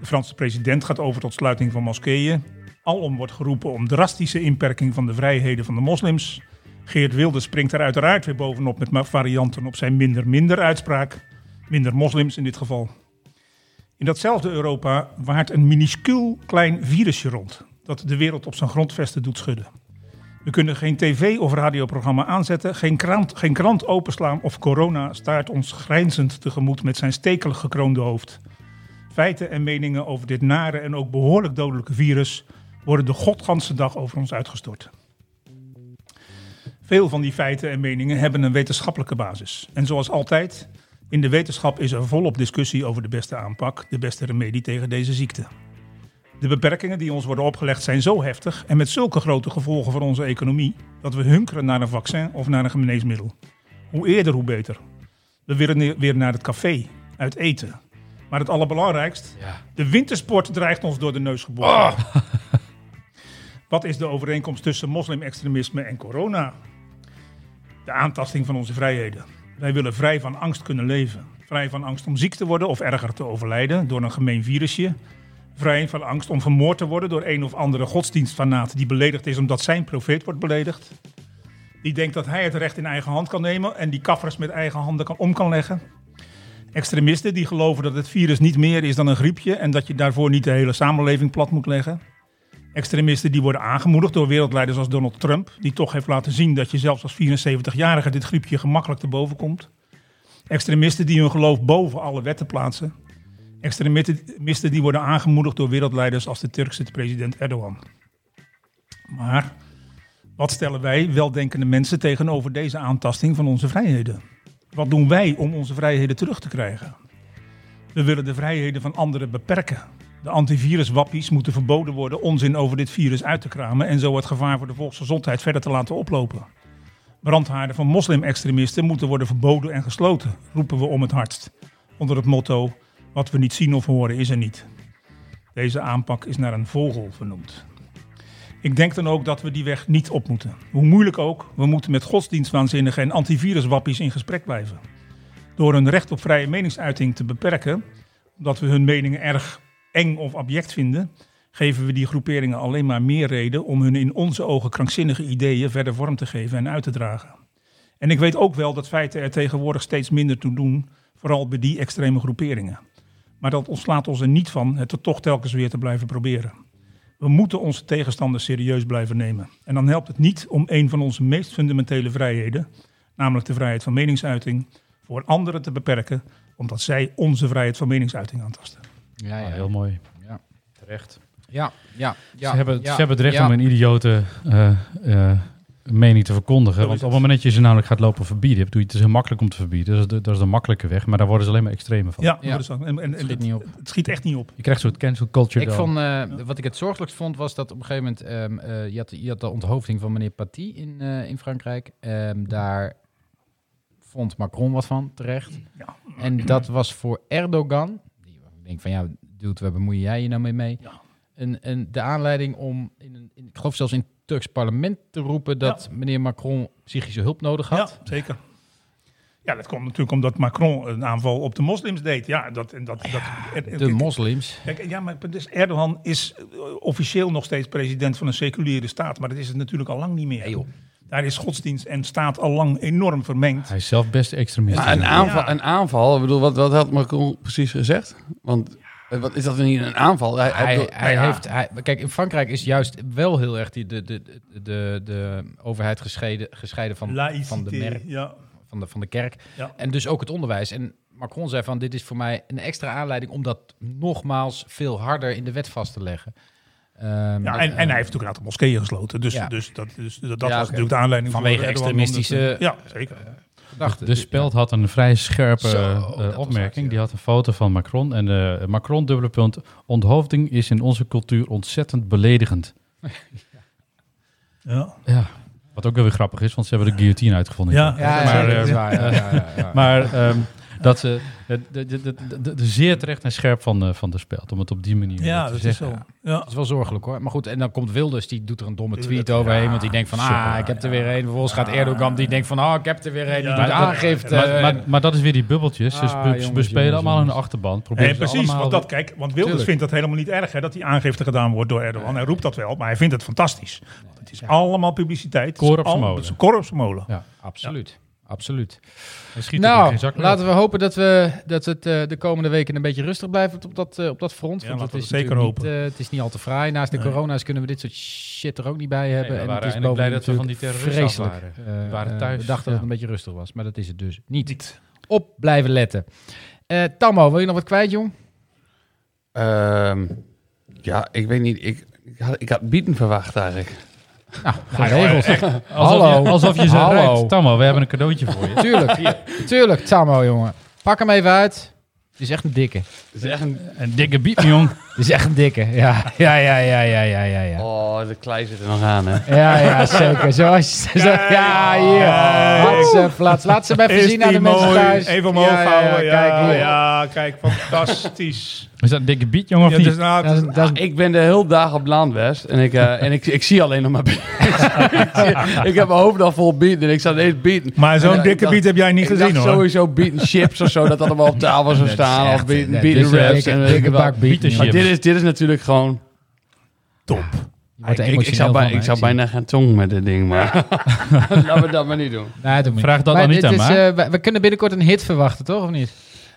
Speaker 6: De Franse president gaat over tot sluiting van moskeeën. Alom wordt geroepen om drastische inperking van de vrijheden van de moslims. Geert Wilders springt er uiteraard weer bovenop met ma- varianten op zijn minder-minder uitspraak. Minder moslims in dit geval. In datzelfde Europa waart een minuscuul klein virusje rond dat de wereld op zijn grondvesten doet schudden. We kunnen geen tv of radioprogramma aanzetten, geen krant, geen krant openslaan of corona staart ons grijnzend tegemoet met zijn stekelig gekroonde hoofd. Feiten en meningen over dit nare en ook behoorlijk dodelijke virus worden de godganse dag over ons uitgestort. Veel van die feiten en meningen hebben een wetenschappelijke basis. En zoals altijd, in de wetenschap is er volop discussie over de beste aanpak, de beste remedie tegen deze ziekte. De beperkingen die ons worden opgelegd zijn zo heftig en met zulke grote gevolgen voor onze economie dat we hunkeren naar een vaccin of naar een geneesmiddel. Hoe eerder, hoe beter. We willen ne- weer naar het café, uit eten. Maar het allerbelangrijkst, de wintersport dreigt ons door de neus geboren. Wat is de overeenkomst tussen moslimextremisme en corona? De aantasting van onze vrijheden. Wij willen vrij van angst kunnen leven. Vrij van angst om ziek te worden of erger te overlijden door een gemeen virusje. Vrij van angst om vermoord te worden door een of andere godsdienstfanaat die beledigd is omdat zijn profeet wordt beledigd. Die denkt dat hij het recht in eigen hand kan nemen en die kaffers met eigen handen kan, om kan leggen. Extremisten die geloven dat het virus niet meer is dan een griepje en dat je daarvoor niet de hele samenleving plat moet leggen. Extremisten die worden aangemoedigd door wereldleiders als Donald Trump, die toch heeft laten zien dat je zelfs als 74-jarige dit griepje gemakkelijk te boven komt. Extremisten die hun geloof boven alle wetten plaatsen. Extremisten die worden aangemoedigd door wereldleiders als de Turkse president Erdogan. Maar wat stellen wij, weldenkende mensen, tegenover deze aantasting van onze vrijheden? Wat doen wij om onze vrijheden terug te krijgen? We willen de vrijheden van anderen beperken. De antiviruswappies moeten verboden worden onzin over dit virus uit te kramen en zo het gevaar voor de volksgezondheid verder te laten oplopen. Brandhaarden van moslimextremisten moeten worden verboden en gesloten, roepen we om het hardst. Onder het motto: wat we niet zien of horen is er niet. Deze aanpak is naar een vogel vernoemd. Ik denk dan ook dat we die weg niet op moeten. Hoe moeilijk ook, we moeten met godsdienstwaanzinnigen en antiviruswappies in gesprek blijven. Door hun recht op vrije meningsuiting te beperken, omdat we hun meningen erg eng of abject vinden, geven we die groeperingen alleen maar meer reden om hun in onze ogen krankzinnige ideeën verder vorm te geven en uit te dragen. En ik weet ook wel dat feiten er tegenwoordig steeds minder toe doen, vooral bij die extreme groeperingen. Maar dat ontslaat ons er niet van het er toch telkens weer te blijven proberen. We moeten onze tegenstanders serieus blijven nemen. En dan helpt het niet om een van onze meest fundamentele vrijheden, namelijk de vrijheid van meningsuiting, voor anderen te beperken, omdat zij onze vrijheid van meningsuiting aantasten.
Speaker 3: Ja, ja.
Speaker 4: heel mooi.
Speaker 3: Ja.
Speaker 4: Terecht.
Speaker 3: Ja, ja, ja.
Speaker 4: ze, hebben,
Speaker 3: ja,
Speaker 4: ze hebben het recht
Speaker 3: ja.
Speaker 4: om een idiote eh, eh, mening te verkondigen. Want op het moment dat je ze namelijk gaat lopen verbieden, doe je het is heel makkelijk om te verbieden. Dus Dat is de, dat is de makkelijke weg, maar daar worden ze alleen maar extreme van.
Speaker 6: Ja, dat is dat. En, en, en
Speaker 3: schiet
Speaker 6: het,
Speaker 3: niet op.
Speaker 6: het schiet echt niet op.
Speaker 4: Je krijgt zo'n cancel culture.
Speaker 3: Ik
Speaker 4: dan.
Speaker 3: vond, eh, Wat ik het zorgelijkst vond, was dat op een gegeven moment... ehm, eh, je, had, je had de onthoofding van meneer Paty in, eh, in Frankrijk. Ehm, daar vond Macron wat van, terecht. En dat was voor Erdogan... die- Ik denk van, ja, dude, waar bemoei jij je nou mee? mee? Een, een, de aanleiding om, in, een- in, ik geloof zelfs in het Turks parlement te roepen... dat meneer Macron psychische hulp nodig had.
Speaker 6: Zeker. Ja, dat komt natuurlijk omdat Macron een aanval op de moslims deed. Ja, dat, en dat, dat, en- en-
Speaker 3: De moslims.
Speaker 6: Kijk, ja, maar dus Erdogan is eh, officieel nog steeds president van een seculiere staat. Maar dat is het natuurlijk al lang niet meer. Daar is godsdienst en staat al lang enorm vermengd.
Speaker 4: Hij is zelf best extremist.
Speaker 5: Maar een aanval, een aanval ik bedoel, wat, wat had Macron precies gezegd? Want eh, wat is dat niet een aanval? Hij, hij
Speaker 3: Hij,
Speaker 5: bedoel- Nou
Speaker 3: hij
Speaker 5: ja.
Speaker 3: heeft, hij- kijk, in Frankrijk is juist wel heel erg die, de, de, de, de, de overheid gescheiden, gescheiden van,
Speaker 6: Laïcité,
Speaker 3: van, de merk,
Speaker 6: ja.
Speaker 3: van, de, van de kerk.
Speaker 6: Ja.
Speaker 3: En dus ook het onderwijs. En Macron zei van, dit is voor mij een extra aanleiding om dat nogmaals veel harder in de wet vast te leggen. Ehm, eh,
Speaker 6: Ja, en, en hij heeft natuurlijk een aantal moskeeën gesloten. Dus,
Speaker 3: Ja.
Speaker 6: dus dat, dus, dat, dat
Speaker 3: Ja,
Speaker 6: was
Speaker 3: oké.
Speaker 6: natuurlijk de aanleiding
Speaker 3: Vanwege
Speaker 6: voor Erdogan om dat te-
Speaker 3: extremistische,
Speaker 6: Ja, zeker.
Speaker 3: gedachten.
Speaker 4: Dus De speld had een vrij scherpe
Speaker 3: Zo,
Speaker 4: eh,
Speaker 3: dat was
Speaker 4: opmerking. Die had een foto van Macron. En eh, Macron, dubbele punt. Onthoofding is in onze cultuur ontzettend beledigend.
Speaker 6: Ja.
Speaker 4: Ja. Wat ook wel weer grappig is, want ze hebben de guillotine uitgevonden.
Speaker 6: Ja,
Speaker 3: Ja, ja,
Speaker 4: maar,
Speaker 3: dat is
Speaker 4: eh,
Speaker 3: waar, ja, ja, ja, ja.
Speaker 4: maar ehm, dat ze de, de, de, de, de- de zeer terecht en scherp van, eh, van de speld. Om het op die manier
Speaker 6: Ja,
Speaker 4: te
Speaker 6: dat is
Speaker 4: zeggen.
Speaker 6: zo. Ja.
Speaker 3: Dat is wel zorgelijk hoor. Maar goed, en dan komt Wilders, die doet er een domme tweet overheen. Want die denkt van, ah,
Speaker 4: super,
Speaker 3: ik heb er weer een. Vervolgens gaat Erdogan, die denkt van, ah, ik heb er weer een. Die
Speaker 6: Ja,
Speaker 3: doet
Speaker 6: dat-
Speaker 3: aangifte.
Speaker 4: Maar, maar, maar dat is weer die bubbeltjes. Dus
Speaker 3: Eh, Ah,
Speaker 4: we
Speaker 3: jongens,
Speaker 4: bespelen
Speaker 3: jongens,
Speaker 4: allemaal
Speaker 3: jongens.
Speaker 4: een achterban. Proberen
Speaker 6: Nee,
Speaker 4: ze
Speaker 6: precies,
Speaker 4: Dus allemaal-
Speaker 6: want, dat, kijk, want Wilders
Speaker 4: Tuurlijk.
Speaker 6: vindt dat helemaal niet erg, hè, dat die aangifte gedaan wordt door Erdogan. Hij roept dat wel, maar hij vindt het fantastisch. Want het is allemaal publiciteit. Het is
Speaker 4: Koren op z'n
Speaker 6: al-
Speaker 4: molen.
Speaker 6: het is Koren op z'n molen.
Speaker 4: Ja,
Speaker 3: absoluut. Absoluut.
Speaker 4: Dan schiet er ook
Speaker 3: nou,
Speaker 4: geen zak meer
Speaker 3: laten we hopen dat, we, dat het eh, de komende weken een beetje rustig blijft op dat, eh, op dat front.
Speaker 6: Ja,
Speaker 3: want
Speaker 6: laten
Speaker 3: het
Speaker 6: we
Speaker 3: is
Speaker 6: dat zeker
Speaker 3: natuurlijk Niet, eh, het is niet al te fraai. Naast de corona's kunnen we dit soort shit er ook niet bij hebben.
Speaker 4: we
Speaker 3: en
Speaker 4: waren
Speaker 3: het is
Speaker 4: eindelijk blij
Speaker 3: bovendien
Speaker 4: dat we van die
Speaker 3: natuurlijk
Speaker 4: terroristen af
Speaker 3: vreselijk.
Speaker 4: waren. We
Speaker 3: Eh,
Speaker 4: waren
Speaker 3: eh,
Speaker 4: thuis,
Speaker 3: we dachten
Speaker 4: ja.
Speaker 3: dat het een beetje rustig was, maar dat is het dus niet. Op blijven letten. Eh, Tammo, wil je nog wat kwijt, jong?
Speaker 5: Ehm, ja, ik weet niet. Ik, ik, had, ik had bieten verwacht eigenlijk.
Speaker 3: Nou,
Speaker 4: geregeld. Alsof
Speaker 3: Hallo.
Speaker 4: je, alsof je ze
Speaker 3: Hallo.
Speaker 4: rijdt. Tammo, we hebben een cadeautje voor je.
Speaker 3: Tuurlijk, tuurlijk, Tammo, jongen. Pak hem even uit. Het is echt een dikke.
Speaker 5: Het is echt een...
Speaker 4: Een dikke biep, jong.
Speaker 3: Het is echt een dikke, ja. Ja, ja, ja, ja, ja, ja. ja.
Speaker 5: Oh, de klei zit er nog aan, hè.
Speaker 3: Ja, ja, zeker. Zoals, zo, ja, hier. Laat ze, plaats. Laat ze hem even
Speaker 6: Is
Speaker 3: zien aan de
Speaker 6: die
Speaker 3: mensen
Speaker 6: mooi?
Speaker 3: thuis.
Speaker 6: Even omhoog
Speaker 3: Ja, ja, ja,
Speaker 6: houden. Ja,
Speaker 3: kijk
Speaker 6: ja,
Speaker 3: hier.
Speaker 6: kijk, fantastisch.
Speaker 4: Is dat een dikke biet, jongen? Of
Speaker 6: Ja,
Speaker 4: niet?
Speaker 6: dus nou,
Speaker 3: Dat is, dat is-
Speaker 5: Ik ben de hele dag op Landwest en, ik, eh, en ik, ik zie alleen nog maar bieten. ik heb mijn hoofd al vol bieten en ik zat ineens bieten.
Speaker 6: Maar zo'n
Speaker 5: En, eh,
Speaker 6: dikke
Speaker 5: ik
Speaker 6: biet heb jij niet
Speaker 5: dacht-
Speaker 6: gezien,
Speaker 5: ik dacht
Speaker 6: hoor.
Speaker 5: sowieso bieten chips of zo, dat dat allemaal op tafel zou
Speaker 3: Dat is
Speaker 5: staan. Of
Speaker 3: echt,
Speaker 5: Ah, bieten
Speaker 3: dat
Speaker 5: bieten
Speaker 3: is een
Speaker 5: wraps.
Speaker 3: dikke-
Speaker 5: en weet
Speaker 3: dikke
Speaker 5: ik wel.
Speaker 3: bak bieten
Speaker 5: Maar dit
Speaker 4: chips.
Speaker 5: is, dit is natuurlijk gewoon...
Speaker 6: Top.
Speaker 3: je wordt er
Speaker 5: Ik, ik,
Speaker 3: emotioneel
Speaker 5: zou, bij-
Speaker 3: van, hè,
Speaker 5: ik zou
Speaker 3: zie je.
Speaker 5: bijna gaan tongen met dit ding, maar laten we dat maar niet doen.
Speaker 3: Nee, doe maar niet.
Speaker 4: Vraag dat
Speaker 3: Maar
Speaker 4: dan niet
Speaker 3: dit
Speaker 4: aan
Speaker 3: is,
Speaker 4: mij.
Speaker 3: eh, we, we kunnen binnenkort een hit verwachten, toch? Of niet?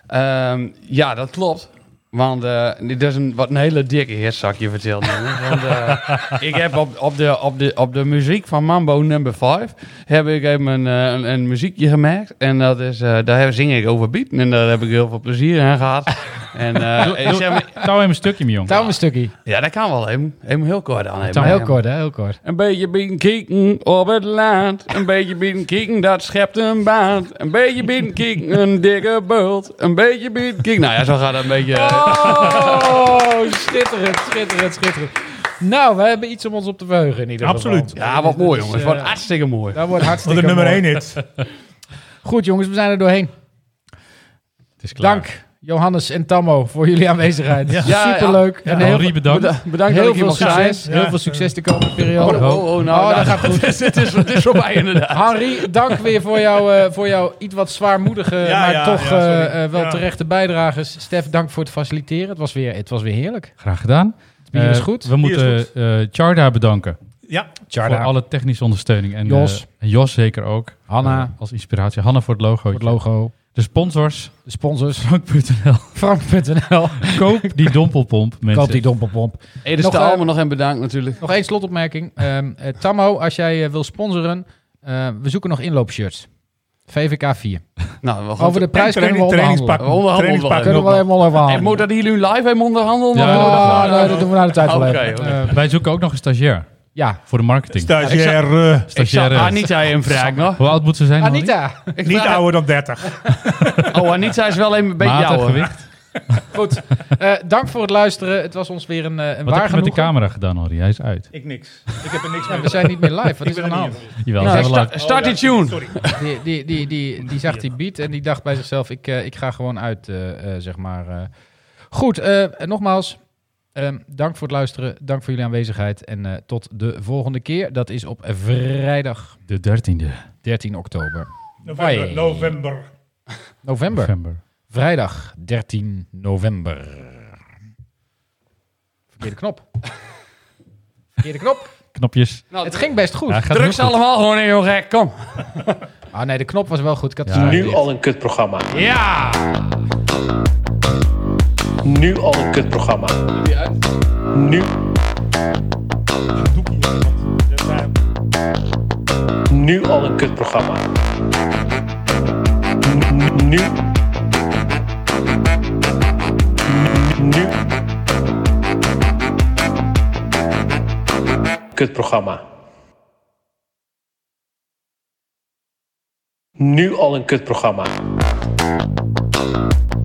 Speaker 5: Ehm, ja, dat klopt. Want eh, dit is een, wat een hele dikke heerszakje verteld. jongen. Want, eh, ik heb op, op, de, op, de, op de muziek van Mambo Number 5 heb ik even een, eh, een, een muziekje gemaakt. En dat is, eh, daar zing ik over beat. En daar heb ik heel veel plezier aan gehad. En, eh,
Speaker 4: Doe-
Speaker 5: ik zeg maar-
Speaker 4: doe- Touw hem een stukje, mijn jong.
Speaker 3: Touw een stukje.
Speaker 5: ja, dat kan wel. Even, even heel kort aan hebben.
Speaker 3: Maar heel
Speaker 5: Ja.
Speaker 3: kort, hè? Heel kort.
Speaker 5: Een beetje bieden kieken op het land. Een beetje bieden kieken, dat schept een baan. Een beetje bieden kieken, een dikke bult. Een beetje bieden kieken. Nou ja, zo gaat dat een beetje.
Speaker 3: Oh, schitterend, schitterend, schitterend. Nou, we hebben iets om ons op te verheugen in ieder geval.
Speaker 6: Absoluut.
Speaker 5: Ja, wat mooi jongens. Wat
Speaker 3: eh,
Speaker 5: hartstikke mooi.
Speaker 3: Dat wordt
Speaker 6: Wat
Speaker 3: hartstikke
Speaker 6: een nummer
Speaker 3: mooi.
Speaker 6: 1 hit.
Speaker 3: Goed, jongens, we zijn er doorheen.
Speaker 4: Het is klaar.
Speaker 3: Dank, Johannes en Tammo, voor jullie aanwezigheid.
Speaker 6: Ja.
Speaker 5: Ja,
Speaker 3: Superleuk. En heel,
Speaker 4: Henri, bedankt.
Speaker 5: Beda- bedankt dat
Speaker 3: heel
Speaker 5: ik hier
Speaker 3: veel
Speaker 5: mag zijn.
Speaker 3: succes.
Speaker 6: Ja.
Speaker 3: Heel veel succes de komende periode.
Speaker 5: Oh, oh, oh, nou,
Speaker 3: Oh, dat
Speaker 5: nou,
Speaker 3: gaat goed.
Speaker 5: het, is, het is voorbij inderdaad.
Speaker 3: Henri, dank weer voor jouw eh, voor jouw iets wat zwaarmoedige,
Speaker 6: Ja,
Speaker 3: maar
Speaker 6: ja,
Speaker 3: toch
Speaker 6: ja, sorry.
Speaker 3: eh, eh, wel
Speaker 6: Ja.
Speaker 3: terechte bijdragers. Stef, dank voor het faciliteren. Het was weer, het was weer heerlijk. Eh,
Speaker 4: Graag gedaan. Het
Speaker 3: bier is goed.
Speaker 4: We moeten eh, Charda bedanken
Speaker 6: Ja,
Speaker 4: voor alle technische ondersteuning. En,
Speaker 3: Jos.
Speaker 4: eh, en Jos zeker ook.
Speaker 3: Hanna.
Speaker 4: Eh, als inspiratie. Hanna voor het logo.
Speaker 3: voor het logo.
Speaker 4: De sponsors.
Speaker 3: De sponsors,
Speaker 4: Frank.nl.
Speaker 3: frank.nl.
Speaker 4: Koop die dompelpomp, mensen.
Speaker 3: Koop die dompelpomp.
Speaker 5: Ede
Speaker 3: Nog,
Speaker 5: Staal,
Speaker 3: eh,
Speaker 5: maar nog en bedankt natuurlijk.
Speaker 3: Nog één slotopmerking. Ehm eh, Tammo, als jij eh, wil sponsoren, eh, we zoeken nog inloopshirts. VVK 4.
Speaker 5: Nou, we gaan
Speaker 3: Over de prijs
Speaker 6: en
Speaker 3: kunnen we onderhandelen.
Speaker 6: training, trainingspak.
Speaker 5: We onderhandelen
Speaker 6: trainingspak
Speaker 5: wel.
Speaker 3: Kunnen we wel
Speaker 6: nog.
Speaker 3: helemaal
Speaker 5: Ik moet
Speaker 3: onderhandelen.
Speaker 5: dat hier nu live hebben onderhandelen.
Speaker 4: Ja. Oh,
Speaker 5: Of-
Speaker 3: Ah, nee, dat doen we na de tijd wel
Speaker 5: Oké,
Speaker 3: even.
Speaker 5: oké.
Speaker 3: Eh,
Speaker 4: Wij zoeken ook nog een stagiair
Speaker 3: ja,
Speaker 4: voor de marketing.
Speaker 6: Stagiair. eh,
Speaker 5: Ik zou
Speaker 4: Stagiaire.
Speaker 5: Anita hem vragen nog.
Speaker 4: Hoe oud moet ze zijn? Henri?
Speaker 3: Anita.
Speaker 5: Ik
Speaker 6: niet
Speaker 5: vraag-
Speaker 6: ouder dan 30.
Speaker 5: Oh, Anita is wel even een beetje
Speaker 4: Maat en
Speaker 5: jouw.
Speaker 4: gewicht.
Speaker 3: Goed, eh, dank voor het luisteren. Het was ons weer een, eh, een
Speaker 4: Wat
Speaker 3: waar
Speaker 4: heb je met de
Speaker 3: genoegen.
Speaker 4: camera gedaan, Henri? Hij is uit.
Speaker 6: Ik niks. Ik heb er niks
Speaker 3: Ja, we zijn niet meer live. Wat is er aan de hand?
Speaker 4: Jawel,
Speaker 3: Nou,
Speaker 4: dat is wel
Speaker 5: Start,
Speaker 4: leuk.
Speaker 5: start die tune.
Speaker 6: Sorry.
Speaker 3: Die, die, die, die, die zag die beat en die dacht bij zichzelf: ik, eh, ik ga gewoon uit, eh, eh, zeg maar. eh. Goed, eh, nogmaals. ehm, dank voor het luisteren. Dank voor jullie aanwezigheid. En eh, tot de volgende keer. Dat is op vrijdag
Speaker 4: De 13e
Speaker 3: 13 oktober.
Speaker 6: November.
Speaker 3: Hoi.
Speaker 6: november.
Speaker 3: November.
Speaker 4: november.
Speaker 3: Vrijdag 13 november. Verkeerde knop. Verkeerde knop.
Speaker 4: Knopjes.
Speaker 3: Het ging best goed.
Speaker 4: Ja, gaat heel
Speaker 5: Druk
Speaker 4: goed.
Speaker 5: ze allemaal gewoon in, joh, gek. Kom.
Speaker 3: Ah nee, de knop was wel goed. Ik had
Speaker 4: Ja.
Speaker 3: het
Speaker 4: Nu
Speaker 1: Al een kutprogramma.
Speaker 5: Ja!
Speaker 1: Nu al een kutprogramma. Nu,
Speaker 6: Doe ik niet, want dat zijn-
Speaker 1: nu al een kutprogramma. Nu. Nu. nu. Kutprogramma. Nu al een kutprogramma.